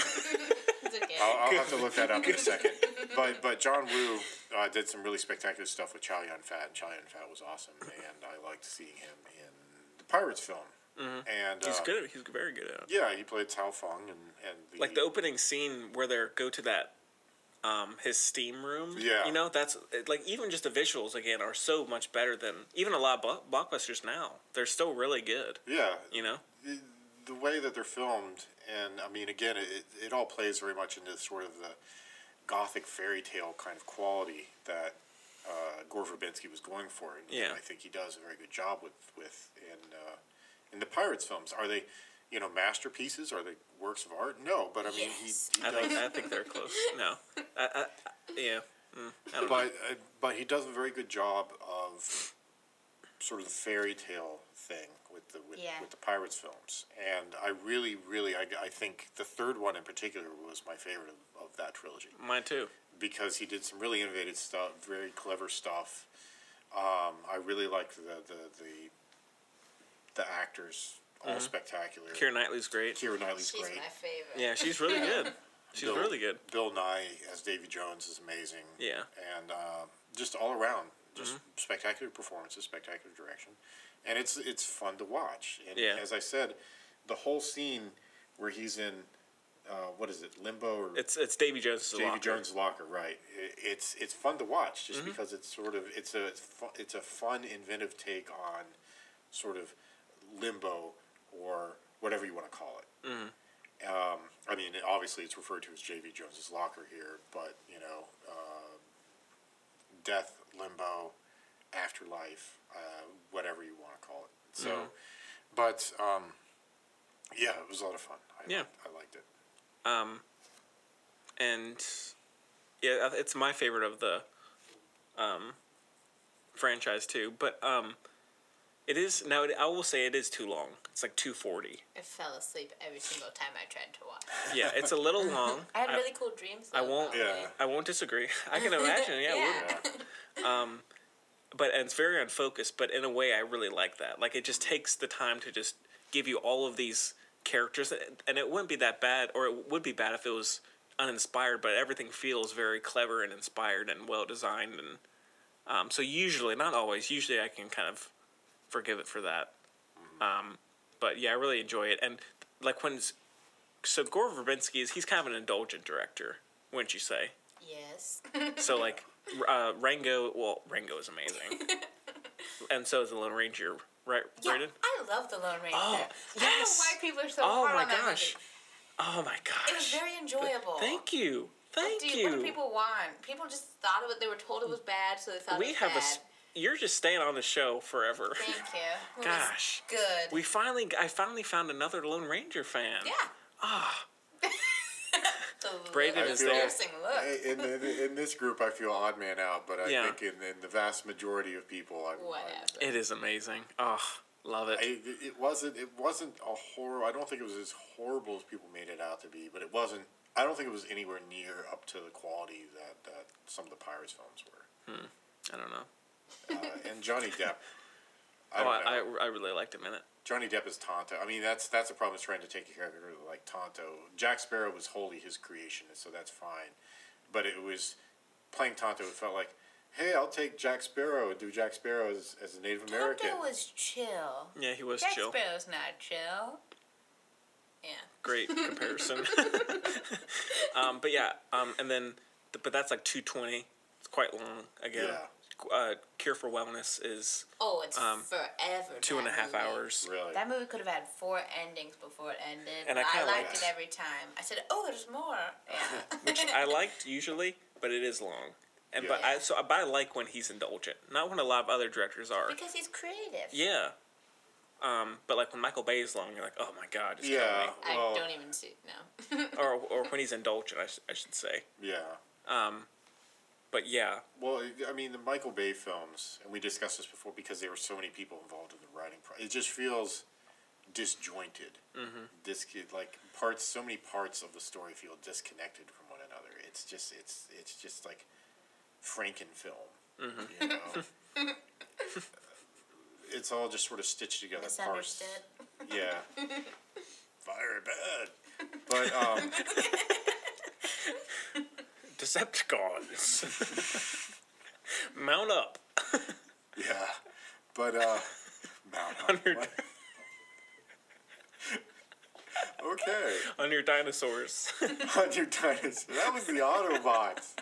Speaker 3: It's okay.
Speaker 2: I'll, I'll have to look that up in a second. But but John Woo uh, did some really spectacular stuff with Chow Yun Fat, and Chow Yun Fat was awesome, and I liked seeing him in the Pirates film. And
Speaker 1: Mm-hmm. he's
Speaker 2: uh,
Speaker 1: good. He's very good at it.
Speaker 2: Yeah, he played Cao Fung and and the,
Speaker 1: Like the opening scene where they go to that. Um, his steam room.
Speaker 2: Yeah.
Speaker 1: You know, that's it- like even just the visuals again are so much better than even a lot of blo- blockbusters now. They're still really good.
Speaker 2: yeah
Speaker 1: You know.
Speaker 2: the- the way that they're filmed, and I mean, again, it, it all plays very much into sort of the gothic fairy tale kind of quality that uh, Gore Verbinski was going for, and
Speaker 1: Yeah.
Speaker 2: I think he does a very good job with with in uh, in the Pirates films. Are they you know, masterpieces? Are they works of art? No, but I mean, he, he
Speaker 1: I think
Speaker 2: does,
Speaker 1: I think they're close. No, I, I, I, yeah, mm, I don't know.
Speaker 2: but uh, but he does a very good job of sort of the fairy tale thing with the with,
Speaker 3: Yeah.
Speaker 2: with the pirates films, and I really, really, I, I think the third one in particular was my favorite of, of that trilogy.
Speaker 1: Mine too.
Speaker 2: because he did some really innovative stuff, very clever stuff. Um, I really liked the the the, the actors, all spectacular.
Speaker 1: Kira Knightley's great.
Speaker 2: Keira Knightley's
Speaker 4: She's
Speaker 2: great.
Speaker 4: my favorite.
Speaker 1: Yeah, she's really good. She's
Speaker 2: Bill-
Speaker 1: really good.
Speaker 2: Bill Nye as Davy Jones is amazing.
Speaker 1: Yeah. Mm-hmm.
Speaker 2: and uh, just all around, just spectacular performances, spectacular direction, and it's it's fun to watch. And
Speaker 1: Yeah.
Speaker 2: as I said, the whole scene where he's in. Uh, what is it, limbo or
Speaker 1: It's it's Davy Jones.
Speaker 2: Davy Jones' locker, right? I- It's it's fun to watch
Speaker 1: Mm-hmm.
Speaker 2: just because it's sort of it's a it's, fu- it's a fun inventive take on sort of limbo or whatever you want to call it.
Speaker 1: Mm-hmm.
Speaker 2: Um, I mean, obviously, it's referred to as J.V. Jones's locker here, but you know, uh, death, limbo, afterlife, uh, whatever you want to call it. So,
Speaker 1: Mm-hmm.
Speaker 2: but um, yeah, it was a lot of fun. I
Speaker 1: Yeah.
Speaker 2: liked, I liked it.
Speaker 1: Um, and yeah, I- it's my favorite of the um, franchise too. But um, it is now. It, I will say it is too long. It's like two forty.
Speaker 4: I fell asleep every single time I tried to watch.
Speaker 1: Yeah, it's a little long.
Speaker 4: I had
Speaker 1: I-
Speaker 4: really cool dreams.
Speaker 1: I
Speaker 4: though,
Speaker 1: won't.
Speaker 4: about it.
Speaker 2: Yeah.
Speaker 1: I won't disagree. I can imagine. Yeah. it would-
Speaker 4: Yeah.
Speaker 1: Um, but and it's very unfocused. But in a way, I really like that. Like it just takes the time to just give you all of these characters, and it wouldn't be that bad, or it would be bad if it was uninspired. But everything feels very clever and inspired and well designed, and um, so usually, not always, usually I can kind of forgive it for that. Um, but yeah, I really enjoy it, and like when it's- so Gore Verbinski is he's kind of an indulgent director, wouldn't you say?
Speaker 4: Yes.
Speaker 1: So like uh, Rango, well Rango is amazing, and so is the Lone Ranger, right,
Speaker 4: Yeah,
Speaker 1: Brandon?
Speaker 4: I love the Lone Ranger.
Speaker 1: Oh,
Speaker 4: I don't know
Speaker 1: yes.
Speaker 4: why people are so
Speaker 1: Oh
Speaker 4: hard
Speaker 1: my
Speaker 4: on that
Speaker 1: gosh!
Speaker 4: movie.
Speaker 1: Oh my gosh!
Speaker 4: It was very enjoyable.
Speaker 1: Thank you, thank
Speaker 4: Dude,
Speaker 1: you.
Speaker 4: What do people want? People just thought of it. They were told it was bad, so they thought
Speaker 1: we
Speaker 4: it was
Speaker 1: have a.
Speaker 4: bad.
Speaker 1: s- You're just staying on the show forever.
Speaker 4: Thank you. It was
Speaker 1: Gosh,
Speaker 4: good.
Speaker 1: we finally, I finally found another Lone Ranger fan.
Speaker 4: yeah.
Speaker 1: Ah,
Speaker 4: The look-
Speaker 1: Braden
Speaker 2: I
Speaker 1: is
Speaker 2: feel-
Speaker 1: there.
Speaker 4: embarrassing look.
Speaker 2: I- in, in, in this group, I feel odd man out, but I
Speaker 1: Yeah.
Speaker 2: think in, in the vast majority of people, I'm,
Speaker 4: Whatever.
Speaker 2: I'm-
Speaker 1: It is amazing. Oh, love it.
Speaker 2: I, it wasn't. It wasn't a horror. I don't think it was as horrible as people made it out to be, but it wasn't. I don't think it was anywhere near up to the quality that, that some of the Pirates films were.
Speaker 1: I don't know.
Speaker 2: Uh, and Johnny Depp. I
Speaker 1: oh,
Speaker 2: don't know.
Speaker 1: I, I, I really liked him in it.
Speaker 2: Johnny Depp is Tonto. I mean, that's that's a problem. Is trying to take a character like Tonto. Jack Sparrow was wholly his creation, and so that's fine. But it was playing Tonto. It felt like, hey, I'll take Jack Sparrow. Do Jack Sparrow as, as a Native American.
Speaker 4: Tonto was chill.
Speaker 1: Yeah, he was
Speaker 4: Jack
Speaker 1: chill.
Speaker 4: Sparrow's not chill. Yeah.
Speaker 1: great comparison. um, but yeah, um, and then th- but that's like two twenty. It's quite long again.
Speaker 2: Yeah.
Speaker 1: Uh, Cure for Wellness is
Speaker 4: Oh, it's
Speaker 1: Um,
Speaker 4: forever.
Speaker 1: two and a
Speaker 4: that
Speaker 1: half
Speaker 4: movie.
Speaker 1: hours.
Speaker 2: really.
Speaker 4: That movie could have had four endings before it ended.
Speaker 1: And I
Speaker 4: but I,
Speaker 1: kinda like
Speaker 4: liked it
Speaker 1: that.
Speaker 4: every time. I said, "Oh, there's more." Yeah.
Speaker 1: Which I liked usually, but it is long. And but
Speaker 4: Yeah.
Speaker 1: I so but I like when he's indulgent, not when a lot of other directors are.
Speaker 4: because he's creative.
Speaker 1: yeah. Um, but like when Michael Bay is long, you're like, oh my god, just kill
Speaker 2: yeah.
Speaker 4: I
Speaker 1: Oh.
Speaker 2: Well,
Speaker 4: don't even see. No.
Speaker 1: me. Or or when he's indulgent, I, sh- I should say.
Speaker 2: yeah.
Speaker 1: Um, but yeah,
Speaker 2: Well, I- I mean, the Michael Bay films, and we discussed this before because there were so many people involved in the writing. Pro- it just feels disjointed. Mm-hmm. Dis- like parts, so many parts of the story feel disconnected from one another. It's just, it's, it's just like Frankenfilm. You know, it's all just sort of stitched together. parts.
Speaker 4: Misunderstood.
Speaker 2: Yeah. Fire bad. But um,
Speaker 1: Decepticons, mount up.
Speaker 2: yeah. But uh, Mount Hunt-
Speaker 1: Hundred-
Speaker 2: Okay.
Speaker 1: on your dinosaurs.
Speaker 2: on your dinosaurs. That was the Autobots.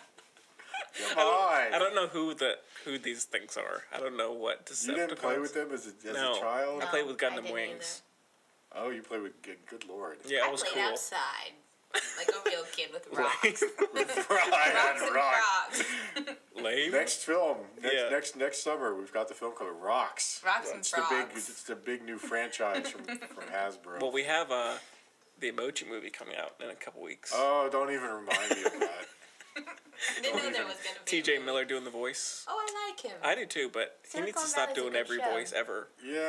Speaker 2: Come
Speaker 1: I
Speaker 2: on.
Speaker 1: don't know who the who these things are. I don't know what Decepticons.
Speaker 2: You didn't play with them as a, as
Speaker 1: No.
Speaker 2: a child?
Speaker 1: I played with
Speaker 4: No, I
Speaker 1: Gundam
Speaker 4: didn't
Speaker 1: Wings.
Speaker 2: Oh, you played with good, good lord.
Speaker 1: Yeah, it
Speaker 4: I
Speaker 1: was
Speaker 4: played
Speaker 1: cool.
Speaker 4: outside. like a real kid with rocks.
Speaker 2: Brian
Speaker 4: rocks
Speaker 2: and
Speaker 4: and
Speaker 2: Rock.
Speaker 4: rocks.
Speaker 1: Lame.
Speaker 2: Next film, next,
Speaker 1: Yeah.
Speaker 2: next next summer, we've got the film called Rocks.
Speaker 4: Rocks and
Speaker 2: it's the big
Speaker 4: Frogs.
Speaker 2: it's the big new franchise from, from Hasbro.
Speaker 1: Well, we have uh, the Emoji movie coming out in a couple weeks.
Speaker 2: oh, don't even remind me of that.
Speaker 4: Didn't know there was gonna be.
Speaker 1: T.J. Miller doing the voice.
Speaker 4: Oh, I like him.
Speaker 1: I do too, but he
Speaker 3: Silicon
Speaker 1: needs to stop
Speaker 3: Valley's a
Speaker 1: doing
Speaker 3: good
Speaker 1: every
Speaker 3: show.
Speaker 1: voice ever.
Speaker 2: Yeah,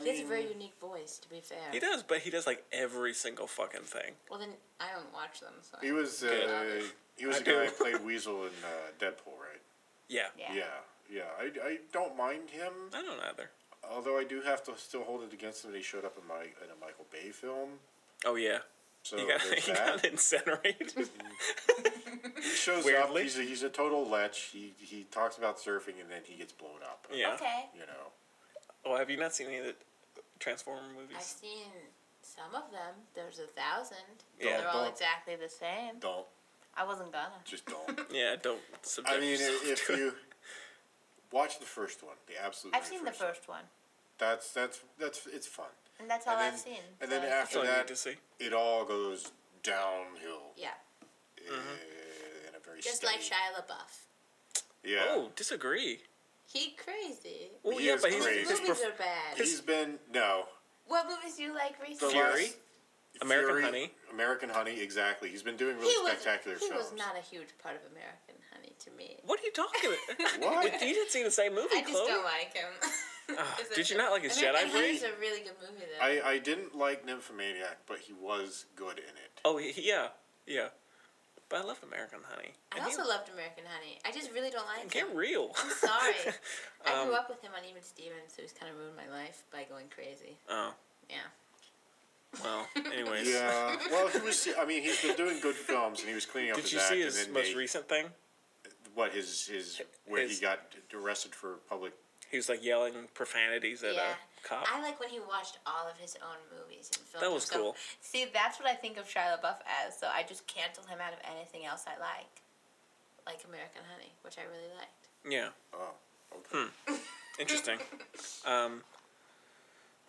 Speaker 2: I
Speaker 4: he has a
Speaker 2: mean,
Speaker 4: very unique voice, to be fair.
Speaker 1: He does, but he does like every single fucking thing.
Speaker 4: Well, then I don't watch them, so.
Speaker 2: he was uh,
Speaker 1: Good.
Speaker 2: he was
Speaker 1: I
Speaker 2: the guy
Speaker 1: do.
Speaker 2: who played Weasel in uh, Deadpool, right?
Speaker 1: Yeah.
Speaker 3: Yeah.
Speaker 2: Yeah, yeah. I, I don't mind him,
Speaker 1: I don't either.
Speaker 2: although I do have to still hold it against him that he showed up in my in a Michael Bay film.
Speaker 1: Oh yeah,
Speaker 2: So
Speaker 1: he got
Speaker 2: there's
Speaker 1: he
Speaker 2: that.
Speaker 1: got incinerated.
Speaker 2: He shows
Speaker 1: weirdly.
Speaker 2: up. He's a, he's a total lech. He he talks about surfing and then he gets blown up.
Speaker 1: yeah.
Speaker 3: Okay.
Speaker 2: You know.
Speaker 1: Well, Oh, have you not seen any of the Transformer
Speaker 4: I've
Speaker 1: movies?
Speaker 4: seen some of them. There's a thousand.
Speaker 1: Yeah.
Speaker 4: They're all
Speaker 2: Don't-
Speaker 4: exactly the same.
Speaker 2: Don't
Speaker 4: I wasn't gonna.
Speaker 2: just don't.
Speaker 1: Yeah, don't subject.
Speaker 2: I mean,
Speaker 1: yourself
Speaker 2: if
Speaker 1: to it.
Speaker 2: you watch the first one, the absolute.
Speaker 3: I've
Speaker 2: very
Speaker 3: seen the
Speaker 2: one.
Speaker 3: first one,
Speaker 2: That's that's that's it's fun.
Speaker 3: and that's all
Speaker 2: and
Speaker 3: I've
Speaker 2: then,
Speaker 3: seen.
Speaker 2: And then
Speaker 3: so-
Speaker 1: that's
Speaker 2: after
Speaker 1: all you need
Speaker 2: that,
Speaker 1: to see.
Speaker 2: it all goes downhill
Speaker 4: Yeah.
Speaker 2: uh, in a very
Speaker 4: Just
Speaker 2: steady-
Speaker 4: like Shia LaBeouf.
Speaker 2: Yeah.
Speaker 1: Mm-hmm. Oh, disagree.
Speaker 4: He crazy.
Speaker 1: Well,
Speaker 2: He
Speaker 1: yeah,
Speaker 2: is
Speaker 1: but he's,
Speaker 2: crazy.
Speaker 1: he's
Speaker 4: Movies
Speaker 1: perf-
Speaker 4: are bad.
Speaker 2: He's been no
Speaker 3: What movies do you like
Speaker 2: the
Speaker 3: recently?
Speaker 1: Fury?
Speaker 2: last-
Speaker 1: American
Speaker 2: Fury,
Speaker 1: Honey.
Speaker 2: American Honey, exactly. He's been doing really
Speaker 4: He was.
Speaker 2: spectacular
Speaker 4: He
Speaker 2: films.
Speaker 4: was not a huge part of American Honey to me.
Speaker 1: What are you talking about?
Speaker 2: What?
Speaker 1: you didn't see the same movie,
Speaker 4: I just
Speaker 1: Chloe.
Speaker 4: don't like him.
Speaker 1: Ah,
Speaker 4: Is it-
Speaker 1: did you not like his
Speaker 4: American
Speaker 1: Jedi
Speaker 4: Honey's
Speaker 1: Brain?
Speaker 4: a really good movie though.
Speaker 2: I, I didn't like Nymphomaniac, but he was good in it.
Speaker 1: Oh, he, he- yeah, yeah. But I love American Honey.
Speaker 4: I
Speaker 1: And
Speaker 4: also
Speaker 1: he-
Speaker 4: loved American Honey. I just really don't like him.
Speaker 1: Get real. Um,
Speaker 4: I'm sorry. I grew up with him on Even Stevens, so he's kind of ruined my life by going crazy.
Speaker 1: oh,
Speaker 4: Yeah.
Speaker 1: well. Anyways,
Speaker 2: Yeah. well, he was. I mean, he's been doing good films, and he was cleaning up
Speaker 1: did
Speaker 2: his
Speaker 1: you
Speaker 2: act.
Speaker 1: see
Speaker 2: and
Speaker 1: his
Speaker 2: then
Speaker 1: most
Speaker 2: they-
Speaker 1: recent thing?
Speaker 2: What his his where
Speaker 1: His-
Speaker 2: he got arrested for public.
Speaker 1: He was like yelling profanities at
Speaker 4: Yeah.
Speaker 1: a cop.
Speaker 4: I like when he watched all of his own movies and films.
Speaker 1: Oh. That was cool.
Speaker 4: See, that's what I think of Shia LaBeouf as. So I just cancel him out of anything else I like, like American Honey, which I really liked.
Speaker 1: yeah,
Speaker 2: Oh, okay.
Speaker 1: interesting. um,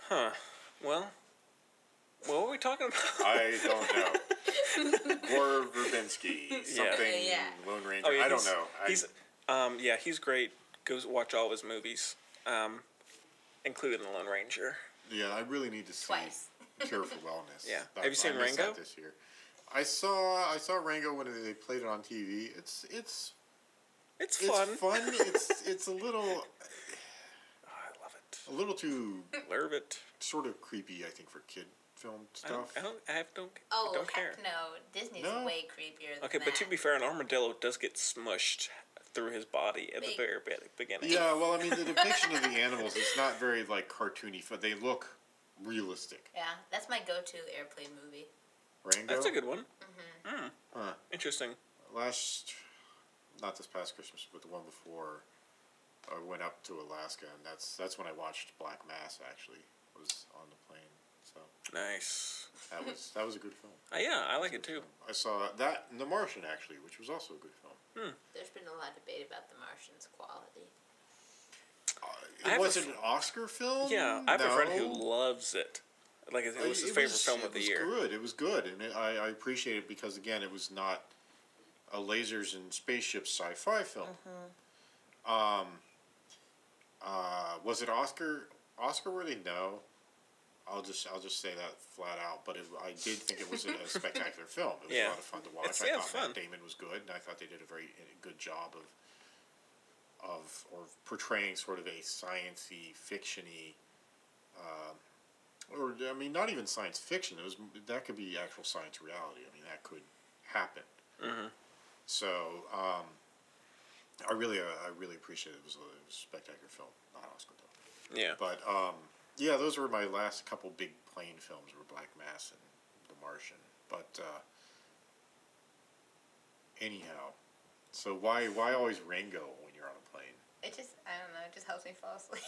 Speaker 1: huh. Well, what were we talking about?
Speaker 2: I don't know. Gore Verbinski, something
Speaker 4: Yeah.
Speaker 2: Lone Ranger.
Speaker 1: Oh, yeah,
Speaker 2: I don't
Speaker 1: he's-
Speaker 2: know. I,
Speaker 1: He's, um, yeah, he's great. Go watch all of his movies, um, including The Lone Ranger.
Speaker 2: yeah, I really need to see
Speaker 4: Twice.
Speaker 2: Cure for Wellness.
Speaker 1: Yeah.
Speaker 2: That-
Speaker 1: Have you seen
Speaker 2: I missed
Speaker 1: Rango?
Speaker 2: that This year, I saw I saw Rango when they played it on TV. It's it's
Speaker 1: It's,
Speaker 2: it's
Speaker 1: fun.
Speaker 2: fun. it's it's a little
Speaker 1: Oh, I love it.
Speaker 2: a little too
Speaker 1: Love it.
Speaker 2: sort of creepy, I think, for kid film
Speaker 1: I don't.
Speaker 2: stuff.
Speaker 1: I don't. I have, don't.
Speaker 4: Oh,
Speaker 1: don't care.
Speaker 4: heck no! Disney's
Speaker 2: No?
Speaker 4: way creepier. Than
Speaker 1: Okay, but to
Speaker 4: that.
Speaker 1: be fair, an armadillo does get smushed through his body at the
Speaker 4: Big.
Speaker 1: very be- beginning.
Speaker 2: Yeah, well, I mean, the depiction of the animals is not very like cartoony, but they look realistic.
Speaker 4: yeah, that's my go-to airplane movie.
Speaker 2: Rango.
Speaker 1: that's a good one.
Speaker 4: Mm-hmm.
Speaker 1: Mm.
Speaker 2: Huh.
Speaker 1: Interesting.
Speaker 2: Last, not this past Christmas, but the one before, I went up to Alaska, and that's that's when I watched Black Mass. Actually, was on the plane, so
Speaker 1: Nice.
Speaker 2: that was that was a good film.
Speaker 1: Uh, yeah, I like it too.
Speaker 2: I saw that and The Martian actually, which was also a good film.
Speaker 4: There's been a lot of debate about The Martian's quality.
Speaker 1: I have
Speaker 2: It
Speaker 1: a
Speaker 2: was
Speaker 1: fr-
Speaker 2: an Oscar film.
Speaker 1: Yeah, I have a friend
Speaker 2: No.
Speaker 1: who loves it. Like it
Speaker 2: I-
Speaker 1: was his favorite
Speaker 2: was-
Speaker 1: film of
Speaker 2: it
Speaker 1: the
Speaker 2: was
Speaker 1: year.
Speaker 2: Good, it was good, and it, I, I appreciate it because again, it was not a lasers and spaceships sci-fi film. Um, uh, was it Oscar Oscar worthy? No, I'll just I'll just say that flat out. But it, I did think it was a, a spectacular film. It was
Speaker 1: Yeah.
Speaker 2: a lot of fun to watch.
Speaker 1: It's-
Speaker 2: I
Speaker 1: yeah,
Speaker 2: thought
Speaker 1: it's fun.
Speaker 2: Matt Damon was good, and I thought they did a very a good job of of or portraying sort of a sciency fictiony uh, or I mean, not even science fiction. It was that could be actual science reality. I mean, that could happen. So um, I really, uh, I really appreciate it. It was, a, it was a spectacular film, not Oscar though.
Speaker 1: Yeah.
Speaker 2: But um, yeah, those were my last couple big plane films: were Black Mass and The Martian. But uh, anyhow, so why why always Rango when you're on a plane?
Speaker 4: It just, I don't know, it just helps me fall asleep.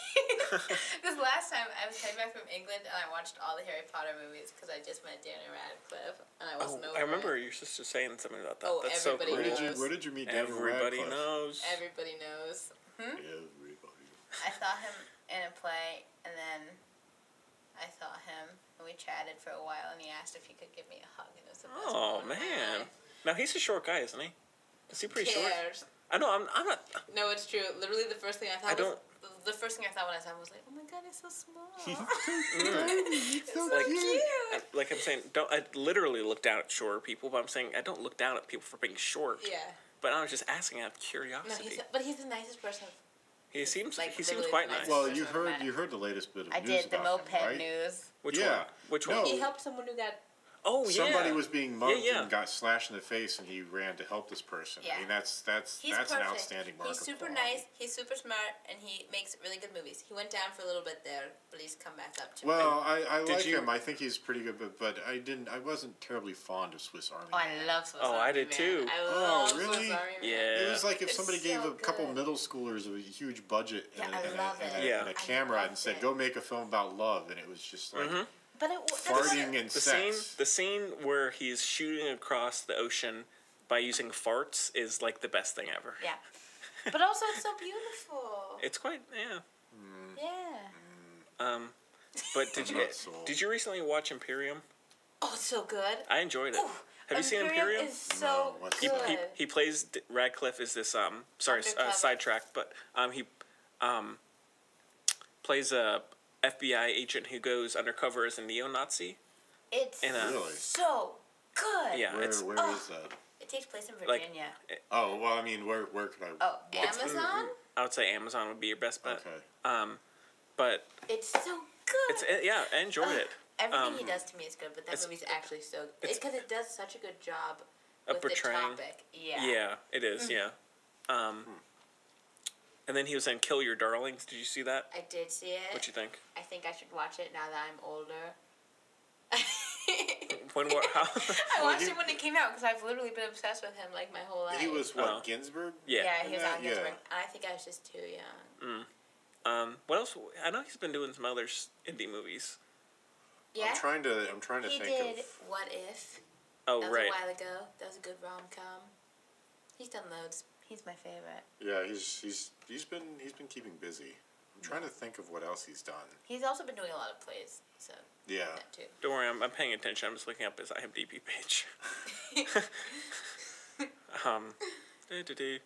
Speaker 4: this last time I was coming back from England and I watched all the Harry Potter movies because I just met Daniel Radcliffe and I
Speaker 1: Oh,
Speaker 4: wasn't over
Speaker 1: I remember
Speaker 4: it.
Speaker 1: your sister saying something about that.
Speaker 4: Oh,
Speaker 1: That's so
Speaker 4: everybody
Speaker 1: cool.
Speaker 2: Where did you where did
Speaker 4: knows.
Speaker 2: you meet Daniel
Speaker 1: Everybody
Speaker 2: Radcliffe?
Speaker 1: knows.
Speaker 4: Everybody knows.
Speaker 2: Everybody.
Speaker 4: I saw him in a play and then I saw him and we chatted for a while, and he asked if he could give me a hug, and it was the best
Speaker 1: Oh
Speaker 4: moment of my
Speaker 1: man.
Speaker 4: life.
Speaker 1: Now he's a short guy, isn't he? Is he pretty short?
Speaker 4: Cares.
Speaker 1: I know. I'm. I'm not.
Speaker 4: No, it's true. Literally, the first thing I thought
Speaker 1: I
Speaker 4: was the first thing I thought when I saw him was like, oh my god, he's so small.
Speaker 1: Like,
Speaker 4: Cute.
Speaker 1: I- like I'm saying, don't. I literally look down at shorter people, but I'm saying I don't look down at people for being short.
Speaker 4: Yeah.
Speaker 1: But I was just asking out of
Speaker 4: No,
Speaker 1: curiosity.
Speaker 4: he's but he's the nicest person.
Speaker 1: he seems.
Speaker 4: like,
Speaker 1: he seems
Speaker 4: literally
Speaker 1: quite
Speaker 4: the
Speaker 1: nice.
Speaker 2: Well,
Speaker 4: Doesn't
Speaker 2: you heard
Speaker 4: matter.
Speaker 2: you heard the latest bit of
Speaker 4: I
Speaker 2: news
Speaker 4: did the
Speaker 2: about
Speaker 4: moped
Speaker 2: him, right?
Speaker 4: news.
Speaker 1: Which
Speaker 2: yeah.
Speaker 1: one? Which
Speaker 2: No.
Speaker 1: one?
Speaker 4: He helped someone who got
Speaker 1: Oh yeah.
Speaker 2: Somebody was being mugged
Speaker 1: yeah.
Speaker 2: and got slashed in the face, and he ran to help this person.
Speaker 4: Yeah.
Speaker 2: I mean, that's that's
Speaker 4: He's
Speaker 2: that's
Speaker 4: perfect.
Speaker 2: an outstanding mark.
Speaker 4: He's
Speaker 2: of
Speaker 4: super
Speaker 2: quality.
Speaker 4: nice. He's super smart, and he makes really good movies. He went down for a little bit there, but he's come back up to me.
Speaker 2: Well, I, I
Speaker 1: Did
Speaker 2: like
Speaker 1: you-
Speaker 2: him. I think he's pretty good, but, but I didn't. I wasn't terribly fond of Swiss Army.
Speaker 4: Oh, I love Swiss
Speaker 1: Oh, I
Speaker 4: Army
Speaker 1: did
Speaker 4: Man.
Speaker 1: too.
Speaker 4: I
Speaker 2: Oh,
Speaker 4: love
Speaker 2: really?
Speaker 4: Swiss Army Man.
Speaker 1: Yeah.
Speaker 2: It was like if
Speaker 4: It's
Speaker 2: somebody
Speaker 4: so
Speaker 2: gave a couple
Speaker 4: good.
Speaker 2: middle schoolers a huge budget
Speaker 4: Yeah,
Speaker 2: and,
Speaker 4: I
Speaker 2: a, and,
Speaker 4: love
Speaker 2: a, and,
Speaker 4: it.
Speaker 2: a,
Speaker 1: Yeah.
Speaker 2: and a
Speaker 4: I
Speaker 2: camera
Speaker 4: loved
Speaker 2: and said,
Speaker 4: it.
Speaker 2: "Go make a film about love," and it was just like
Speaker 4: But it, that's what
Speaker 2: farting and
Speaker 1: The scene,
Speaker 2: sex.
Speaker 1: the scene where he's shooting across the ocean by using farts is like the best thing ever.
Speaker 4: Yeah. But also, it's so beautiful.
Speaker 1: It's quite yeah.
Speaker 4: Yeah.
Speaker 1: Um, but did you
Speaker 2: not sold.
Speaker 1: did you recently watch Imperium?
Speaker 4: Oh, it's so good.
Speaker 1: I enjoyed it. Have you seen Imperium?
Speaker 4: Is so
Speaker 2: No, what's
Speaker 1: he,
Speaker 4: good.
Speaker 2: that?
Speaker 1: he, he plays D- Radcliffe is this um sorry s- uh,
Speaker 4: Undercover.
Speaker 1: sidetrack but um he um plays a FBI agent who goes undercover as a neo-Nazi
Speaker 4: It's
Speaker 1: in a
Speaker 2: really.
Speaker 4: so good.
Speaker 1: yeah
Speaker 2: Where,
Speaker 1: it's
Speaker 2: where
Speaker 4: oh.
Speaker 2: is that?
Speaker 4: It takes place in
Speaker 1: Like-
Speaker 4: Virginia.
Speaker 2: Oh well, I mean, where where could I?
Speaker 4: oh,
Speaker 2: watch it?
Speaker 4: Amazon?
Speaker 1: I would say Amazon would be your best bet
Speaker 2: Okay.
Speaker 1: um but
Speaker 4: It's so good.
Speaker 1: it's eh, yeah I enjoyed it
Speaker 4: Everything
Speaker 1: Um,
Speaker 4: he does to me is good, but that
Speaker 1: it's-
Speaker 4: movie's actually so good. Because it does such a good job
Speaker 1: Of
Speaker 4: with
Speaker 1: portraying-
Speaker 4: the topic. Yeah. Mm-hmm.
Speaker 1: yeah, it is yeah um and then he was in Kill Your Darlings did you see that
Speaker 4: I did see it.
Speaker 1: what you think
Speaker 4: I think I should watch it now that I'm older.
Speaker 1: when what how
Speaker 4: I watched
Speaker 2: he-
Speaker 4: it when it came out because I've literally been obsessed with him like my whole life.
Speaker 2: He was what
Speaker 1: Uh-huh.
Speaker 2: Ginsburg?
Speaker 1: yeah.
Speaker 4: Yeah, he was
Speaker 2: Yeah,
Speaker 4: on Ginsburg.
Speaker 2: yeah.
Speaker 4: And I think I was just too young.
Speaker 1: um what else I know he's been doing some other s- indie movies
Speaker 4: Yeah,
Speaker 2: I'm trying to. I'm trying to
Speaker 4: he
Speaker 2: think
Speaker 4: did.
Speaker 2: of.
Speaker 4: What if?
Speaker 1: oh
Speaker 4: That was
Speaker 1: right
Speaker 4: a while ago. That was a good rom com. He's done loads. He's my favorite.
Speaker 2: Yeah, he's he's he's been he's been keeping busy. I'm trying to think of what else he's done.
Speaker 4: He's also been doing a lot of plays, so
Speaker 2: Yeah.
Speaker 4: that too.
Speaker 1: Don't worry, I'm, I'm paying attention. I'm just looking up his IMDb page. um, doo-doo-doo.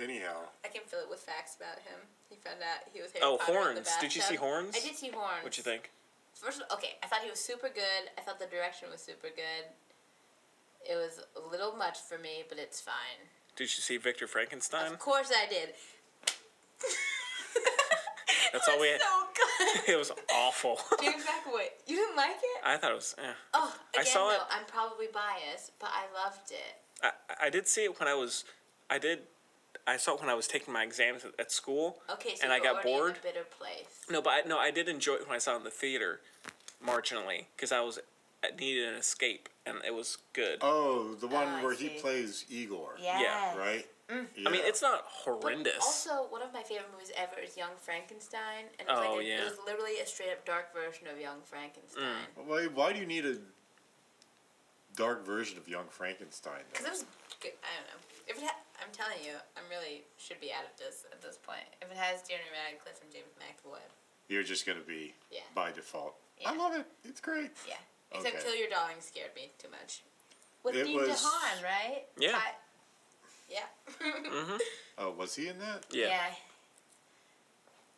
Speaker 2: Anyhow,
Speaker 4: I can fill it with facts about him. He found out he was Harry
Speaker 1: Oh,
Speaker 4: Potter in the
Speaker 1: Horns. Did you see
Speaker 4: bathtub.
Speaker 1: Horns?
Speaker 4: I did see Horns.
Speaker 1: What'd you think?
Speaker 4: First of all, okay, I thought he was super good. I thought the direction was super good. It was a little much for me, but it's fine.
Speaker 1: Did you see Victor Frankenstein?
Speaker 4: Of course I did.
Speaker 1: That's all we
Speaker 4: It was So good.
Speaker 1: It was awful.
Speaker 4: James McAvoy, you didn't like it?
Speaker 1: I thought it was. Eh.
Speaker 4: Oh,
Speaker 1: I
Speaker 4: again,
Speaker 1: saw
Speaker 4: though,
Speaker 1: it-
Speaker 4: I'm probably biased, but I loved it.
Speaker 1: I, I did see it when I was. I did. I saw it when I was taking my exams at, at school.
Speaker 4: Okay, so
Speaker 1: and I
Speaker 4: you're
Speaker 1: got
Speaker 4: already
Speaker 1: bored.
Speaker 4: In a bitter place.
Speaker 1: No, but I, no, I did enjoy it when I saw it in the theater, marginally, because I was I needed an escape, and it was good.
Speaker 2: oh, the one
Speaker 4: Oh, I
Speaker 2: where he
Speaker 4: see. Mm.
Speaker 2: plays Igor,
Speaker 1: Yeah,
Speaker 2: right?
Speaker 1: I mean,
Speaker 2: Yeah.
Speaker 1: it's not
Speaker 4: But
Speaker 1: horrendous.
Speaker 4: also, one of my favorite movies ever is Young Frankenstein, and it was,
Speaker 1: Oh,
Speaker 4: like a,
Speaker 1: yeah. Mm.
Speaker 4: it was literally a straight up dark version of Young Frankenstein.
Speaker 2: Why, why do you need a dark version of Young Frankenstein?
Speaker 4: Because it was, good. I don't know. If it, ha- I'm telling you, I'm really should be out of this at this point. If it has Daniel Radcliffe and James McAvoy,
Speaker 2: You're just going to be
Speaker 4: Yeah.
Speaker 2: by default.
Speaker 4: Yeah.
Speaker 2: I love it. It's great.
Speaker 4: yeah. Except
Speaker 2: Okay.
Speaker 4: Kill Your Darling scared me too much. With
Speaker 2: It
Speaker 4: Dean
Speaker 2: was-
Speaker 4: DeHaan, right?
Speaker 1: Yeah. Mm-hmm.
Speaker 4: Ty- yeah.
Speaker 2: Oh, was he in that?
Speaker 1: yeah,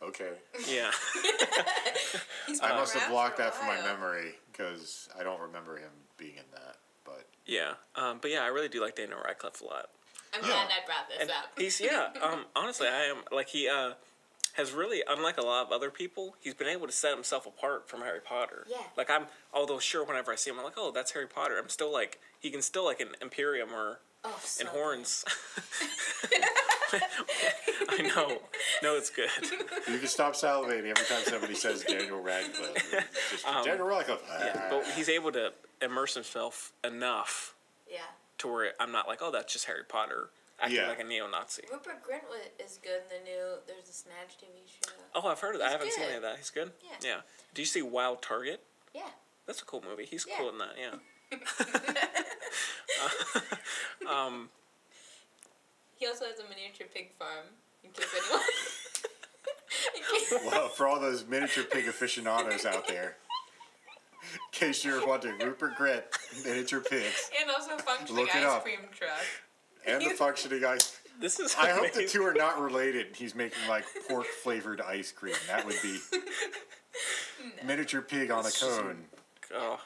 Speaker 2: Okay.
Speaker 1: yeah.
Speaker 4: He's
Speaker 2: I
Speaker 4: been
Speaker 2: must have
Speaker 4: around for
Speaker 2: blocked
Speaker 4: a
Speaker 2: that from my
Speaker 4: while.
Speaker 2: memory because I don't remember him being in that. But
Speaker 1: Yeah, um, but yeah, I really do like Daniel Radcliffe a lot.
Speaker 4: I'm
Speaker 2: Yeah.
Speaker 4: glad I brought this
Speaker 1: And
Speaker 4: up.
Speaker 1: he's yeah, um, honestly, I am like he uh, has really, unlike a lot of other people, he's been able to set himself apart from Harry Potter.
Speaker 4: Yeah.
Speaker 1: Like I'm, although sure, whenever I see him, I'm like, oh, that's Harry Potter. I'm still like, he can still like in Imperium or
Speaker 4: oh, so
Speaker 1: in Horns. I know, no, it's good.
Speaker 2: you can stop salivating every time somebody says Daniel Radcliffe. It's just, Daniel Radcliffe.
Speaker 1: Um, Yeah, but he's able to immerse himself enough
Speaker 4: Yeah.
Speaker 1: to where I'm not like, oh, that's just Harry Potter acting
Speaker 2: Yeah.
Speaker 1: like a neo-Nazi.
Speaker 4: Rupert Grint wa- is good in the new. There's a Snatch TV show.
Speaker 1: Oh, I've heard of that. I
Speaker 4: He's
Speaker 1: haven't seen any
Speaker 4: good.
Speaker 1: of that. He's good.
Speaker 4: Yeah.
Speaker 1: Yeah. Do you see Wild Target?
Speaker 4: Yeah.
Speaker 1: That's a cool movie. He's
Speaker 4: Yeah.
Speaker 1: cool in that. Yeah. Um,
Speaker 4: He also has a miniature pig farm. In case anyone. in case
Speaker 2: Well, for all those miniature pig aficionados out there, case you're wondering, Rupert Grant, miniature pigs,
Speaker 10: And also functioning
Speaker 2: Look it
Speaker 10: ice
Speaker 2: up.
Speaker 10: cream truck.
Speaker 2: and the functioning ice.
Speaker 1: This is
Speaker 2: I hope the
Speaker 1: amazing.
Speaker 2: two are not related. He's making like pork flavored ice cream. That would be miniature pig on a cone.
Speaker 1: Oh.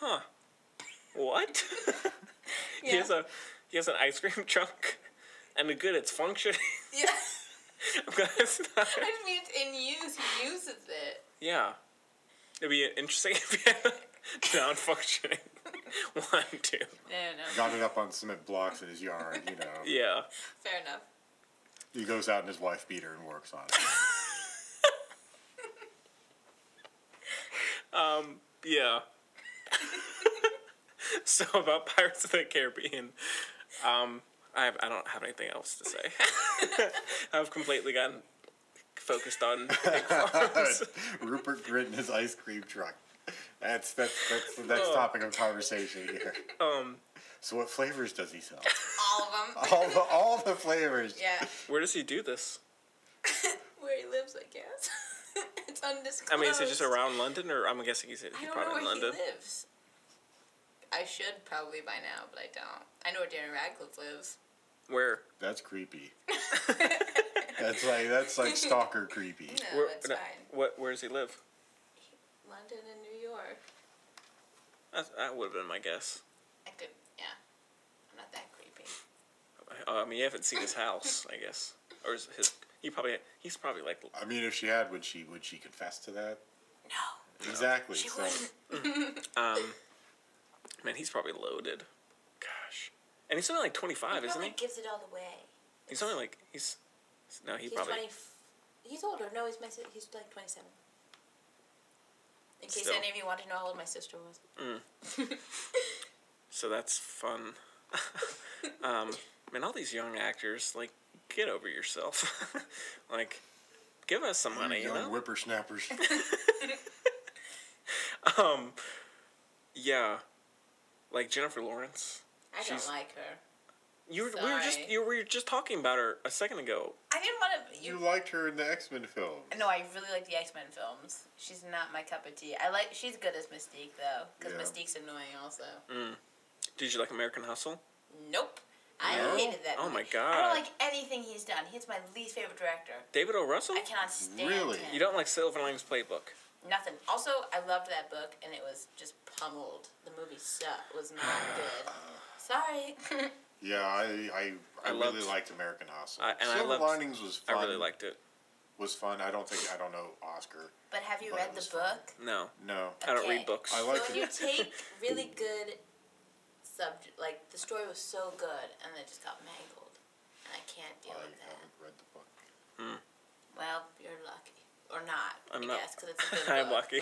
Speaker 1: Huh. What? he has a he has an ice cream truck and the good it's functioning.
Speaker 10: Yeah.
Speaker 1: I'm glad it's not-
Speaker 10: I just mean it's in use. He uses it.
Speaker 1: yeah. It'd be interesting if he had a non functioning one, two.
Speaker 10: No, no.
Speaker 2: Got it up on cement blocks in his yard, you know.
Speaker 1: Yeah.
Speaker 10: Fair enough.
Speaker 2: He goes out in his wife beater and works on it.
Speaker 1: Um, yeah. so about Pirates of the Caribbean, um, I have, I don't have anything else to say. I've completely gotten focused on Big Farms.
Speaker 2: Rupert Grint and his ice cream truck. That's that's that's the next
Speaker 1: Oh.
Speaker 2: topic of conversation here.
Speaker 1: um,
Speaker 2: So what flavors does he sell?
Speaker 10: All of them.
Speaker 2: All the all the flavors.
Speaker 10: Yeah.
Speaker 1: where does he do this?
Speaker 10: Where he lives, I guess. it's undisclosed.
Speaker 1: I mean, is it just around London, or I'm guessing he's, he's
Speaker 10: I don't know
Speaker 1: probably
Speaker 10: where
Speaker 1: in London.
Speaker 10: he lives. I should probably by now, but I don't. I know where Darren Radcliffe lives.
Speaker 1: Where?
Speaker 2: That's creepy. That's like that's like stalker creepy.
Speaker 10: No,
Speaker 1: where
Speaker 10: that's
Speaker 1: no,
Speaker 10: fine.
Speaker 1: What? Where does he live?
Speaker 10: London and New York.
Speaker 1: That's, that would have been my guess.
Speaker 10: I could, yeah. I'm not that creepy.
Speaker 1: I mean, you haven't seen his house, I guess, or is his. He probably he's probably like
Speaker 2: I mean, if she had, would she would she confess to that?
Speaker 10: No,
Speaker 2: Exactly.
Speaker 10: she
Speaker 2: So
Speaker 10: wouldn't.
Speaker 1: Um, man, he's probably loaded. Gosh, and he's only like twenty five,
Speaker 4: he
Speaker 1: isn't
Speaker 4: probably
Speaker 1: he?
Speaker 4: gives it all away.
Speaker 1: He's only like he's no, he
Speaker 4: He's
Speaker 1: probably
Speaker 4: twenty. He's older. No, he's my. si- He's like twenty-seven. In case
Speaker 1: Still.
Speaker 4: any of you want to know how old my sister was.
Speaker 1: so that's fun. um, man, all these young actors like get over yourself. like, give us some money, you
Speaker 2: young
Speaker 1: know?
Speaker 2: whippersnappers.
Speaker 1: Um, yeah, like Jennifer Lawrence.
Speaker 4: I
Speaker 1: She's-
Speaker 4: don't like her.
Speaker 1: You were, we were just
Speaker 10: Sorry.
Speaker 1: you were just talking about her a second ago.
Speaker 4: I didn't want to.
Speaker 2: you liked her in the X Men film.
Speaker 4: No, I really like the X Men films. She's not my cup of tea. I like. She's good as Mystique though, because
Speaker 2: Yeah.
Speaker 4: Mystique's annoying. Also,
Speaker 1: Did you like American Hustle?
Speaker 4: nope. I
Speaker 2: No?
Speaker 4: hated that.
Speaker 1: Oh
Speaker 4: movie.
Speaker 1: my
Speaker 4: I
Speaker 1: god,
Speaker 4: don't like anything he's done. He's my least favorite director.
Speaker 1: David O. Russell.
Speaker 4: I cannot stand
Speaker 2: Really?
Speaker 4: him.
Speaker 1: You don't like Silver Linings Playbook.
Speaker 4: Nothing. Also, I loved that book, and it was just pummeled. The movie sucked. Was not good. Sorry.
Speaker 2: Yeah, I I, I,
Speaker 1: I
Speaker 2: really
Speaker 1: loved-
Speaker 2: liked American Hustle.
Speaker 1: I- and I
Speaker 2: Silver
Speaker 1: loved-
Speaker 2: Linings was fun.
Speaker 1: I really liked it.
Speaker 2: was fun. I don't think I don't know Oscar.
Speaker 4: but have you
Speaker 2: But it
Speaker 4: read
Speaker 2: was
Speaker 4: the
Speaker 2: fun.
Speaker 4: book?
Speaker 1: No,
Speaker 2: No.
Speaker 1: I don't
Speaker 4: Okay.
Speaker 1: read books.
Speaker 2: I
Speaker 4: So if you
Speaker 2: like
Speaker 4: take really good subject, like the story was so good, and it just got mangled, and I can't
Speaker 2: I
Speaker 4: deal
Speaker 2: haven't
Speaker 4: with that.
Speaker 2: read the book.
Speaker 4: Well, you're lucky, or not?
Speaker 1: I'm
Speaker 4: I
Speaker 1: not-
Speaker 4: guess because it's a good book.
Speaker 1: I'm lucky.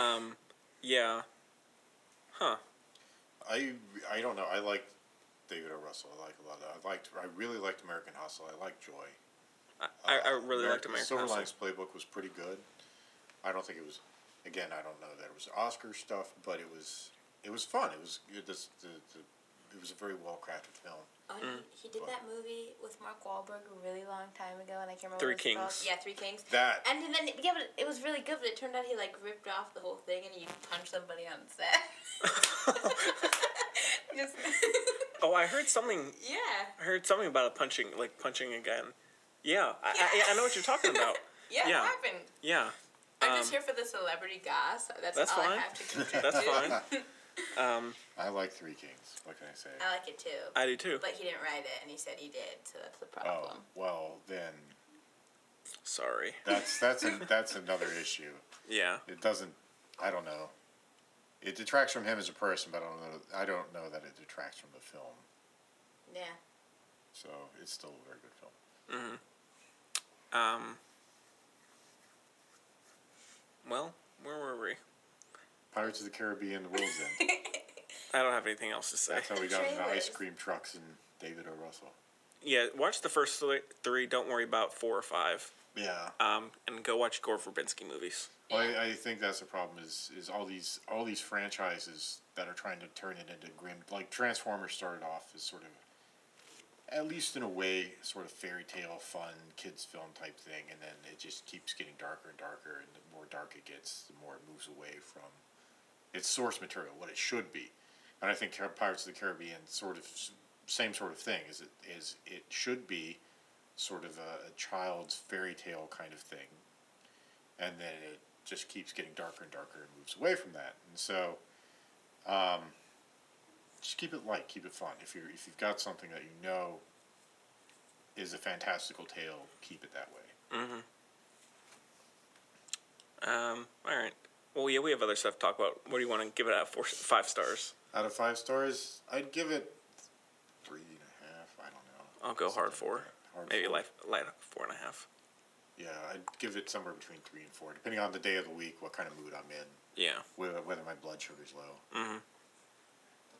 Speaker 1: Um, yeah. Huh.
Speaker 2: I I don't know. I liked David O. Russell. I like a lot of. I liked. I really liked American Hustle. I liked Joy.
Speaker 1: I, I, I
Speaker 2: Uh,
Speaker 1: really liked American
Speaker 2: Silver
Speaker 1: Hustle.
Speaker 2: Linings Playbook was pretty good. I don't think it was. Again, I don't know that it was Oscar stuff, but it was. It was fun. It was it, this, the, the, it was a very well crafted film.
Speaker 4: oh,
Speaker 1: Mm.
Speaker 4: and he, he did that movie with Mark Wahlberg a really long time ago, and I can't remember.
Speaker 1: Three
Speaker 4: what it's called.
Speaker 1: Kings.
Speaker 4: Yeah, Three Kings.
Speaker 2: That
Speaker 4: And then yeah, but it was really good. But it turned out he like ripped off the whole thing, and he punched somebody on set. Just
Speaker 1: Oh, I heard something.
Speaker 4: yeah,
Speaker 1: I heard something about a punching, like punching again. Yeah, I, I, I know what you're talking about.
Speaker 4: yeah.
Speaker 1: Yeah.
Speaker 4: It happened.
Speaker 1: Yeah,
Speaker 4: I'm
Speaker 1: Um,
Speaker 4: just here for the celebrity goss. That's,
Speaker 1: that's
Speaker 4: all
Speaker 1: fine.
Speaker 4: I have to contribute.
Speaker 1: that's fine. Um,
Speaker 2: I like Three Kings. What can I say?
Speaker 4: I like it too,
Speaker 1: I do too.
Speaker 4: but he didn't write it, and he said he did, so that's the
Speaker 2: Oh
Speaker 4: problem.
Speaker 2: well, then
Speaker 1: Sorry.
Speaker 2: that's that's a, that's another issue.
Speaker 1: Yeah.
Speaker 2: It doesn't. I don't know. It detracts from him as a person, but I don't know. I don't know that it detracts from the film.
Speaker 4: Yeah,
Speaker 2: So it's still a very good film.
Speaker 1: Um. Well, where were we?
Speaker 2: Pirates of the Caribbean: The World's End.
Speaker 1: I don't have anything else to say.
Speaker 2: That's how we got into
Speaker 4: Trailers.
Speaker 2: ice cream trucks and David O. Russell.
Speaker 1: Yeah, watch the first three- three. Don't worry about four or five.
Speaker 2: Yeah.
Speaker 1: Um, and go watch Gore Verbinski movies.
Speaker 2: Well, I, I think that's the problem is is all these all these franchises that are trying to turn it into grim like Transformers started off as sort of at least in a way sort of fairy tale fun kids film type thing and then it just keeps getting darker and darker and the more dark it gets the more it moves away from its source material, what it should be. And I think Car- Pirates of the Caribbean sort of same sort of thing is it is it should be sort of a, a child's fairy tale kind of thing, and then it just keeps getting darker and darker and moves away from that. And so, um, just keep it light, keep it fun. If you are if you've got something that you know is a fantastical tale, keep it that way.
Speaker 1: Mm-hmm. Um, all right. Well, yeah, we have other stuff to talk about. What do you want to give it out for? Five stars.
Speaker 2: Out of five stars, I'd give it three and a half. I don't know.
Speaker 1: I'll go hard four.
Speaker 2: Hard
Speaker 1: Maybe
Speaker 2: four.
Speaker 1: light, light four and a half.
Speaker 2: Yeah, I'd give it somewhere between three and four, depending on the day of the week, what kind of mood I'm in,
Speaker 1: Yeah.
Speaker 2: whether, whether my blood sugar's low.
Speaker 1: Mm-hmm.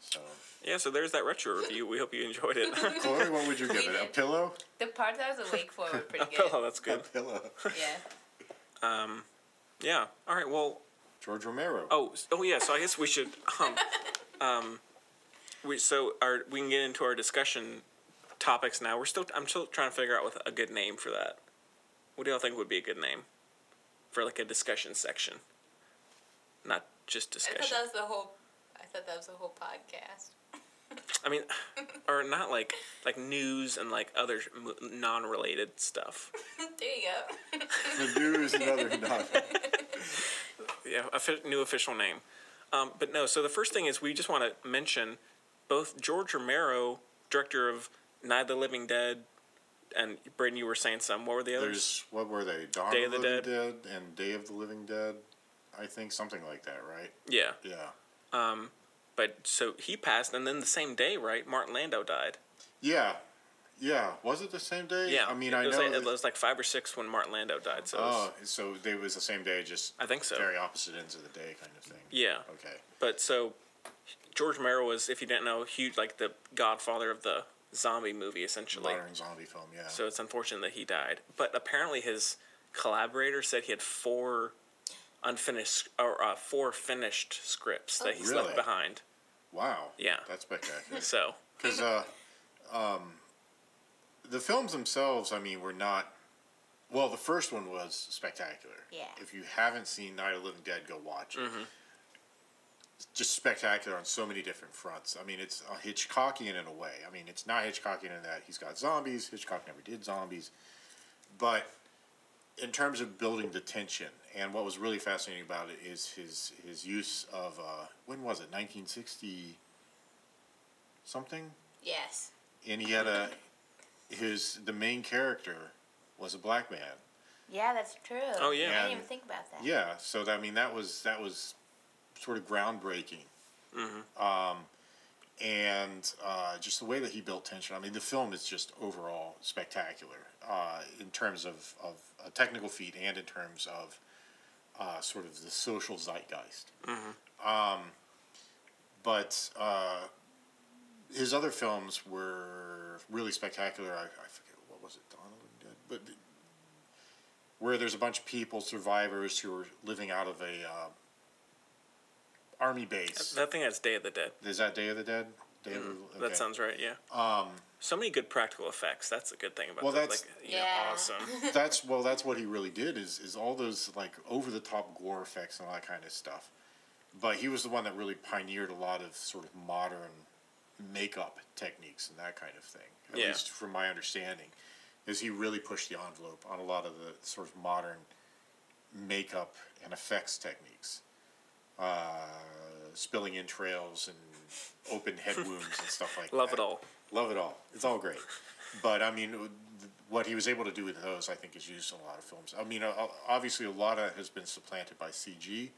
Speaker 2: So,
Speaker 1: Yeah, so there's that retro review. We hope you enjoyed it.
Speaker 2: Chloe, what would you give it? A pillow?
Speaker 4: The part that I was awake for were pretty
Speaker 1: A
Speaker 4: good.
Speaker 1: pillow, Oh, that's
Speaker 2: A
Speaker 1: good.
Speaker 2: pillow.
Speaker 4: Yeah.
Speaker 1: Um, yeah. All right. Well.
Speaker 2: George Romero.
Speaker 1: Oh. s- Oh yeah. So I guess we should. Um. um we so our we can get into our discussion topics now. We're still I'm still trying to figure out what a good name for that. What do y'all think would be a good name for like a discussion section? Not just
Speaker 10: I thought
Speaker 1: discussion.
Speaker 10: that was the whole. I thought that was the whole podcast.
Speaker 1: I mean, or not like like news and like other mo- non-related stuff.
Speaker 10: there you go.
Speaker 2: The news, another novel.
Speaker 1: yeah, offi- new official name. Um, but no, so the first thing is we just want to mention both George Romero, director of Night of the Living Dead, and Braden, you were saying some. What were the others?
Speaker 2: There's, what were they? Dawn
Speaker 1: Day
Speaker 2: of
Speaker 1: of
Speaker 2: the
Speaker 1: the
Speaker 2: Living Dead. and Day of the Living Dead, I think, something like that, right?
Speaker 1: Yeah.
Speaker 2: Yeah.
Speaker 1: Um, but so he passed, and then the same day, right? Martin Landau died.
Speaker 2: Yeah. Yeah. Was it the same day?
Speaker 1: Yeah.
Speaker 2: I mean,
Speaker 1: it
Speaker 2: I
Speaker 1: was
Speaker 2: know.
Speaker 1: Like, it
Speaker 2: that-
Speaker 1: was like five or six when Martin Landau died. So. it was-
Speaker 2: oh, so it was the same day, just
Speaker 1: I think so.
Speaker 2: very opposite ends of the day kind of thing.
Speaker 1: Yeah.
Speaker 2: Okay.
Speaker 1: But so George Romero was, if you didn't know, huge like the godfather of the zombie movie, essentially.
Speaker 2: Modern zombie film, yeah.
Speaker 1: So it's unfortunate that he died. But apparently, his collaborator said he had four unfinished or uh, four finished scripts that he's
Speaker 2: Oh. Really?
Speaker 1: left behind.
Speaker 2: wow.
Speaker 1: Yeah.
Speaker 2: That's spectacular.
Speaker 1: So
Speaker 2: Because uh, um, the films themselves, I mean, were not. Well, the first one was spectacular.
Speaker 4: Yeah.
Speaker 2: If you haven't seen Night of the Living Dead, go watch it.
Speaker 1: Mhm.
Speaker 2: It's just spectacular on so many different fronts. I mean, it's uh, Hitchcockian in a way. I mean, it's not Hitchcockian in that he's got zombies. Hitchcock never did zombies. But in terms of building the tension, and what was really fascinating about it is his his use of uh, when was it 1960 something
Speaker 10: yes.
Speaker 2: and he had a his the main character was a black man.
Speaker 3: Yeah, that's true.
Speaker 1: Oh, yeah.
Speaker 3: I didn't
Speaker 2: And-
Speaker 3: even think about that.
Speaker 2: Yeah, so that, I mean that was that was sort of groundbreaking, um, and uh, just the way that he built tension. I mean, the film is just overall spectacular uh, in terms of of a technical feat and in terms of uh, sort of the social zeitgeist. Um, but uh, his other films were really spectacular. I, I forget what was it, Donald and Dead, but the- where there's a bunch of people, survivors who are living out of a uh, army base.
Speaker 1: I think that's Day of the Dead.
Speaker 2: Is that Day of the Dead? Day of the, okay.
Speaker 1: Mm-hmm. That sounds right. Yeah.
Speaker 2: Um,
Speaker 1: So many good practical effects. That's a good thing about
Speaker 2: Well,
Speaker 1: that.
Speaker 2: that's-
Speaker 1: like, you know,
Speaker 10: Yeah.
Speaker 1: awesome.
Speaker 2: that's well, that's what he really did is is all those like over the top gore effects and all that kind of stuff. But he was the one that really pioneered a lot of sort of modern makeup techniques and that kind of thing. At
Speaker 1: Yeah.
Speaker 2: least from my understanding, is he really pushed the envelope on a lot of the sort of modern makeup and effects techniques, uh, spilling entrails and open head wounds and stuff like
Speaker 1: Love
Speaker 2: that.
Speaker 1: it all.
Speaker 2: Love it all. It's all great. But I mean, th- what he was able to do with those, I think, is used in a lot of films. I mean, o- obviously, a lot of it has been supplanted by CG.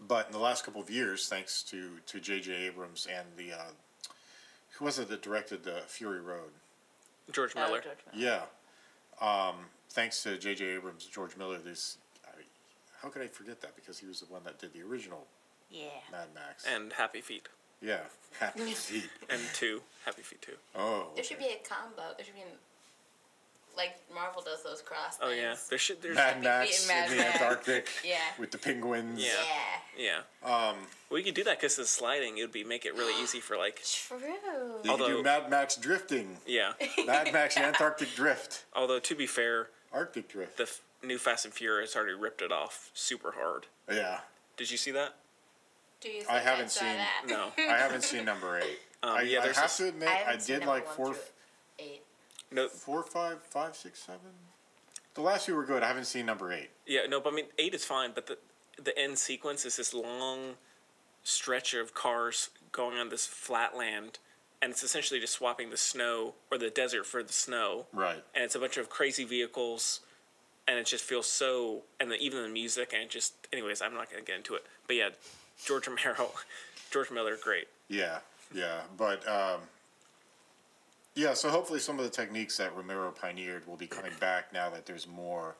Speaker 2: But in the last couple of years, thanks to to J.J. Abrams and the uh, who was it that directed the Fury Road?
Speaker 1: George
Speaker 10: Oh,
Speaker 1: Miller.
Speaker 10: George Miller.
Speaker 2: Yeah. Um, thanks to J.J. Abrams, and George Miller. This, I, how could I forget that? Because he was the one that did the original
Speaker 3: Yeah.
Speaker 2: Mad Max.
Speaker 1: And Happy Feet.
Speaker 2: yeah, Happy Feet.
Speaker 1: And two. Happy Feet two.
Speaker 2: Oh,
Speaker 10: There should be a combo. There should be, an, like Marvel does those cross.
Speaker 1: Oh yeah.
Speaker 10: things.
Speaker 1: There should there's
Speaker 2: Mad
Speaker 10: Feet
Speaker 2: Max
Speaker 10: and
Speaker 2: in
Speaker 10: Mad
Speaker 2: the
Speaker 10: Max.
Speaker 2: Antarctic
Speaker 10: Yeah.
Speaker 2: with the penguins.
Speaker 1: Yeah.
Speaker 10: Yeah.
Speaker 1: yeah.
Speaker 2: Um,
Speaker 1: We could do that because it's sliding. It would be make it really easy for like
Speaker 3: True.
Speaker 2: you could
Speaker 1: Although-
Speaker 2: do Mad Max drifting,
Speaker 1: yeah.
Speaker 2: Mad Max Antarctic drift,
Speaker 1: Although to be fair,
Speaker 2: Arctic drift.
Speaker 1: the f- new Fast and Furious already ripped it off super hard.
Speaker 2: yeah,
Speaker 1: Did you see that?
Speaker 4: Do you think
Speaker 2: I haven't
Speaker 4: saw
Speaker 2: seen.
Speaker 4: that?
Speaker 2: I haven't seen number eight.
Speaker 1: Um,
Speaker 2: I,
Speaker 1: yeah,
Speaker 2: I
Speaker 1: there's
Speaker 2: have
Speaker 1: this-
Speaker 2: to admit,
Speaker 4: I
Speaker 2: I,
Speaker 4: haven't seen
Speaker 2: did
Speaker 4: number
Speaker 2: like
Speaker 4: one
Speaker 2: four,
Speaker 4: through Eight.
Speaker 1: No,
Speaker 2: four, five, five, six, seven. The last few were good. I haven't seen number eight.
Speaker 1: yeah, no. But I mean, eight is fine. But the the end sequence is this long stretch of cars going on this flat land, and it's essentially just swapping the snow or the desert for the snow.
Speaker 2: Right.
Speaker 1: and it's a bunch of crazy vehicles and it just feels so and the, even the music and it just anyways i'm not going to get into it but yeah george romero george miller great
Speaker 2: Yeah, yeah, but um, yeah. So hopefully, some of the techniques that Romero pioneered will be coming back now that there's more.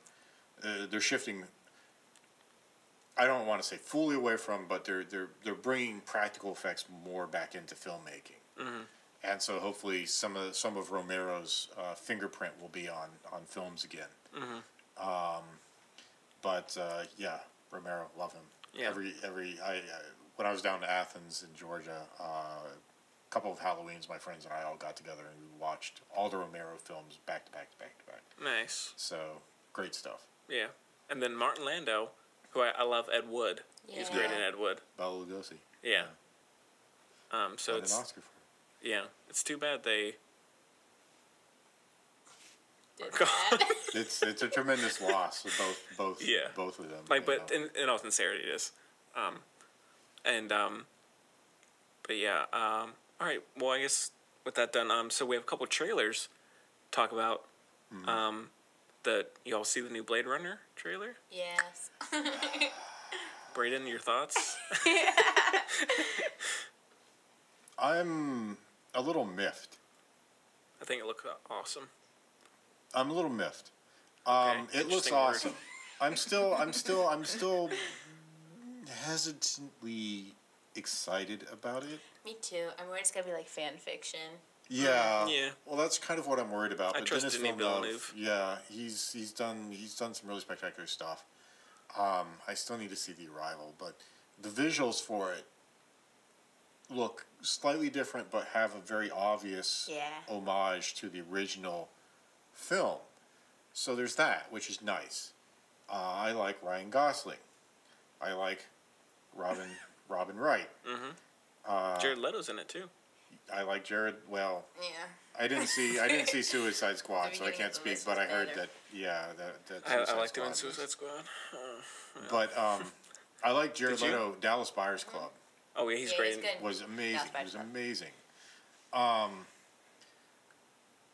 Speaker 2: Uh, they're shifting. I don't want to say fully away from, but they're they're they're bringing practical effects more back into filmmaking, and so hopefully some of some of Romero's uh, fingerprint will be on on films again. Um, but uh, yeah, Romero, love him.
Speaker 1: Yeah.
Speaker 2: Every every I, I when I was down to Athens in Georgia, uh, a couple of Halloweens, my friends and I all got together and we watched all the Romero films back to back to back to back.
Speaker 1: nice
Speaker 2: So great stuff.
Speaker 1: yeah and then martin landau who i, I love ed wood he's great in ed wood
Speaker 2: Bela Lugosi.
Speaker 1: yeah um, so
Speaker 2: Won an
Speaker 1: it's
Speaker 2: Oscar for. it.
Speaker 1: yeah it's too bad they
Speaker 10: Did that.
Speaker 2: It's it's a tremendous loss of both both
Speaker 1: Yeah.
Speaker 2: both of them.
Speaker 1: like
Speaker 2: you
Speaker 1: but
Speaker 2: know.
Speaker 1: in, in all sincerity it is um and um but yeah um all right well i guess with that done um so we have a couple trailers to talk about
Speaker 2: Mm-hmm.
Speaker 1: um the y'all see the new blade runner trailer
Speaker 4: Yes.
Speaker 1: braden your thoughts
Speaker 2: I'm a little miffed.
Speaker 1: i think it looked awesome
Speaker 2: I'm a little miffed. Um,
Speaker 1: Okay,
Speaker 2: it looks
Speaker 1: interesting word.
Speaker 2: awesome. I'm still, I'm still, I'm still hesitantly excited about it.
Speaker 4: Me too. I'm worried it's gonna be like fan fiction.
Speaker 2: Yeah.
Speaker 1: yeah.
Speaker 2: Well, that's kind of what I'm worried about.
Speaker 1: I trust Denis Villeneuve.
Speaker 2: Yeah, he's he's done he's done some really spectacular stuff. Um, I still need to see the arrival, but the visuals for it look slightly different, but have a very obvious
Speaker 4: Yeah.
Speaker 2: homage to the original film. So there's that, which is nice. Uh, I like Ryan Gosling. I like Robin Robin Wright. uh,
Speaker 1: jared leto's in it too
Speaker 2: I like Jared. Well,
Speaker 10: Yeah.
Speaker 2: I didn't see I didn't see Suicide Squad,
Speaker 10: The
Speaker 2: so I
Speaker 10: beginning
Speaker 2: can't
Speaker 10: of the
Speaker 2: speak.
Speaker 10: list
Speaker 2: But I
Speaker 10: was
Speaker 2: heard
Speaker 10: better.
Speaker 2: that yeah, that, that
Speaker 1: i, I
Speaker 2: Suicide
Speaker 1: liked him in
Speaker 2: Squad was-
Speaker 1: suicide squad Uh,
Speaker 2: But um, I like Jared
Speaker 1: Did you?
Speaker 2: Leto. Dallas Buyers Club
Speaker 1: oh yeah he's
Speaker 10: Yeah,
Speaker 1: great
Speaker 10: he's
Speaker 1: in-
Speaker 10: good.
Speaker 2: was amazing. It
Speaker 10: Buyers
Speaker 2: was
Speaker 10: Club.
Speaker 2: amazing. Um,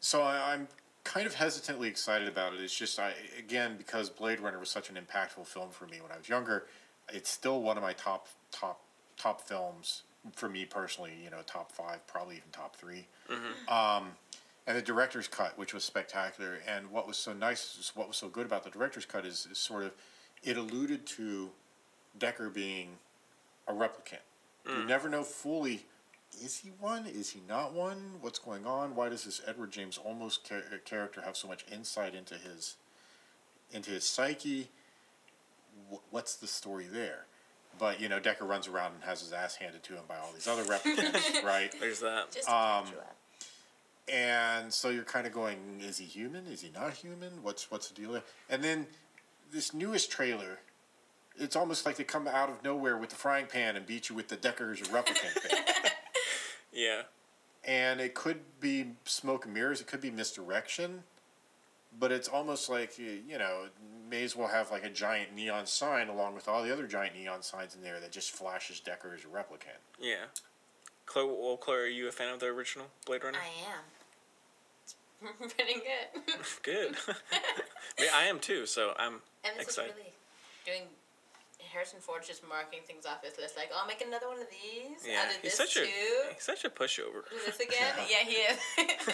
Speaker 2: so I, I'm kind of hesitantly excited about it. It's just I again because Blade Runner was such an impactful film for me when I was younger. It's still one of my top top top films for me personally. You know, top five, probably even top 3 Um, and the director's cut, which was spectacular. And what was so nice, is what was so good about the director's cut is, is sort of it alluded to Decker being a replicant. You never know fully is he one? Is he not one? What's going on? Why does this Edward James almost char- uh, character have so much insight into his into his psyche? Wh- what's the story there? But you know, Decker runs around and has his ass handed to him by all these other replicants, right?
Speaker 1: there's that
Speaker 4: Just to catch
Speaker 2: Um,
Speaker 4: you up.
Speaker 2: and so you're kind of going, is he human? Is he not human? What's what's the deal? there? And then this newest trailer, it's almost like they come out of nowhere with the frying pan and beat you with the Decker's replicant thing.
Speaker 1: yeah
Speaker 2: And it could be smoke and mirrors. It could be misdirection. But it's almost like you you know, may as well have like a giant neon sign along with all the other giant neon signs in there that just flashes Decker's replicant.
Speaker 1: yeah Chloe, well, Chloe, are you a fan of the original Blade Runner?
Speaker 4: I am. It's pretty good.
Speaker 1: Good. Yeah, I am too, so I'm
Speaker 4: And this
Speaker 1: excited.
Speaker 4: is really doing. Harrison Ford's just marking things off his list, like, "Oh, I'll make another one of these
Speaker 1: Yeah,
Speaker 4: out of
Speaker 1: he's
Speaker 4: this
Speaker 1: such
Speaker 4: too."
Speaker 1: a he's such a pushover.
Speaker 4: Do this again? yeah, he is.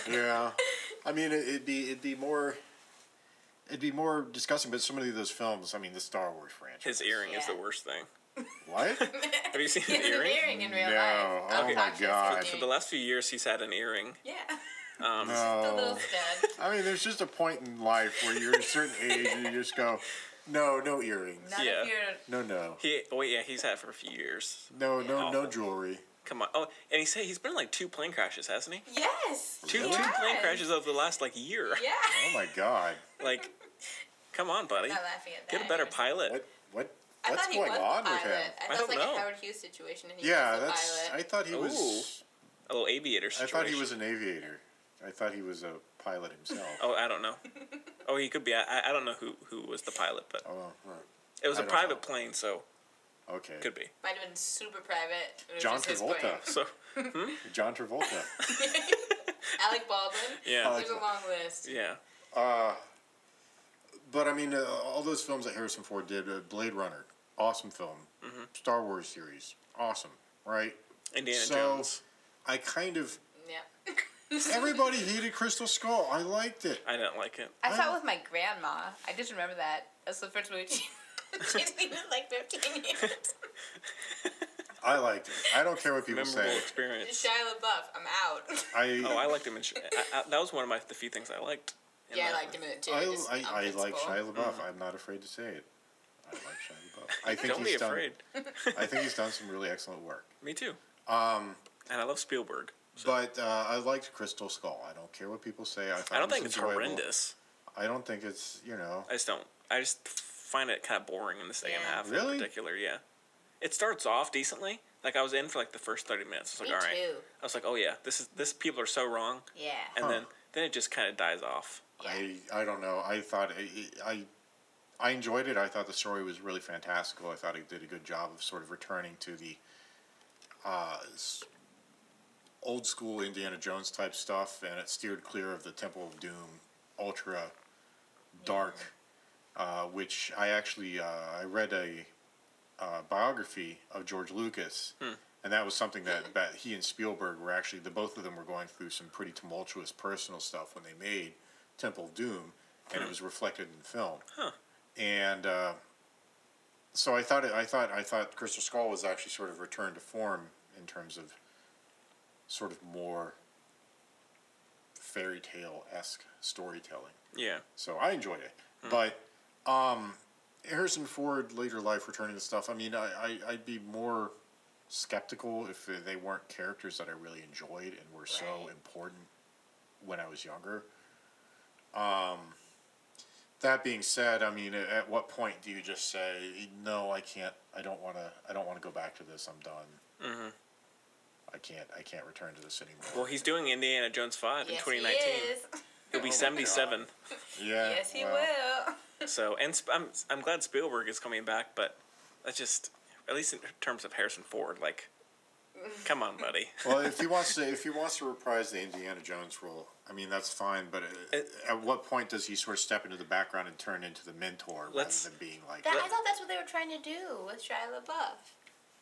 Speaker 2: Yeah, I mean it, it'd be it'd be more it'd be more disgusting. But so many of those films, I mean, the Star Wars franchise.
Speaker 1: His earring is the
Speaker 4: Yeah.
Speaker 1: worst thing.
Speaker 2: what?
Speaker 1: Have you seen
Speaker 4: he
Speaker 1: the
Speaker 4: has an
Speaker 1: earring?
Speaker 4: earring in real
Speaker 2: No.
Speaker 4: life.
Speaker 2: Oh
Speaker 1: Okay.
Speaker 2: my
Speaker 4: Obnoxious
Speaker 2: God.
Speaker 1: For
Speaker 4: earring.
Speaker 1: the last few years, he's had an earring.
Speaker 4: yeah,
Speaker 1: Um,
Speaker 4: the
Speaker 2: No.
Speaker 4: little stud.
Speaker 2: I mean, there's just a point in life where you're a certain age and you just go, no, no earrings,
Speaker 4: Not
Speaker 1: Yeah.
Speaker 4: if
Speaker 2: no,
Speaker 4: you're
Speaker 2: no,
Speaker 1: He oh wait, yeah, he's had it for a few years.
Speaker 2: no, no, no
Speaker 1: Awful.
Speaker 2: jewelry.
Speaker 1: Come on. Oh, and he said he's been in, like two plane crashes, hasn't he?
Speaker 4: yes,
Speaker 1: Two two
Speaker 4: Yes.
Speaker 1: plane crashes over the last like year.
Speaker 4: yeah.
Speaker 2: Oh my God!
Speaker 1: Like, come on, buddy,
Speaker 4: Not laughing at that.
Speaker 1: get a better
Speaker 4: Harrison.
Speaker 1: pilot.
Speaker 2: What what
Speaker 10: I
Speaker 2: What's
Speaker 10: thought he
Speaker 2: going
Speaker 10: was the
Speaker 2: on with
Speaker 10: pilot.
Speaker 2: him?
Speaker 10: I
Speaker 2: I
Speaker 10: thought it was
Speaker 2: don't
Speaker 10: like
Speaker 2: know.
Speaker 10: a Howard Hughes situation, and he
Speaker 2: yeah,
Speaker 10: was the
Speaker 2: that's.
Speaker 10: pilot.
Speaker 2: I thought he was.
Speaker 1: a little aviator
Speaker 2: I
Speaker 1: situation.
Speaker 2: thought he was an aviator. I thought he was a pilot himself.
Speaker 1: Oh, I don't know. Oh, he could be. I, I- I don't know who, who was the pilot, but
Speaker 2: Oh, right.
Speaker 1: it was a
Speaker 2: I don't know.
Speaker 1: private plane, so
Speaker 2: Okay.
Speaker 1: could be.
Speaker 10: Might have been super private. It was
Speaker 2: John
Speaker 10: just his
Speaker 2: Travolta.
Speaker 10: plane.
Speaker 1: So,
Speaker 2: John Travolta.
Speaker 10: Alec Baldwin.
Speaker 1: Yeah.
Speaker 10: There's a long list.
Speaker 1: yeah.
Speaker 2: Uh, but I mean, uh, all those films that Harrison Ford did, uh, Blade Runner, awesome film.
Speaker 1: Mm-hmm.
Speaker 2: Star Wars series, awesome, right?
Speaker 1: Indiana
Speaker 2: so,
Speaker 1: Jones.
Speaker 2: I kind of
Speaker 10: Yeah.
Speaker 2: everybody hated Crystal Skull. I liked it.
Speaker 1: I didn't like it.
Speaker 10: I saw it with my grandma. I just remember that. That's the first movie she she'd seen in like 15 years.
Speaker 2: I liked it. I don't care what people
Speaker 1: Memorable
Speaker 2: say.
Speaker 1: experience.
Speaker 10: Shia LaBeouf, I'm out.
Speaker 2: I
Speaker 1: Oh, I liked him. In, Sh- I, I, that was one of my the few things I liked. in
Speaker 10: yeah, I
Speaker 1: that.
Speaker 10: liked him in it um, too.
Speaker 2: I,
Speaker 10: just
Speaker 2: I,
Speaker 10: on
Speaker 2: I like Shia
Speaker 10: principle.
Speaker 2: LaBeouf. I'm not afraid to say it. I like Shia LaBeouf. I think
Speaker 1: Mm-hmm. Don't be
Speaker 2: he's done.
Speaker 1: afraid.
Speaker 2: I think he's done some really excellent work.
Speaker 1: Me too.
Speaker 2: Um,
Speaker 1: And I love Spielberg.
Speaker 2: but uh, I liked Crystal Skull. I don't care what people say. I, thought
Speaker 1: I don't
Speaker 2: it was
Speaker 1: think it's
Speaker 2: enjoyable.
Speaker 1: horrendous.
Speaker 2: I don't think it's you know.
Speaker 1: I just don't. I just find it kind of boring in the second
Speaker 10: Yeah.
Speaker 1: half
Speaker 2: Really?
Speaker 1: in particular. Yeah, it starts off decently. Like I was in for like the first thirty minutes. I was
Speaker 10: Me
Speaker 1: like, all right.
Speaker 10: too.
Speaker 1: I was like, oh yeah, this is this people are so wrong,
Speaker 10: Yeah.
Speaker 1: and
Speaker 2: Huh.
Speaker 1: then then it just kind of dies off.
Speaker 2: I I don't know. I thought it, I I enjoyed it. I thought the story was really fantastical. I thought it did a good job of sort of returning to the uh, s- old school Indiana Jones type stuff, and it steered clear of the Temple of Doom, ultra dark, uh, which I actually uh, I read a uh, biography of George Lucas. And that was something that, that he and Spielberg were actually the both of them were going through some pretty tumultuous personal stuff when they made Temple of Doom, and it was reflected in the film.
Speaker 1: Huh.
Speaker 2: And uh, so I thought it, I thought I thought Crystal Skull was actually sort of returned to form in terms of sort of more fairy tale esque storytelling.
Speaker 1: Yeah,
Speaker 2: So I enjoyed it, but um, Harrison Ford later life returning to stuff. I mean, I, I I'd be more skeptical if they weren't characters that I really enjoyed and were so
Speaker 10: Right.
Speaker 2: important when I was younger. Um, that being said, I mean, at what point do you just say, "No, I can't. I don't want to. I don't want to go back to this. I'm done.
Speaker 1: hmm
Speaker 2: I can't. I can't return to this anymore."
Speaker 1: Well, he's doing Indiana Jones five
Speaker 10: Yes,
Speaker 1: in
Speaker 10: he
Speaker 1: 2019.
Speaker 10: is. Oh
Speaker 1: He'll be 77.
Speaker 2: yeah.
Speaker 10: Yes, he
Speaker 2: well,
Speaker 10: will.
Speaker 1: So, and sp- I'm I'm glad Spielberg is coming back, but that's just at least in terms of Harrison Ford. Like, come on, buddy.
Speaker 2: well, if he wants to, if he wants to reprise the Indiana Jones role, I mean that's fine. But at,
Speaker 1: It-
Speaker 2: at what point does he sort of step into the background and turn into the mentor rather
Speaker 1: Let's-
Speaker 2: than being like?
Speaker 10: That, I thought that's what they were trying to do with Shia LaBeouf.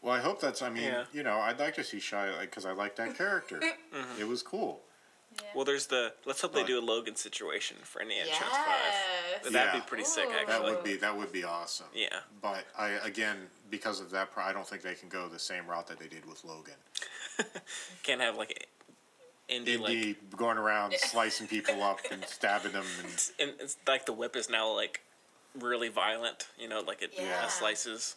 Speaker 2: Well, I hope that's. I mean,
Speaker 1: Yeah.
Speaker 2: you know, I'd like to see Shia because I like that character.
Speaker 1: Mm-hmm.
Speaker 2: It was cool.
Speaker 1: Well, there's the let's hope they
Speaker 2: But-
Speaker 1: do a Logan situation for Indiana Jones five.
Speaker 10: Yes.
Speaker 1: That'd
Speaker 2: Yeah.
Speaker 1: be pretty sick,
Speaker 10: Ooh.
Speaker 1: actually.
Speaker 2: That would be that would be awesome.
Speaker 1: Yeah.
Speaker 2: But I again because of that, pro- I don't think they can go the same route that they did with Logan.
Speaker 1: Can't have like indie,
Speaker 2: Indy going around slicing people up and stabbing them and
Speaker 1: like and it's like the whip is now like really violent. You know, like it uh,
Speaker 10: Yeah.
Speaker 1: slices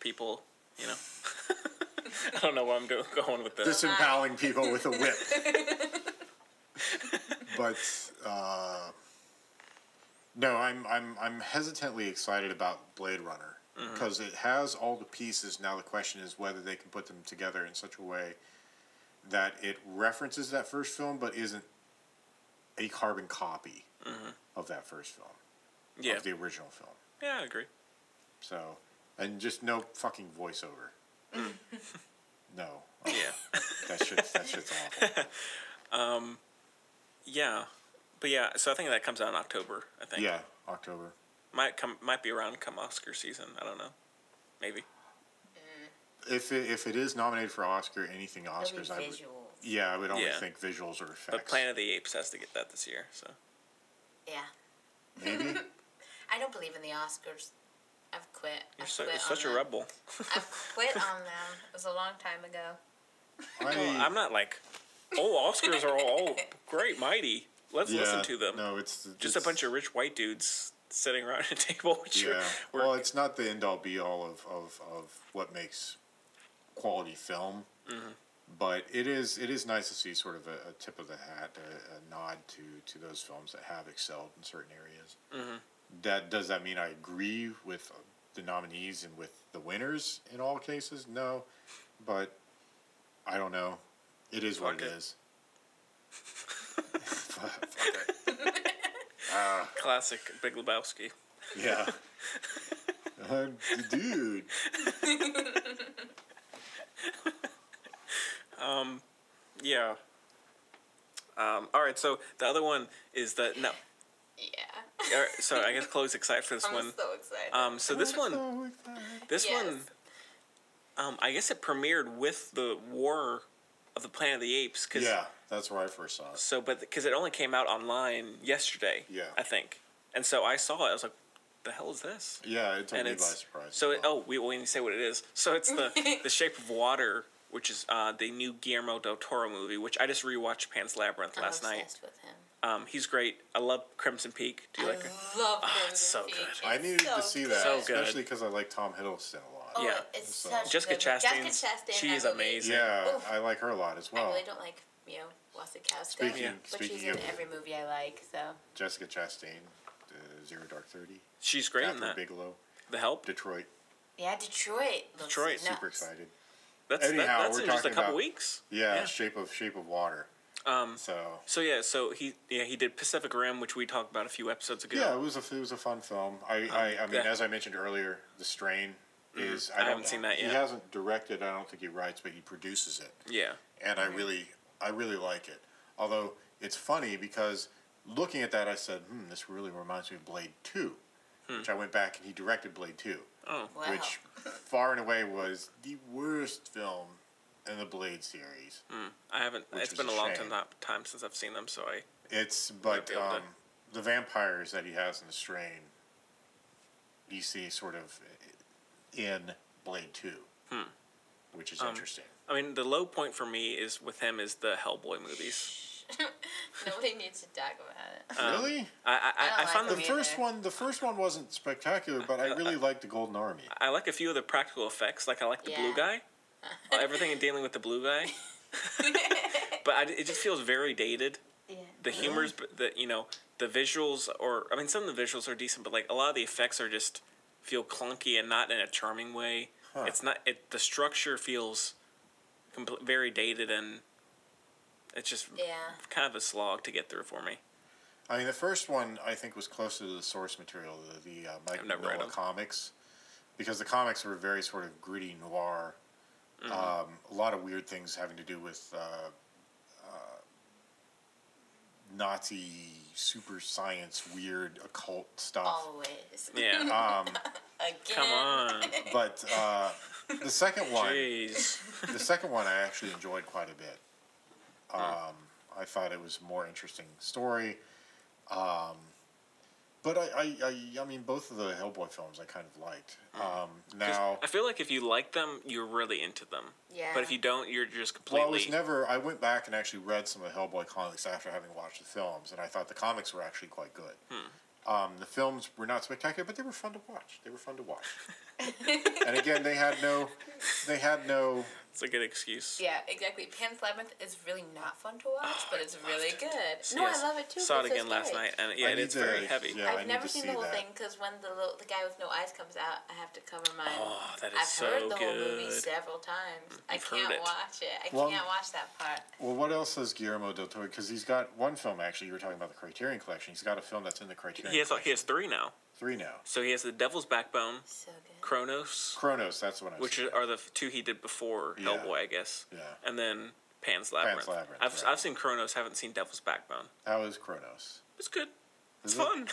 Speaker 1: people. You know, I don't know where I'm go- going with this.
Speaker 2: disemboweling people with a whip. but uh, no, I'm I'm I'm hesitantly excited about Blade Runner
Speaker 1: Mm-hmm.
Speaker 2: because it has all the pieces. Now the question is whether they can put them together in such a way that it references that first film, but isn't a carbon copy of that first film
Speaker 1: Mm-hmm. yeah,
Speaker 2: of the original film.
Speaker 1: yeah, I agree.
Speaker 2: So, and just no fucking voiceover. no,
Speaker 1: Mm. Yeah,
Speaker 2: that shit's that shit's awful.
Speaker 1: yeah, but yeah. So I think that comes out in October. I think.
Speaker 2: Yeah, October.
Speaker 1: might come might be around come Oscar season. I don't know, maybe.
Speaker 2: If it, if it is nominated for Oscar, anything
Speaker 10: That'd be
Speaker 2: Oscars, I would,
Speaker 10: visual.
Speaker 2: yeah, I would only
Speaker 1: Yeah.
Speaker 2: think visuals or effects.
Speaker 1: But Planet of the Apes has to get that this year. So
Speaker 10: Yeah.
Speaker 2: Maybe
Speaker 10: I don't believe in the Oscars. I've quit.
Speaker 1: you're
Speaker 10: I've
Speaker 1: so,
Speaker 10: quit
Speaker 1: you're
Speaker 10: on
Speaker 1: such a
Speaker 10: them.
Speaker 1: rebel.
Speaker 10: I've quit on them. It was a long time ago.
Speaker 1: Well, I'm not like, oh, Oscars are all great, mighty. Let's
Speaker 2: yeah,
Speaker 1: listen to them.
Speaker 2: No, it's
Speaker 1: Just a
Speaker 2: it's-
Speaker 1: bunch of rich white dudes sitting around a table. Which
Speaker 2: yeah.
Speaker 1: are, were,
Speaker 2: Well, it's not the end all be all of, of, of what makes quality film,
Speaker 1: Mm-hmm.
Speaker 2: but it is it is nice to see sort of a, a tip of the hat, a, a nod to to
Speaker 1: Mm-hmm.
Speaker 2: those films that have excelled in certain areas. That does that mean I agree with the nominees and with the winners in all cases? No, but I don't know. It is what it is. Fuck. Ah,
Speaker 1: Classic Big Lebowski.
Speaker 2: yeah. Uh, dude.
Speaker 1: Um, yeah. Um, all right. So the other one is that no. Yeah. all right, so I guess Chloe's excited for this
Speaker 4: I'm
Speaker 1: one.
Speaker 4: so excited.
Speaker 1: Um, so this one, this
Speaker 4: Yes.
Speaker 1: one, um, I guess it premiered with the War of the Planet of the Apes. Cause,
Speaker 2: Yeah, that's where I first saw it.
Speaker 1: So, but because it only came out online yesterday.
Speaker 2: Yeah.
Speaker 1: I think, and so I saw it. I was like, "The hell is this?"
Speaker 2: Yeah, it took
Speaker 1: and
Speaker 2: me by
Speaker 1: it's-
Speaker 2: surprise.
Speaker 1: So, it, oh, we we need to say what it is. So it's the the Shape of Water, which is uh, the new Guillermo del Toro movie, which I just rewatched Pan's Labyrinth
Speaker 4: I'm
Speaker 1: last night.
Speaker 4: obsessed with him.
Speaker 1: Um, he's great. I love Crimson Peak. Do you like it?
Speaker 4: Love
Speaker 1: Oh,
Speaker 4: Crimson
Speaker 1: it's so
Speaker 4: Peak.
Speaker 1: good.
Speaker 2: I needed
Speaker 4: so
Speaker 2: to see that,
Speaker 1: So good.
Speaker 2: especially because I like Tom Hiddleston a lot.
Speaker 4: Oh,
Speaker 1: yeah.
Speaker 4: it's
Speaker 2: So-
Speaker 4: such a
Speaker 1: Jessica
Speaker 4: good movie. Jessica
Speaker 1: Chastain's-
Speaker 4: Chastain.
Speaker 1: she
Speaker 4: that
Speaker 1: is
Speaker 4: movie.
Speaker 1: amazing.
Speaker 2: Yeah,
Speaker 4: Oof.
Speaker 2: I like her a lot as
Speaker 4: I
Speaker 2: well.
Speaker 4: really don't like Mia Wasikowska,
Speaker 2: Speaking- Yeah.
Speaker 4: but she's
Speaker 2: speaking
Speaker 4: in
Speaker 2: of-
Speaker 4: every movie I like. So
Speaker 2: Jessica Chastain, uh, Zero Dark Thirty.
Speaker 1: She's great in
Speaker 2: Catherine
Speaker 1: that.
Speaker 2: Bigelow,
Speaker 1: The Help.
Speaker 2: Detroit.
Speaker 4: yeah, Detroit. Looks
Speaker 1: Detroit,
Speaker 4: nuts.
Speaker 2: Super excited.
Speaker 1: That's that-
Speaker 2: Anyhow,
Speaker 1: that's
Speaker 2: we're
Speaker 1: in just a
Speaker 2: talking
Speaker 1: couple
Speaker 2: about-
Speaker 1: weeks.
Speaker 2: Yeah,
Speaker 1: Yeah.
Speaker 2: Shape of Shape of Water.
Speaker 1: Um.
Speaker 2: So
Speaker 1: So yeah. So he yeah he did Pacific Rim, which we talked about a few episodes ago.
Speaker 2: yeah, it was a it was a fun film. I I, I mean,
Speaker 1: Um, yeah. Mm-hmm.
Speaker 2: as I mentioned earlier, The Strain is.
Speaker 1: I
Speaker 2: don't-
Speaker 1: haven't seen that
Speaker 2: He
Speaker 1: yet.
Speaker 2: hasn't directed. I don't think he writes, but he produces it.
Speaker 1: Yeah.
Speaker 2: and I really, I really like it. Although it's funny because looking at that, I said, "Hmm, this really reminds me of Blade 2.
Speaker 1: Hmm.
Speaker 2: which I went back and he directed Blade Two,
Speaker 1: Oh.
Speaker 4: Wow.
Speaker 2: which far and away was the worst film in the Blade series.
Speaker 1: Mm, I haven't.
Speaker 2: Which
Speaker 1: it's
Speaker 2: is
Speaker 1: been
Speaker 2: a
Speaker 1: a long
Speaker 2: shame.
Speaker 1: time, time since I've seen them. So I.
Speaker 2: It's but
Speaker 1: be able to-
Speaker 2: um, the vampires that he has in the strain, you see sort of in Blade Two,
Speaker 1: Hmm.
Speaker 2: which is
Speaker 1: Um,
Speaker 2: interesting.
Speaker 1: I mean, the low point for me is with him is the Hellboy movies.
Speaker 4: Nobody needs to talk about it.
Speaker 1: Um,
Speaker 2: really,
Speaker 1: I I,
Speaker 4: I
Speaker 1: I,
Speaker 4: don't like
Speaker 1: found
Speaker 2: the
Speaker 4: me
Speaker 1: the.
Speaker 2: first
Speaker 4: either.
Speaker 2: one, the first one wasn't spectacular, but I really liked the Golden Army.
Speaker 1: I like a few of the practical effects. Like I like the blue
Speaker 4: Yeah.
Speaker 1: guy. Uh, Everything in dealing with the blue guy. but I, it just feels very dated.
Speaker 11: Yeah.
Speaker 1: The humor's, but the you know, the visuals, or I mean, some of the visuals are decent, but like a lot of the effects are just feel clunky and not in a charming way.
Speaker 2: Huh.
Speaker 1: It's not. It the structure feels compl- very dated and it's just
Speaker 4: Yeah.
Speaker 1: kind of a slog to get through for me.
Speaker 2: I mean, the first one I think was closer to the source material, the, the uh, Mike
Speaker 1: never read
Speaker 2: Mignola
Speaker 1: them.
Speaker 2: comics, because the comics were very sort of gritty noir.
Speaker 1: Mm-hmm.
Speaker 2: Um, a lot of weird things having to do with uh, uh, Nazi super science, weird occult stuff.
Speaker 4: Always.
Speaker 1: Oh. Yeah.
Speaker 2: Um,
Speaker 4: Again.
Speaker 1: Come on.
Speaker 2: but uh, the second one,
Speaker 1: Jeez.
Speaker 2: the second one I actually enjoyed quite a bit. Um, I thought it was a more interesting story. Um, but I, I, I, I mean, both of the Hellboy films I kind of liked.
Speaker 1: Mm.
Speaker 2: Um,
Speaker 1: 'Cause
Speaker 2: now,
Speaker 1: I feel like if you like them, you're really into them.
Speaker 4: Yeah.
Speaker 1: But if you don't, you're just completely.
Speaker 2: well, I was never. I went back and actually read some of the Hellboy comics after having watched the films, and I thought the comics were actually quite good.
Speaker 1: Hmm.
Speaker 2: Um, the films were not spectacular, but they were fun to watch. They were fun to watch. and again, they had no, they had no.
Speaker 1: It's a good excuse.
Speaker 4: Yeah, exactly. Pan's Labyrinth is really not fun to watch,
Speaker 1: Oh,
Speaker 4: but it's really good.
Speaker 1: So
Speaker 4: No,
Speaker 1: yes,
Speaker 4: I love it too.
Speaker 1: Saw it
Speaker 4: but it's
Speaker 1: again
Speaker 4: so
Speaker 1: last
Speaker 4: scary.
Speaker 1: night, and yeah,
Speaker 2: I
Speaker 1: it
Speaker 2: need
Speaker 1: is very
Speaker 2: to-
Speaker 1: heavy.
Speaker 2: Yeah, Oh, I
Speaker 4: I've
Speaker 2: need
Speaker 4: never
Speaker 2: to
Speaker 4: seen
Speaker 2: see
Speaker 4: the whole
Speaker 2: that.
Speaker 4: thing because when the little, the guy with no eyes comes out, I have to cover my.
Speaker 1: Oh, that is
Speaker 4: I've
Speaker 1: so
Speaker 4: heard the
Speaker 1: good.
Speaker 4: whole movie several times. I
Speaker 1: You've heard
Speaker 4: can't
Speaker 1: it.
Speaker 4: watch it. I
Speaker 2: Well,
Speaker 4: can't watch that part.
Speaker 2: Well, what else has Guillermo del Toro? Because he's got one film actually. You were talking about the Criterion Collection. He's got a film that's in the Criterion.
Speaker 1: He has
Speaker 2: collection.
Speaker 1: he has three now.
Speaker 2: three now.
Speaker 1: So he has the Devil's Backbone,
Speaker 4: So good.
Speaker 1: Kronos,
Speaker 2: Chronos. That's what I.
Speaker 1: which
Speaker 2: said.
Speaker 1: are the two he did before
Speaker 2: Yeah.
Speaker 1: Hellboy, I guess,
Speaker 2: yeah,
Speaker 1: and then Pan's Labyrinth.
Speaker 2: Labyrinth,
Speaker 1: I've
Speaker 2: right.
Speaker 1: I've seen Kronos, haven't seen Devil's Backbone.
Speaker 2: that was Chronos.
Speaker 1: It's good. It's
Speaker 2: Is it?
Speaker 1: fun.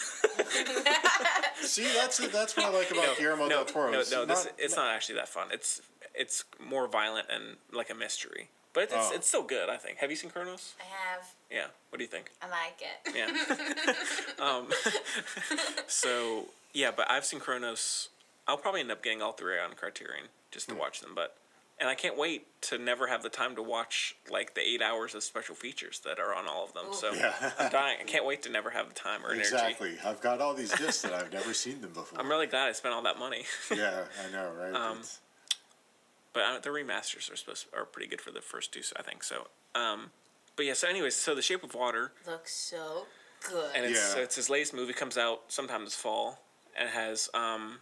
Speaker 2: See, that's that's what I like about Guillermo
Speaker 1: no,
Speaker 2: del Toro.
Speaker 1: No,
Speaker 2: It's
Speaker 1: no, this
Speaker 2: not-
Speaker 1: it's not actually that fun. It's it's more violent and like a mystery, but it's
Speaker 2: Oh.
Speaker 1: it's still good. I think. Have you seen Kronos?
Speaker 4: I have.
Speaker 1: Yeah. What do you think?
Speaker 4: I like it.
Speaker 1: Yeah. um, so yeah, but I've seen Kronos. I'll probably end up getting all three on Criterion just
Speaker 2: Hmm.
Speaker 1: to watch them, but and I can't wait to never have the time to watch like the eight hours of special features that are on all of them. So
Speaker 2: Yeah.
Speaker 1: I'm dying. I can't wait to never have the time or energy.
Speaker 2: exactly. I've got all these discs that I've never seen them before.
Speaker 1: I'm really glad I spent all that money.
Speaker 2: yeah, I know, right?
Speaker 1: Um,
Speaker 2: It's-
Speaker 1: but uh, the remasters are supposed are pretty good for the first two, so I think. So, um, but yeah. So, anyways, so the Shape of Water,
Speaker 4: Looks so good.
Speaker 1: and it's
Speaker 2: Yeah.
Speaker 1: so it's his latest movie comes out sometime this fall, and has um,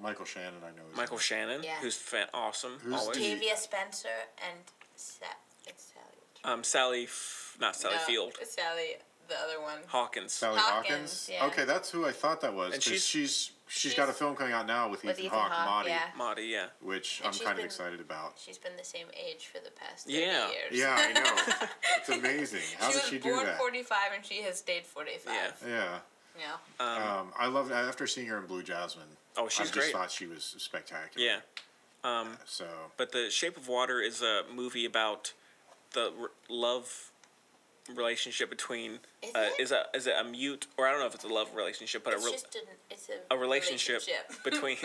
Speaker 2: Michael Shannon, I know. is
Speaker 1: Michael
Speaker 2: in it.
Speaker 1: Shannon,
Speaker 4: Yeah.
Speaker 1: who's fan- awesome.
Speaker 2: Who's
Speaker 1: always.
Speaker 4: Octavia Spencer and Sa- it's Sally.
Speaker 1: Um, Sally, F- not Sally
Speaker 4: No,
Speaker 1: Field,
Speaker 4: it's Sally, the other one.
Speaker 1: Hawkins.
Speaker 2: Sally Hawkins.
Speaker 4: Hawkins, yeah.
Speaker 2: Okay, that's who I thought that was.
Speaker 1: And
Speaker 2: 'cause
Speaker 1: she's-
Speaker 2: she's, she's got a film coming out now with,
Speaker 4: With
Speaker 2: Ethan,
Speaker 4: Ethan
Speaker 2: Hawke,
Speaker 4: Hawke,
Speaker 2: Maudie,
Speaker 4: yeah.
Speaker 1: Maudie, yeah.
Speaker 2: which
Speaker 4: And
Speaker 2: I'm
Speaker 4: she's
Speaker 2: kind of
Speaker 4: been-
Speaker 2: excited about.
Speaker 4: She's been the same age for the past 30
Speaker 1: Yeah.
Speaker 4: years.
Speaker 2: Yeah, I know. It's amazing. How
Speaker 4: she
Speaker 2: did
Speaker 4: was
Speaker 2: she do
Speaker 4: born
Speaker 2: that?
Speaker 4: 45 and she has stayed 45.
Speaker 2: Yeah.
Speaker 4: Yeah.
Speaker 2: Um, I love after seeing her in Blue Jasmine.
Speaker 1: Oh, she's
Speaker 2: I just
Speaker 1: great.
Speaker 2: thought she was spectacular.
Speaker 1: Yeah. Um,
Speaker 2: So
Speaker 1: But The Shape of Water is a movie about the r- love relationship between
Speaker 4: Is
Speaker 1: uh,
Speaker 4: it?
Speaker 1: is a is it a mute or I don't know if it's a love relationship, but
Speaker 4: it's
Speaker 1: a, re-
Speaker 4: just an, it's a,
Speaker 1: a relationship,
Speaker 4: relationship.
Speaker 1: between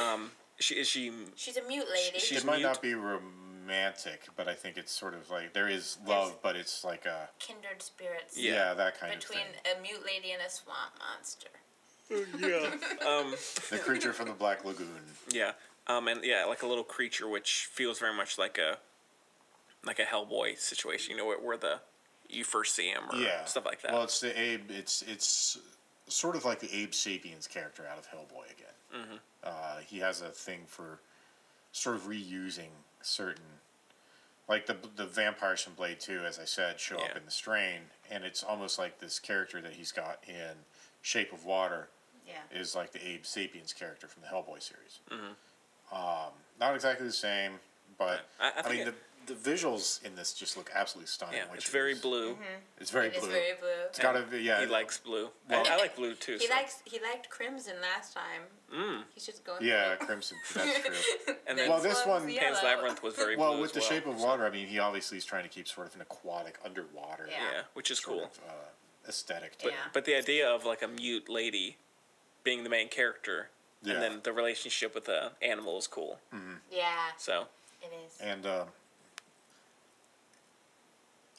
Speaker 1: um, she is she
Speaker 4: She's a mute lady.
Speaker 2: it might not be romantic, but I think it's sort of like there is love, but it's like a
Speaker 4: Kindred spirits.
Speaker 2: yeah, that kind
Speaker 4: Between a mute lady and a swamp monster.
Speaker 2: of thing. yeah.
Speaker 1: um,
Speaker 2: The creature from the Black Lagoon.
Speaker 1: yeah um, and yeah like a little creature which feels very much like a like a Hellboy situation, you know where, where the you first see him or
Speaker 2: yeah,
Speaker 1: stuff like that.
Speaker 2: Well, it's the Abe. It's it's sort of like the Abe Sapiens character out of Hellboy again.
Speaker 1: mm-hmm.
Speaker 2: uh, he has a thing for sort of reusing certain like the the vampires from Blade Two, as I said, show up
Speaker 1: Yeah.
Speaker 2: in the strain, and it's almost like this character that he's got in Shape of Water
Speaker 4: Yeah.
Speaker 2: is like the Abe Sapiens character from the Hellboy series.
Speaker 1: Mhm.
Speaker 2: Um, not exactly the same, but
Speaker 1: I- I
Speaker 2: I,
Speaker 1: think
Speaker 2: mean
Speaker 1: it-
Speaker 2: the the visuals in this just look absolutely stunning.
Speaker 1: Yeah,
Speaker 2: which
Speaker 1: it's
Speaker 2: is-
Speaker 1: very blue.
Speaker 4: Mm-hmm.
Speaker 2: It's very
Speaker 4: It is
Speaker 2: blue.
Speaker 4: very blue.
Speaker 2: It's got to
Speaker 1: And
Speaker 2: yeah.
Speaker 1: He likes blue.
Speaker 2: Well-
Speaker 1: I, I like blue too.
Speaker 4: He
Speaker 1: so.
Speaker 4: likes he liked Crimson last time.
Speaker 1: Mm.
Speaker 4: He's just going.
Speaker 2: yeah,
Speaker 4: through.
Speaker 2: crimson. That's true.
Speaker 1: And
Speaker 2: Well, this one-
Speaker 4: one's
Speaker 1: Pan's
Speaker 4: yellow.
Speaker 1: Labyrinth was very
Speaker 2: well,
Speaker 1: blue
Speaker 2: with
Speaker 1: as
Speaker 2: the
Speaker 1: well,
Speaker 2: shape of
Speaker 1: so-
Speaker 2: water, I mean, he obviously is trying to keep sort of an aquatic underwater
Speaker 1: Yeah,
Speaker 4: Yeah.
Speaker 1: which is
Speaker 2: sort
Speaker 1: cool.
Speaker 2: of, uh, aesthetic. To
Speaker 1: But
Speaker 2: it.
Speaker 4: Yeah.
Speaker 1: but the idea of like a mute lady being the main character
Speaker 2: Yeah.
Speaker 1: and then the relationship with the animal is cool.
Speaker 4: Yeah,
Speaker 1: So
Speaker 4: it is.
Speaker 2: And um,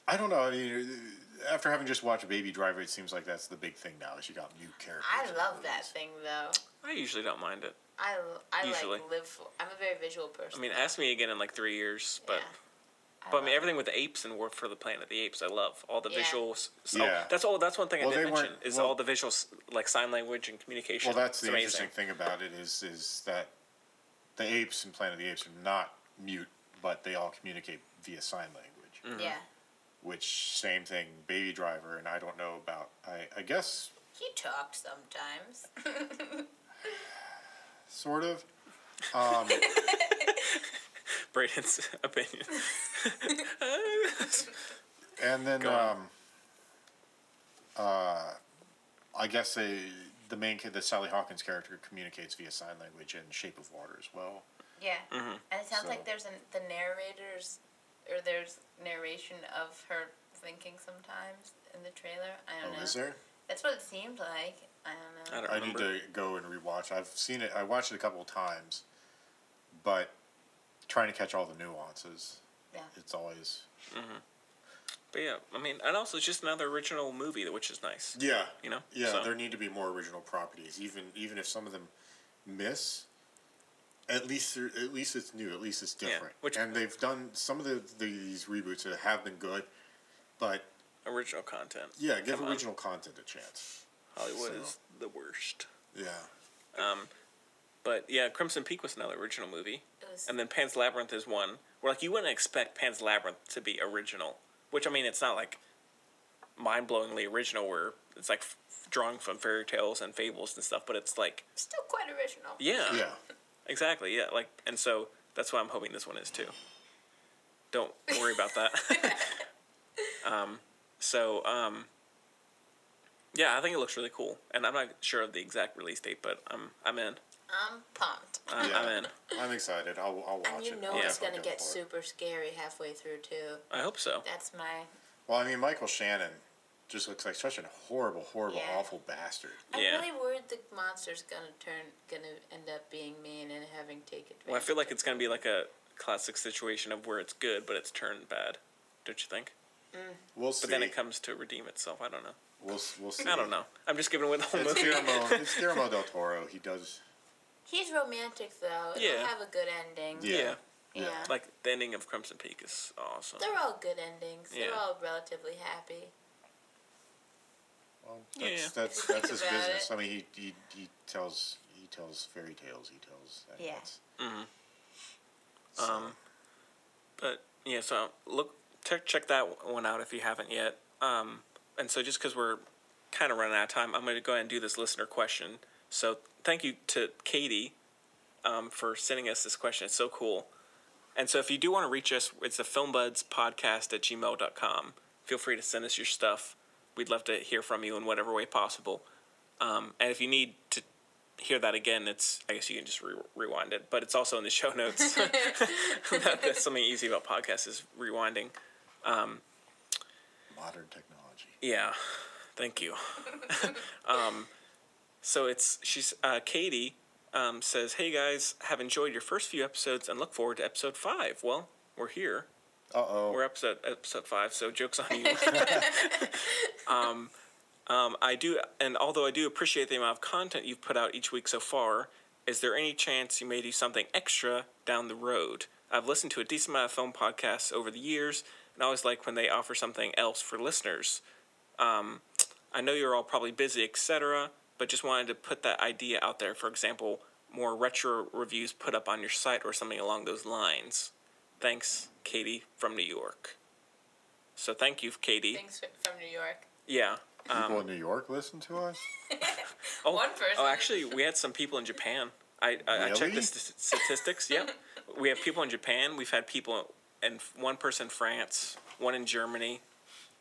Speaker 2: I don't know. I mean, after having just watched Baby Driver, it seems like that's the big thing now. Is you got new characters.
Speaker 4: I
Speaker 2: in
Speaker 4: love
Speaker 2: movies.
Speaker 4: that thing though.
Speaker 1: I usually don't mind it.
Speaker 4: I, I
Speaker 1: Usually.
Speaker 4: like live for. I'm a very visual person.
Speaker 1: I mean, ask me again in like three years, but.
Speaker 4: Yeah.
Speaker 1: But I mean everything with the apes and War for the Planet of the Apes. I love all the
Speaker 4: Yeah.
Speaker 1: visuals. So
Speaker 2: Yeah.
Speaker 1: that's all. That's one thing
Speaker 2: Well,
Speaker 1: I
Speaker 2: they
Speaker 1: didn't
Speaker 2: weren't-
Speaker 1: mention is
Speaker 2: well-
Speaker 1: all the visuals, like sign language and communication.
Speaker 2: Well, that's
Speaker 1: It's
Speaker 2: the
Speaker 1: amazing.
Speaker 2: interesting thing about it is is that the apes in Planet of the Apes are not mute, but they all communicate via sign
Speaker 1: Mm.
Speaker 2: language.
Speaker 4: yeah.
Speaker 2: Which same thing, Baby Driver, and I don't know about. I, I guess
Speaker 4: He talks sometimes.
Speaker 2: sort of. Um,
Speaker 1: Braden's opinion.
Speaker 2: And then,
Speaker 1: Go on.
Speaker 2: um, uh, I guess the the main kid, the Sally Hawkins character, communicates via sign language and Shape of Water as well.
Speaker 4: yeah.
Speaker 1: Mhm.
Speaker 4: And it sounds
Speaker 2: So-
Speaker 4: like there's an, the narrators, or there's narration of her thinking sometimes in the trailer. I don't
Speaker 2: Oh,
Speaker 1: Uh-huh.
Speaker 4: know.
Speaker 2: is there?
Speaker 4: That's what it seemed like. I don't know.
Speaker 1: I don't
Speaker 2: I need
Speaker 1: remember.
Speaker 2: to go and rewatch. I've seen it. I watched it a couple of times, but trying to catch all the nuances.
Speaker 4: Yeah.
Speaker 2: It's always
Speaker 1: But yeah, I mean, and also it's just another original movie, which is nice.
Speaker 2: yeah
Speaker 1: You know.
Speaker 2: yeah.
Speaker 1: So,
Speaker 2: There need to be more original properties, even even if some of them miss. At least, they're- at least it's new. At least it's
Speaker 1: Yeah,
Speaker 2: different.
Speaker 1: which-
Speaker 2: and they've done some of the, the these reboots that have been good, but
Speaker 1: original content.
Speaker 2: Yeah, give
Speaker 1: Come on.
Speaker 2: original content a chance.
Speaker 1: Hollywood
Speaker 2: So.
Speaker 1: is the worst.
Speaker 2: Yeah.
Speaker 1: Um, but yeah, Crimson Peak was another original movie,
Speaker 4: It was,
Speaker 1: and then Pan's Labyrinth is one where like you wouldn't expect Pan's Labyrinth to be original, which I mean it's not like mind-blowingly original where it's like f- drawing from fairy tales and fables and stuff, but it's like
Speaker 4: still quite original.
Speaker 1: yeah,
Speaker 2: Yeah.
Speaker 1: exactly, yeah, like and so that's why I'm hoping this one is too. Don't worry about that. um, so um, yeah, I think it looks really cool, and I'm not sure of the exact release date, but I'm I'm in.
Speaker 4: I'm pumped.
Speaker 1: I'm,
Speaker 2: Yeah.
Speaker 1: I'm in.
Speaker 2: I'm excited. I'll, I'll watch
Speaker 4: And you
Speaker 2: it.
Speaker 4: know
Speaker 1: Yeah.
Speaker 4: it's gonna
Speaker 2: I'll
Speaker 4: get
Speaker 2: for it.
Speaker 4: super scary halfway through too.
Speaker 1: I hope so.
Speaker 4: That's my.
Speaker 2: Well, I mean, Michael Shannon just looks like such a horrible, horrible,
Speaker 4: Yeah.
Speaker 2: awful bastard.
Speaker 4: I'm
Speaker 1: Yeah.
Speaker 4: really worried the monster's gonna turn, gonna end up being mean and having taken.
Speaker 1: Well, I feel like it's gonna be like a classic situation of where it's good but it's turned bad, don't you think?
Speaker 2: We'll see.
Speaker 1: But then it comes to redeem itself. I don't know.
Speaker 2: We'll, s- we'll see.
Speaker 1: I don't know. I'm just giving away the whole
Speaker 2: It's
Speaker 1: movie.
Speaker 2: Guillermo, it's Guillermo del Toro. He does.
Speaker 4: He's romantic though. It'll
Speaker 1: Yeah.
Speaker 4: have a good ending.
Speaker 2: Yeah.
Speaker 1: Yeah.
Speaker 4: Yeah.
Speaker 2: Yeah.
Speaker 1: Like the ending of Crimson Peak is awesome.
Speaker 4: They're all good endings. They're
Speaker 1: Yeah.
Speaker 4: all relatively happy.
Speaker 2: Well,
Speaker 1: Yeah.
Speaker 2: that's that's, that's his
Speaker 10: About
Speaker 2: business.
Speaker 10: it.
Speaker 2: I mean, he, he he tells he tells fairy tales. He tells. I mean,
Speaker 10: Yeah.
Speaker 2: that's-
Speaker 1: Mm-hmm. Um, but yeah, so look, check check that one out if you haven't yet. Um, and so just because we're kind of running out of time, I'm going to go ahead and do this listener question. So thank you to Katie um, for sending us this question. It's so cool. And so if you do want to reach us, it's the filmbudspodcast at gmail.com. Feel free to send us your stuff. We'd love to hear from you in whatever way possible. Um, and if you need to hear that again, it's I guess you can just re- rewind it, but it's also in the show notes. That- that's something easy about podcasts is rewinding. Um,
Speaker 2: Modern technology.
Speaker 1: yeah, thank you. um, so it's she's uh, Katie um, says, "Hey guys, have enjoyed your first few episodes and look forward to episode five. Well, we're here.
Speaker 2: Uh oh.
Speaker 1: We're episode episode five, so jokes on you. um, um, I do, and although I do appreciate the amount of content you've put out each week so far, is there any chance you may do something extra down the road? I've listened to a decent amount of film podcasts over the years, and I always like when they offer something else for listeners. Um, I know you're all probably busy, etc., but just wanted to put that idea out there. For example, more retro reviews put up on your site or something along those lines. Thanks, Katie from New York. So thank you, Katie.
Speaker 10: Things f- from New York.
Speaker 1: Yeah. um,
Speaker 2: People in New York listen to us.
Speaker 1: Oh,
Speaker 10: One person.
Speaker 1: Oh, actually, we had some people in Japan. I, I, I checked
Speaker 2: Really?
Speaker 1: the st- statistics. yep. We have people in Japan. We've had people, and one person in France, one in Germany,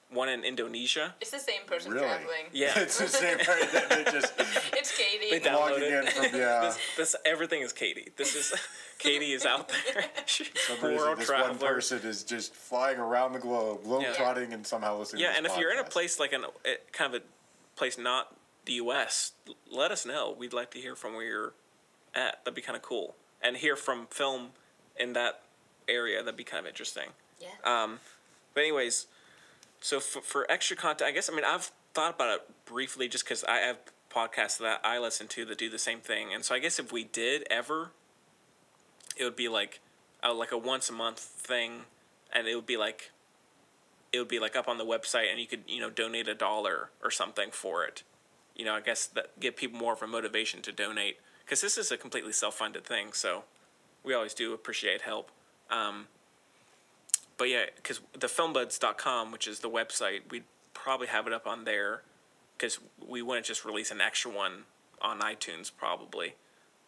Speaker 1: one in Indonesia.
Speaker 10: It's the same person
Speaker 1: Really?
Speaker 10: traveling.
Speaker 1: Yeah.
Speaker 2: it's the same way that they just
Speaker 10: It's Katie.
Speaker 1: They
Speaker 2: logging
Speaker 1: downloaded.
Speaker 2: in from yeah.
Speaker 1: This, this everything is Katie. This is Katie is out there. She's
Speaker 2: For
Speaker 1: a
Speaker 2: some reason,
Speaker 1: world
Speaker 2: this one
Speaker 1: traveler.
Speaker 2: person is just flying around the globe, globetrotting, and somehow listening.
Speaker 1: Yeah,
Speaker 2: to
Speaker 1: and
Speaker 2: this
Speaker 1: if you're in a
Speaker 2: podcast.
Speaker 1: place like an eh, kind of a place not the U.S., l- let us know. We'd like to hear from where you're at. That'd be kind of cool, and hear from film in that area. That'd be kind of interesting.
Speaker 10: Yeah.
Speaker 1: Um, but anyways, so for, for extra content, I guess I mean I've thought about it briefly just because I have podcasts that I listen to that do the same thing, and so I guess if we did ever, it would be like uh, like a once a month thing, and it would be like it would be like up on the website, and you could you know donate a dollar or something for it. You know, I guess that give people more of a motivation to donate because this is a completely self funded thing, so we always do appreciate help. Um, but yeah, because the filmbuds.com, which is the website, we'd probably have it up on there because we wouldn't just release an extra one on iTunes probably.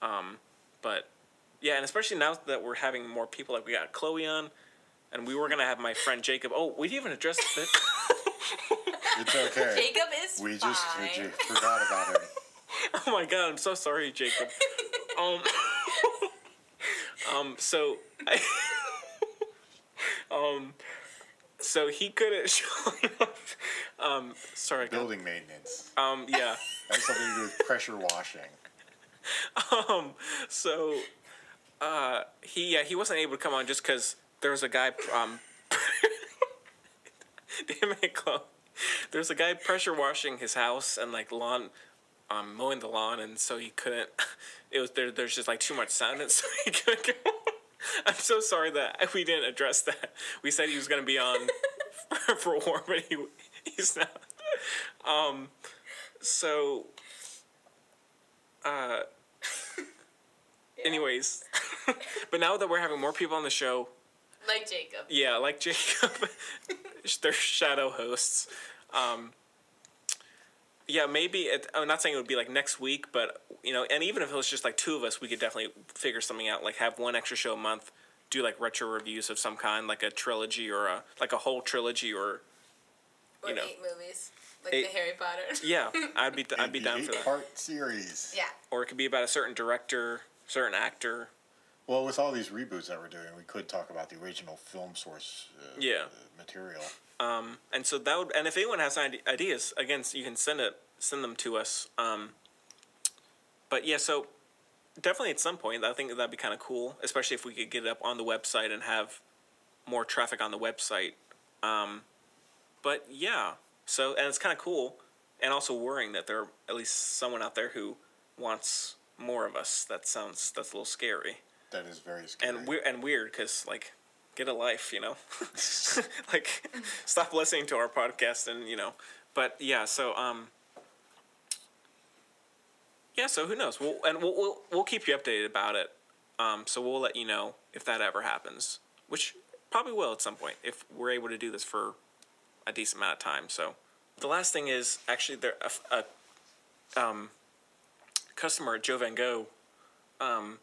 Speaker 1: Um, but yeah, and especially now that we're having more people, like we got Chloe on, and we were gonna have my friend Jacob. Oh, we didn't even address that.
Speaker 2: it's okay.
Speaker 10: Jacob is
Speaker 2: we just we
Speaker 10: fine.
Speaker 2: ju- forgot about him.
Speaker 1: oh my god, I'm so sorry, Jacob. Um, um, so, I, um, so he couldn't show up. Um, sorry, I got-
Speaker 2: Building maintenance.
Speaker 1: um, yeah.
Speaker 2: That's something to do with pressure washing.
Speaker 1: um, so uh, he uh, he wasn't able to come on just because there was a guy. Um, damn it, Chloe. There was a guy pressure washing his house and like lawn, um, mowing the lawn, and so he couldn't. It was there. There's just like too much sound, and so he couldn't come on. I'm so sorry that we didn't address that. We said he was gonna be on for, for war, but he he's not. Um, so. Uh, Anyways, but now that we're having more people on the show,
Speaker 10: Like Jacob.
Speaker 1: yeah, like Jacob, they're shadow hosts. Um, yeah, maybe it, I'm not saying it would be like next week, but you know, and even if it was just like two of us, we could definitely figure something out. Like have one extra show a month, do like retro reviews of some kind, like a trilogy or a like a whole trilogy or
Speaker 10: Or
Speaker 1: you know.
Speaker 10: eight movies. Like
Speaker 1: Eight-
Speaker 10: the Harry Potter.
Speaker 1: yeah, I'd be I'd be down for that.
Speaker 2: Part series.
Speaker 10: Yeah.
Speaker 1: Or it could be about a certain director, certain actor.
Speaker 2: Well, with all these reboots that we're doing, we could talk about the original film source uh,
Speaker 1: Yeah.
Speaker 2: material.
Speaker 1: Um, and so that would, and if anyone has ide- ideas, again, you can send it, send them to us. Um, but yeah, so definitely at some point, I think that'd be kind of cool, especially if we could get it up on the website and have more traffic on the website. Um, but yeah, so and it's kind of cool, and also worrying that there are at least someone out there who wants more of us. That sounds that's a little scary
Speaker 2: That is very scary.
Speaker 1: and weird and weird because like get a life you know like stop listening to our podcast and you know but yeah so um Yeah, so who knows? We'll, and we'll, we'll we'll keep you updated about it. Um, so we'll let you know if that ever happens, which probably will at some point if we're able to do this for a decent amount of time. So the last thing is actually there a, f- a, um, customer at Joe Van Gogh um,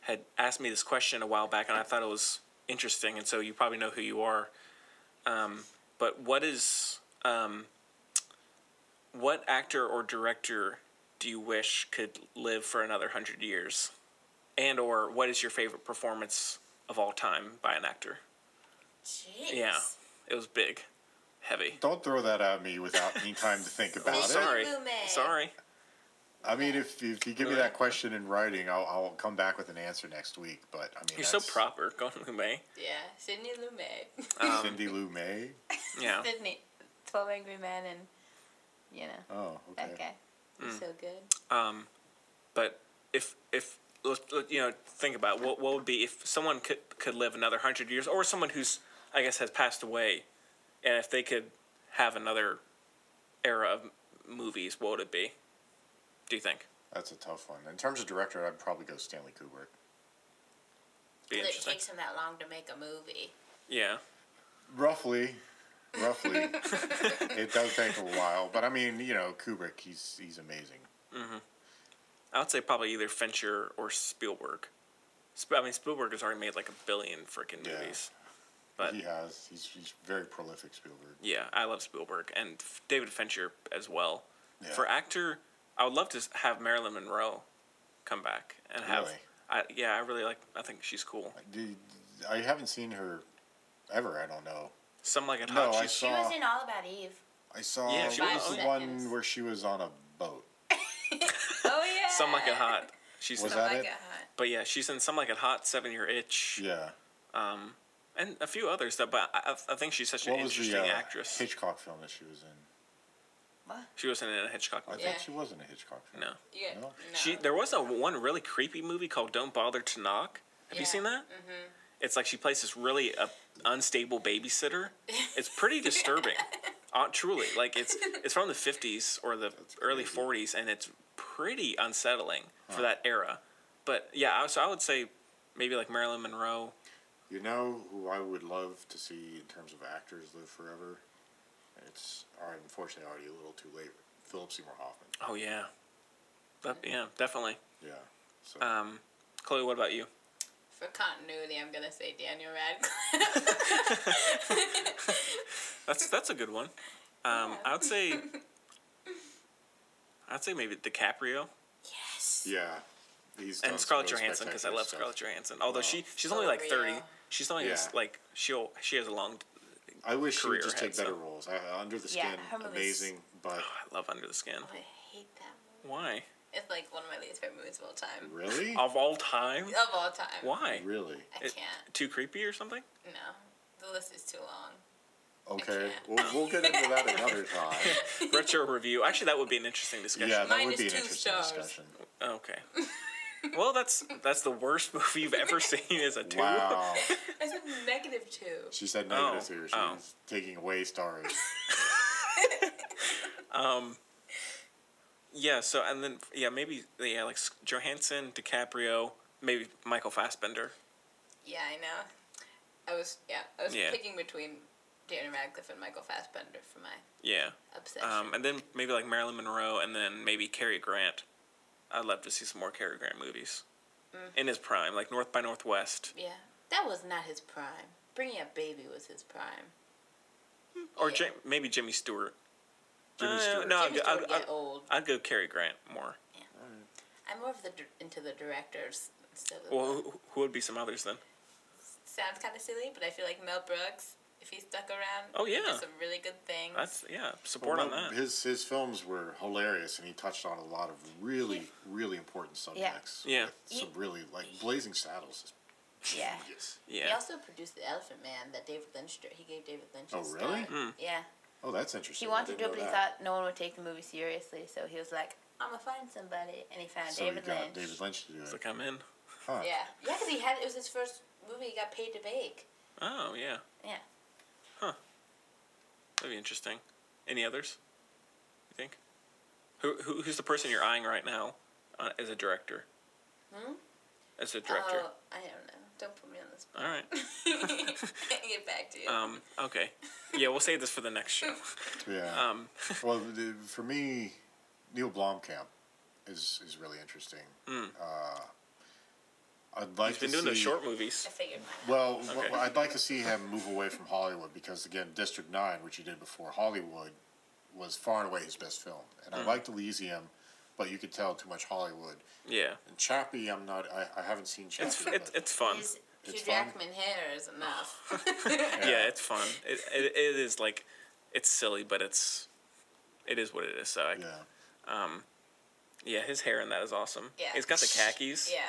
Speaker 1: had asked me this question a while back, and I thought it was interesting. And so you probably know who you are. Um, but what is um, what actor or director do you wish could live for another hundred years? And or what is your favorite performance of all time by an actor?
Speaker 4: Jeez.
Speaker 1: Yeah, it was big, heavy.
Speaker 2: Don't throw that at me without any time to think about it.
Speaker 1: Sorry,
Speaker 4: Lume.
Speaker 1: sorry.
Speaker 2: I mean, if, if you give me that question in writing, I'll, I'll come back with an answer next week. But I mean,
Speaker 1: You're so
Speaker 2: that's-
Speaker 1: proper, going Lume.
Speaker 4: Yeah, Sydney Lumet.
Speaker 1: Um,
Speaker 2: Cindy Lou May.
Speaker 1: yeah,
Speaker 4: Sydney, Twelve Angry Men, and you know
Speaker 2: Oh, okay.
Speaker 4: that guy.
Speaker 1: Mm.
Speaker 4: He's so good.
Speaker 1: Um, but if if let, let- you know, think about what what would be if someone could could live another hundred years, or someone who's I guess has passed away, and if they could have another era of movies, what would it be? Do you think?
Speaker 2: That's a tough one. In terms of director, I'd probably go Stanley Kubrick.
Speaker 1: Be
Speaker 4: Because it
Speaker 1: interesting.
Speaker 4: takes him that long to make a movie.
Speaker 1: Yeah.
Speaker 2: Roughly, roughly, it does take a while. But I mean, you know, Kubrick, he's he's amazing.
Speaker 1: Mm-hmm. I would say probably either Fincher or Spielberg. Sp- I mean, Spielberg has already made like a billion freaking
Speaker 2: Yeah.
Speaker 1: movies. But-
Speaker 2: he has he's he's very prolific. Spielberg.
Speaker 1: Yeah, I love Spielberg and F- David Fincher as well.
Speaker 2: Yeah.
Speaker 1: For actor, I would love to s- have Marilyn Monroe come back and have.
Speaker 2: Really?
Speaker 1: I, yeah, I really like. I think she's cool.
Speaker 2: Dude, I haven't seen her ever. I don't know.
Speaker 1: Some like it
Speaker 2: No,
Speaker 1: hot.
Speaker 2: I
Speaker 1: she's,
Speaker 2: saw-
Speaker 12: She was in All About Eve.
Speaker 2: I saw
Speaker 1: Yeah, she
Speaker 2: what
Speaker 1: was-
Speaker 2: was the
Speaker 1: Five
Speaker 2: one where she was on a boat.
Speaker 4: Oh yeah.
Speaker 1: Some like it hot. She's
Speaker 2: Was
Speaker 1: in,
Speaker 2: that
Speaker 4: Like
Speaker 2: it?
Speaker 4: a hot.
Speaker 1: But yeah, she's in Some Like It Hot, Seven Year Itch,
Speaker 2: Yeah.
Speaker 1: um, and a few others. That, but I, I- I think she's such an
Speaker 2: What was
Speaker 1: interesting
Speaker 2: the uh,
Speaker 1: actress.
Speaker 2: Hitchcock film that she was in?
Speaker 1: She wasn't in a Hitchcock
Speaker 2: I
Speaker 1: movie.
Speaker 4: Yeah.
Speaker 2: thought she was in a Hitchcock film.
Speaker 1: No.
Speaker 4: Yeah.
Speaker 12: Mm.
Speaker 2: No?
Speaker 1: She there was a one really creepy movie called Don't Bother to Knock. Have you
Speaker 4: Yeah.
Speaker 1: seen that? It's like she plays this really uh, unstable babysitter. It's pretty disturbing, uh, truly. Like it's it's from the fifties or the early forties, and it's pretty unsettling for that era. But yeah, I, so I would say maybe like Marilyn Monroe.
Speaker 2: You know who I would love to see in terms of actors live forever? It's uh, unfortunately already a little too late. Philip Seymour Hoffman.
Speaker 1: Oh yeah, That- yeah, definitely.
Speaker 2: Yeah. So
Speaker 1: Um, Chloe, what about you?
Speaker 4: For continuity, I'm gonna say Daniel Radcliffe.
Speaker 1: That's that's a good one. Um, I would say. I'd say maybe DiCaprio.
Speaker 4: yes.
Speaker 2: yeah, he's done
Speaker 1: and Scarlett
Speaker 2: some really
Speaker 1: Johansson because I
Speaker 2: spectacular
Speaker 1: love
Speaker 2: stuff.
Speaker 1: Scarlett Johansson. Although
Speaker 2: Wow.
Speaker 1: she she's only like
Speaker 4: For
Speaker 1: thirty,
Speaker 4: real.
Speaker 1: she's only
Speaker 2: Yeah.
Speaker 1: like she'll she has a long.
Speaker 2: I wish she
Speaker 1: career
Speaker 2: would just take
Speaker 1: ahead, so-
Speaker 2: better roles. I, uh, Under the Skin,
Speaker 4: Yeah, her movies-
Speaker 2: amazing, but
Speaker 1: I love Under the Skin.
Speaker 4: I hate that movie.
Speaker 1: Why
Speaker 4: It's like one of my least favorite movies of all time.
Speaker 2: really,
Speaker 1: of all time?
Speaker 4: Of all time.
Speaker 1: Why
Speaker 2: really
Speaker 4: Oh, I
Speaker 1: It-
Speaker 4: can't.
Speaker 1: too creepy or something?
Speaker 4: No. The list is too long.
Speaker 2: okay.
Speaker 4: can't.
Speaker 2: We'll, we'll get into that another time.
Speaker 1: Retro review. Actually, that would be an interesting discussion. Oh,
Speaker 2: yeah, that
Speaker 4: Minus
Speaker 2: would be an
Speaker 4: two
Speaker 2: interesting
Speaker 4: stars.
Speaker 2: discussion.
Speaker 1: Okay. well, that's that's the worst movie you've ever seen is a two.
Speaker 2: Wow,
Speaker 4: I said negative two.
Speaker 2: she said
Speaker 1: Oh,
Speaker 2: negative three. She
Speaker 1: oh.
Speaker 2: was taking away stars.
Speaker 1: Um. Yeah. So and then yeah maybe yeah like S- Johansson, DiCaprio, maybe Michael Fassbender.
Speaker 4: Yeah, I know. I was yeah, I was
Speaker 1: Yeah.
Speaker 4: picking between Daniel Radcliffe and Michael Fassbender for my
Speaker 1: Yeah.
Speaker 4: obsession.
Speaker 1: Um, and then maybe like Marilyn Monroe, and then maybe Cary Grant. I'd love to see some more Cary Grant movies
Speaker 4: Mm.
Speaker 1: in his prime, like North by Northwest,
Speaker 4: yeah. That was not his prime. Bringing Up Baby was his prime.
Speaker 1: or
Speaker 4: Yeah.
Speaker 1: Jim, maybe Jimmy Stewart.
Speaker 2: Jimmy
Speaker 1: Uh,
Speaker 2: Stewart.
Speaker 1: no,
Speaker 4: Jimmy
Speaker 1: I'd, go- I'd,
Speaker 4: Stewart
Speaker 1: I'd,
Speaker 4: get old.
Speaker 1: I'd go Cary Grant more.
Speaker 4: I'm more of the dir- into the directors. instead of the-
Speaker 1: Well, who, who would be some others then?
Speaker 4: sounds kind of silly, but I feel like Mel Brooks, if he stuck around,
Speaker 1: Oh,
Speaker 4: he
Speaker 1: yeah.
Speaker 4: did some really good things.
Speaker 1: That's yeah, support
Speaker 2: Well,
Speaker 1: on that.
Speaker 2: His his films were hilarious, and he touched on a lot of really really important subjects.
Speaker 1: Yeah.
Speaker 2: with some really like Blazing Saddles is
Speaker 4: yeah.
Speaker 2: genius.
Speaker 4: He
Speaker 1: yeah,
Speaker 4: also produced The Elephant Man that David Lynch dir- he gave David Lynch.
Speaker 2: Oh,
Speaker 4: his
Speaker 2: really?
Speaker 4: star. Yeah.
Speaker 2: Oh, that's interesting.
Speaker 12: He
Speaker 2: I
Speaker 12: wanted to do it,
Speaker 2: didn't
Speaker 12: but
Speaker 2: know
Speaker 12: he
Speaker 2: that.
Speaker 12: thought no one would take the movie seriously, so he was like, "I'm gonna find somebody," and he found
Speaker 2: So
Speaker 12: David
Speaker 2: he got
Speaker 12: Lynch.
Speaker 2: David Lynch to do it.
Speaker 1: so come in.
Speaker 2: Huh.
Speaker 4: Yeah. Yeah, because he had it was his first movie he got paid to make.
Speaker 1: Oh yeah,
Speaker 4: Yeah.
Speaker 1: that'd be interesting. Any others? You think? Who, who who's the person you're eyeing right now uh, as a director?
Speaker 4: Hmm?
Speaker 1: As a director.
Speaker 4: Oh, I don't know. Don't put me on this.
Speaker 1: All right.
Speaker 4: Get back to you.
Speaker 1: Um, okay. Yeah, we'll save this for the next show.
Speaker 2: Yeah.
Speaker 1: Um,
Speaker 2: well, the- for me, Neil Blomkamp is is really interesting.
Speaker 1: Mm.
Speaker 2: Uh, I'd like
Speaker 1: He's been
Speaker 2: to
Speaker 1: doing those
Speaker 2: see-
Speaker 1: short movies.
Speaker 4: I figured mine out.
Speaker 2: Well,
Speaker 1: Okay.
Speaker 2: w- I'd like to see him move away from Hollywood because again, District Nine, which he did before Hollywood, was far and away his best film, and I
Speaker 1: Mm.
Speaker 2: liked Elysium, but you could tell too much Hollywood.
Speaker 1: Yeah,
Speaker 2: And Chappie, I'm not. I, I haven't seen Chappie.
Speaker 1: it's
Speaker 2: but
Speaker 1: it's, it's fun.
Speaker 4: His Hugh
Speaker 2: Um, It's fun.
Speaker 4: Jackman hair is enough.
Speaker 1: yeah. it's fun. It, it it is like it's silly, but it's it is what it is. So I,
Speaker 2: yeah.
Speaker 1: um, yeah, his hair in that is awesome.
Speaker 4: Yeah.
Speaker 1: he's got the khakis.
Speaker 4: yeah.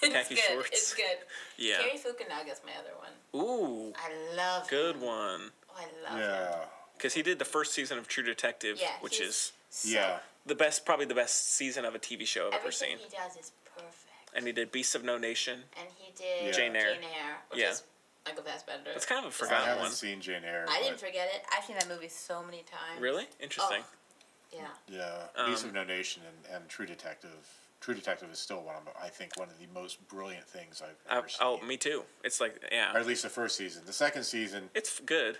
Speaker 1: The
Speaker 4: it's
Speaker 1: khaki
Speaker 4: good.
Speaker 1: shorts.
Speaker 4: It's good.
Speaker 1: Yeah.
Speaker 4: Kerry Fukunaga's my other one.
Speaker 1: Ooh,
Speaker 4: I love
Speaker 1: good
Speaker 4: him.
Speaker 1: one.
Speaker 4: Oh, I love him.
Speaker 2: yeah,
Speaker 1: Because he did the first season of True Detective,
Speaker 4: Yeah,
Speaker 1: which
Speaker 4: he's
Speaker 1: is
Speaker 4: So
Speaker 2: yeah.
Speaker 1: the best, probably the best season of a TV show I've ever
Speaker 4: Everything
Speaker 1: seen.
Speaker 4: he does is perfect.
Speaker 1: And he did Beasts of No Nation.
Speaker 4: And he did
Speaker 2: Yeah.
Speaker 1: Jane Eyre.
Speaker 4: which
Speaker 1: Yeah.
Speaker 4: is Michael Fassbender.
Speaker 1: That's kind of a
Speaker 4: It's
Speaker 2: I
Speaker 1: forgotten
Speaker 2: haven't
Speaker 1: one.
Speaker 2: seen Jane Eyre.
Speaker 4: I didn't
Speaker 2: but-
Speaker 4: forget it. I've seen that movie so many times.
Speaker 1: Really interesting.
Speaker 4: Oh, Yeah.
Speaker 2: Yeah,
Speaker 1: Um,
Speaker 2: Beast of No Nation and, and True Detective. True Detective is still one of I think one of the most brilliant things I've
Speaker 1: I,
Speaker 2: ever
Speaker 1: oh,
Speaker 2: seen.
Speaker 1: me too. It's like
Speaker 2: Or
Speaker 1: yeah,
Speaker 2: at least the first season. The second season,
Speaker 1: it's good.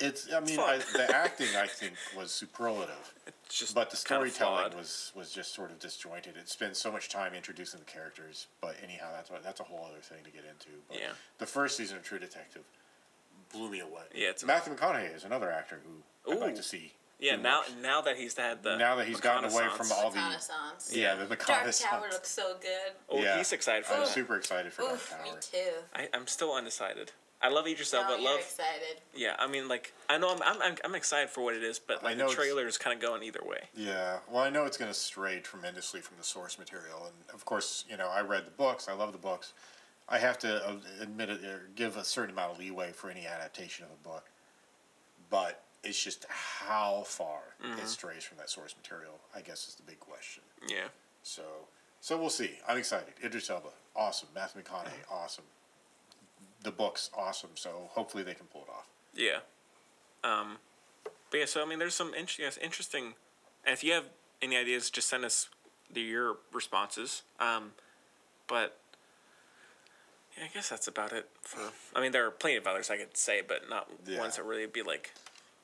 Speaker 2: it's I mean I,
Speaker 1: fun.
Speaker 2: the acting I think was superlative,
Speaker 1: It's just
Speaker 2: but the
Speaker 1: kinda
Speaker 2: storytelling
Speaker 1: flawed.
Speaker 2: was was just sort of disjointed. It spends so much time introducing the characters, but anyhow, that's what, that's a whole other thing to get into. But
Speaker 1: Yeah.
Speaker 2: the first season of True Detective blew me away.
Speaker 1: Yeah, it's-
Speaker 2: Matthew McConaughey is another actor who I'd
Speaker 1: Ooh.
Speaker 2: like to see.
Speaker 1: Yeah,
Speaker 2: do
Speaker 1: now
Speaker 2: more.
Speaker 1: now that he's had the
Speaker 2: Now that he's gotten away
Speaker 1: reconnaissance.
Speaker 2: from all the
Speaker 4: Reconnaissance.
Speaker 2: yeah, the, the
Speaker 4: Dark Tower
Speaker 2: reconnaissance.
Speaker 4: looks so good.
Speaker 1: Oh,
Speaker 2: Yeah.
Speaker 1: he's excited for
Speaker 2: I'm
Speaker 1: that.
Speaker 2: super excited for
Speaker 4: Oof,
Speaker 2: Dark
Speaker 4: me
Speaker 2: Tower.
Speaker 4: too.
Speaker 1: I, I'm still undecided. I love Idris
Speaker 4: No,
Speaker 1: Elba.
Speaker 4: you're
Speaker 1: love
Speaker 4: excited.
Speaker 1: yeah. I mean, like I know I'm I'm, I'm, I'm excited for what it is, but
Speaker 2: I
Speaker 1: like
Speaker 2: know
Speaker 1: the
Speaker 2: it's-
Speaker 1: trailer is kind of going either way.
Speaker 2: Yeah, well, I know it's going to stray tremendously from the source material, and of course, you know, I read the books. I love the books. I have to uh, admit it or give a certain amount of leeway for any adaptation of a book, but it's just how far
Speaker 4: Mm-hmm.
Speaker 2: it strays from that source material. I guess is the big question.
Speaker 1: Yeah.
Speaker 2: So, so we'll see. I'm excited. Idris Elba, awesome. Matthew McConaughey,
Speaker 4: Mm-hmm.
Speaker 2: awesome. The books, awesome. So hopefully they can pull it off.
Speaker 1: Yeah. Um, but yeah, so I mean, there's some int- yes, interesting. And if you have any ideas, just send us the, your responses. Um, but yeah, I guess that's about it. For I mean, there are plenty of others I could say, but not
Speaker 2: Yeah.
Speaker 1: ones that really be like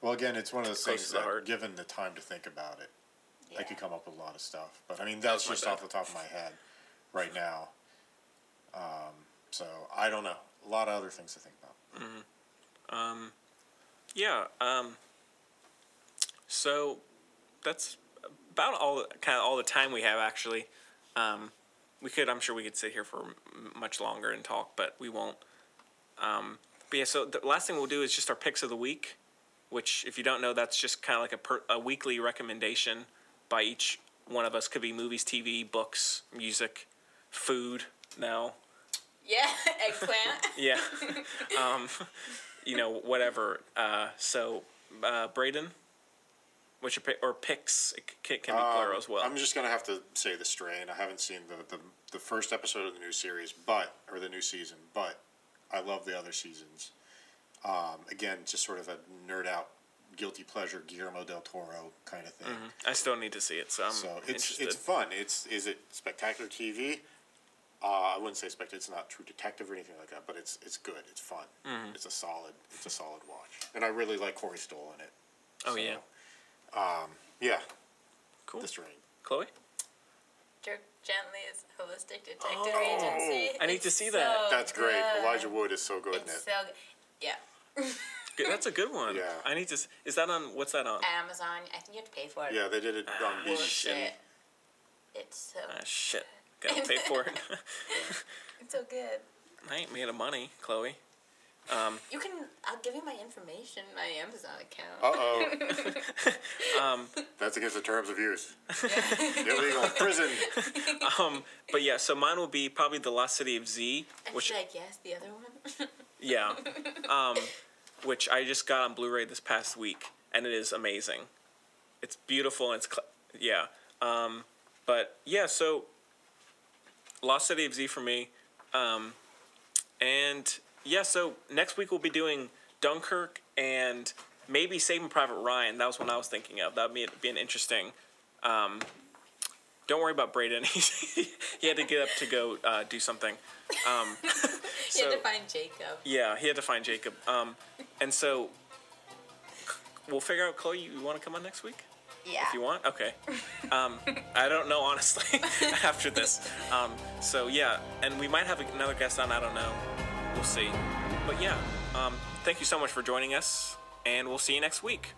Speaker 2: Well, again, it's one of those
Speaker 1: Close
Speaker 2: things
Speaker 1: to the
Speaker 2: that,
Speaker 1: heart.
Speaker 2: given the time to think about it, I could
Speaker 4: Yeah.
Speaker 2: come up with a lot of stuff. But I mean, that's
Speaker 1: my
Speaker 2: just
Speaker 1: bad.
Speaker 2: off the top of my head right now. Um, so I don't know. A lot of other things to think about.
Speaker 1: yeah. Um, so that's about all kind of all the time we have actually. Um, we could I'm sure we could sit here for m- much longer and talk, but we won't. Um, but yeah, so the last thing we'll do is just our picks of the week, which if you don't know, that's just kind of like a per- a weekly recommendation by each one of us. Could be movies, TV, books, music, food. Now
Speaker 4: Yeah, eggplant.
Speaker 1: yeah. um, you know, whatever. Uh, so, uh, Braden, what's your pick? Or picks? It c- can be plural as well.
Speaker 2: Um, I'm just gonna have to say the strain. I haven't seen the, the the first episode of the new series, but or the new season, but I love the other seasons. Um, again, just sort of a nerd out, guilty pleasure Guillermo del Toro kind of thing.
Speaker 1: I still need to see it, so I'm
Speaker 2: so it's
Speaker 1: interested.
Speaker 2: it's fun. It's is it spectacular TV? Uh, I wouldn't say spectacular. It's not True Detective or anything like that, but it's it's good. It's fun.
Speaker 1: Mm-hmm.
Speaker 2: It's a solid. It's a solid watch, and I really like Corey Stoll in it. um,
Speaker 1: oh yeah,
Speaker 2: Yeah,
Speaker 1: cool.
Speaker 2: this ring.
Speaker 1: Chloe,
Speaker 4: Dirk Gently is a holistic detective
Speaker 1: Oh,
Speaker 4: agency.
Speaker 1: I need
Speaker 4: It's
Speaker 1: to see
Speaker 4: so
Speaker 1: that.
Speaker 2: That's great.
Speaker 4: Oh, good.
Speaker 2: Elijah Wood is so good in
Speaker 4: It's
Speaker 2: it.
Speaker 4: so good. Yeah.
Speaker 1: Good- that's a good one.
Speaker 2: Yeah.
Speaker 1: I need to. s- Is that on? What's that
Speaker 4: Uh,
Speaker 1: on?
Speaker 4: Amazon. I think you have to pay for it.
Speaker 2: Yeah, they did it on
Speaker 1: Ah,
Speaker 2: BBC.
Speaker 4: Bullshit. It's so
Speaker 1: Ah, shit, gotta pay for it.
Speaker 4: it's so good.
Speaker 1: I ain't made of money, Chloe.
Speaker 4: You can. I'll give you my information, my Amazon account.
Speaker 2: Uh oh.
Speaker 1: Um,
Speaker 2: That's against the terms of use. Illegal prison.
Speaker 1: Um, but yeah, so mine will be probably the Lost City of Z,
Speaker 4: I
Speaker 1: which
Speaker 4: feel like yes, the other one.
Speaker 1: Yeah. Um, which I just got on Blu-ray this past week, and it is amazing. It's beautiful and it's cl- yeah. Um, but yeah, so Lost City of Z for me, um, and yeah. So next week we'll be doing Dunkirk and maybe Saving Private Ryan. That was one I was thinking of. That'd be, be an interesting um, Don't worry about Braden. he had to get up to go uh, do something. Um,
Speaker 10: you had
Speaker 1: so-
Speaker 10: to find Jacob.
Speaker 1: yeah, he had to find Jacob. Um, and so we'll figure out, Chloe, you, want to come on next week?
Speaker 10: Yeah.
Speaker 1: If you want? Okay. Um, I don't know, honestly, after this. Um, so, yeah, and we might have another guest on. I don't know. We'll see. But, yeah, um, thank you so much for joining us, and we'll see you next week.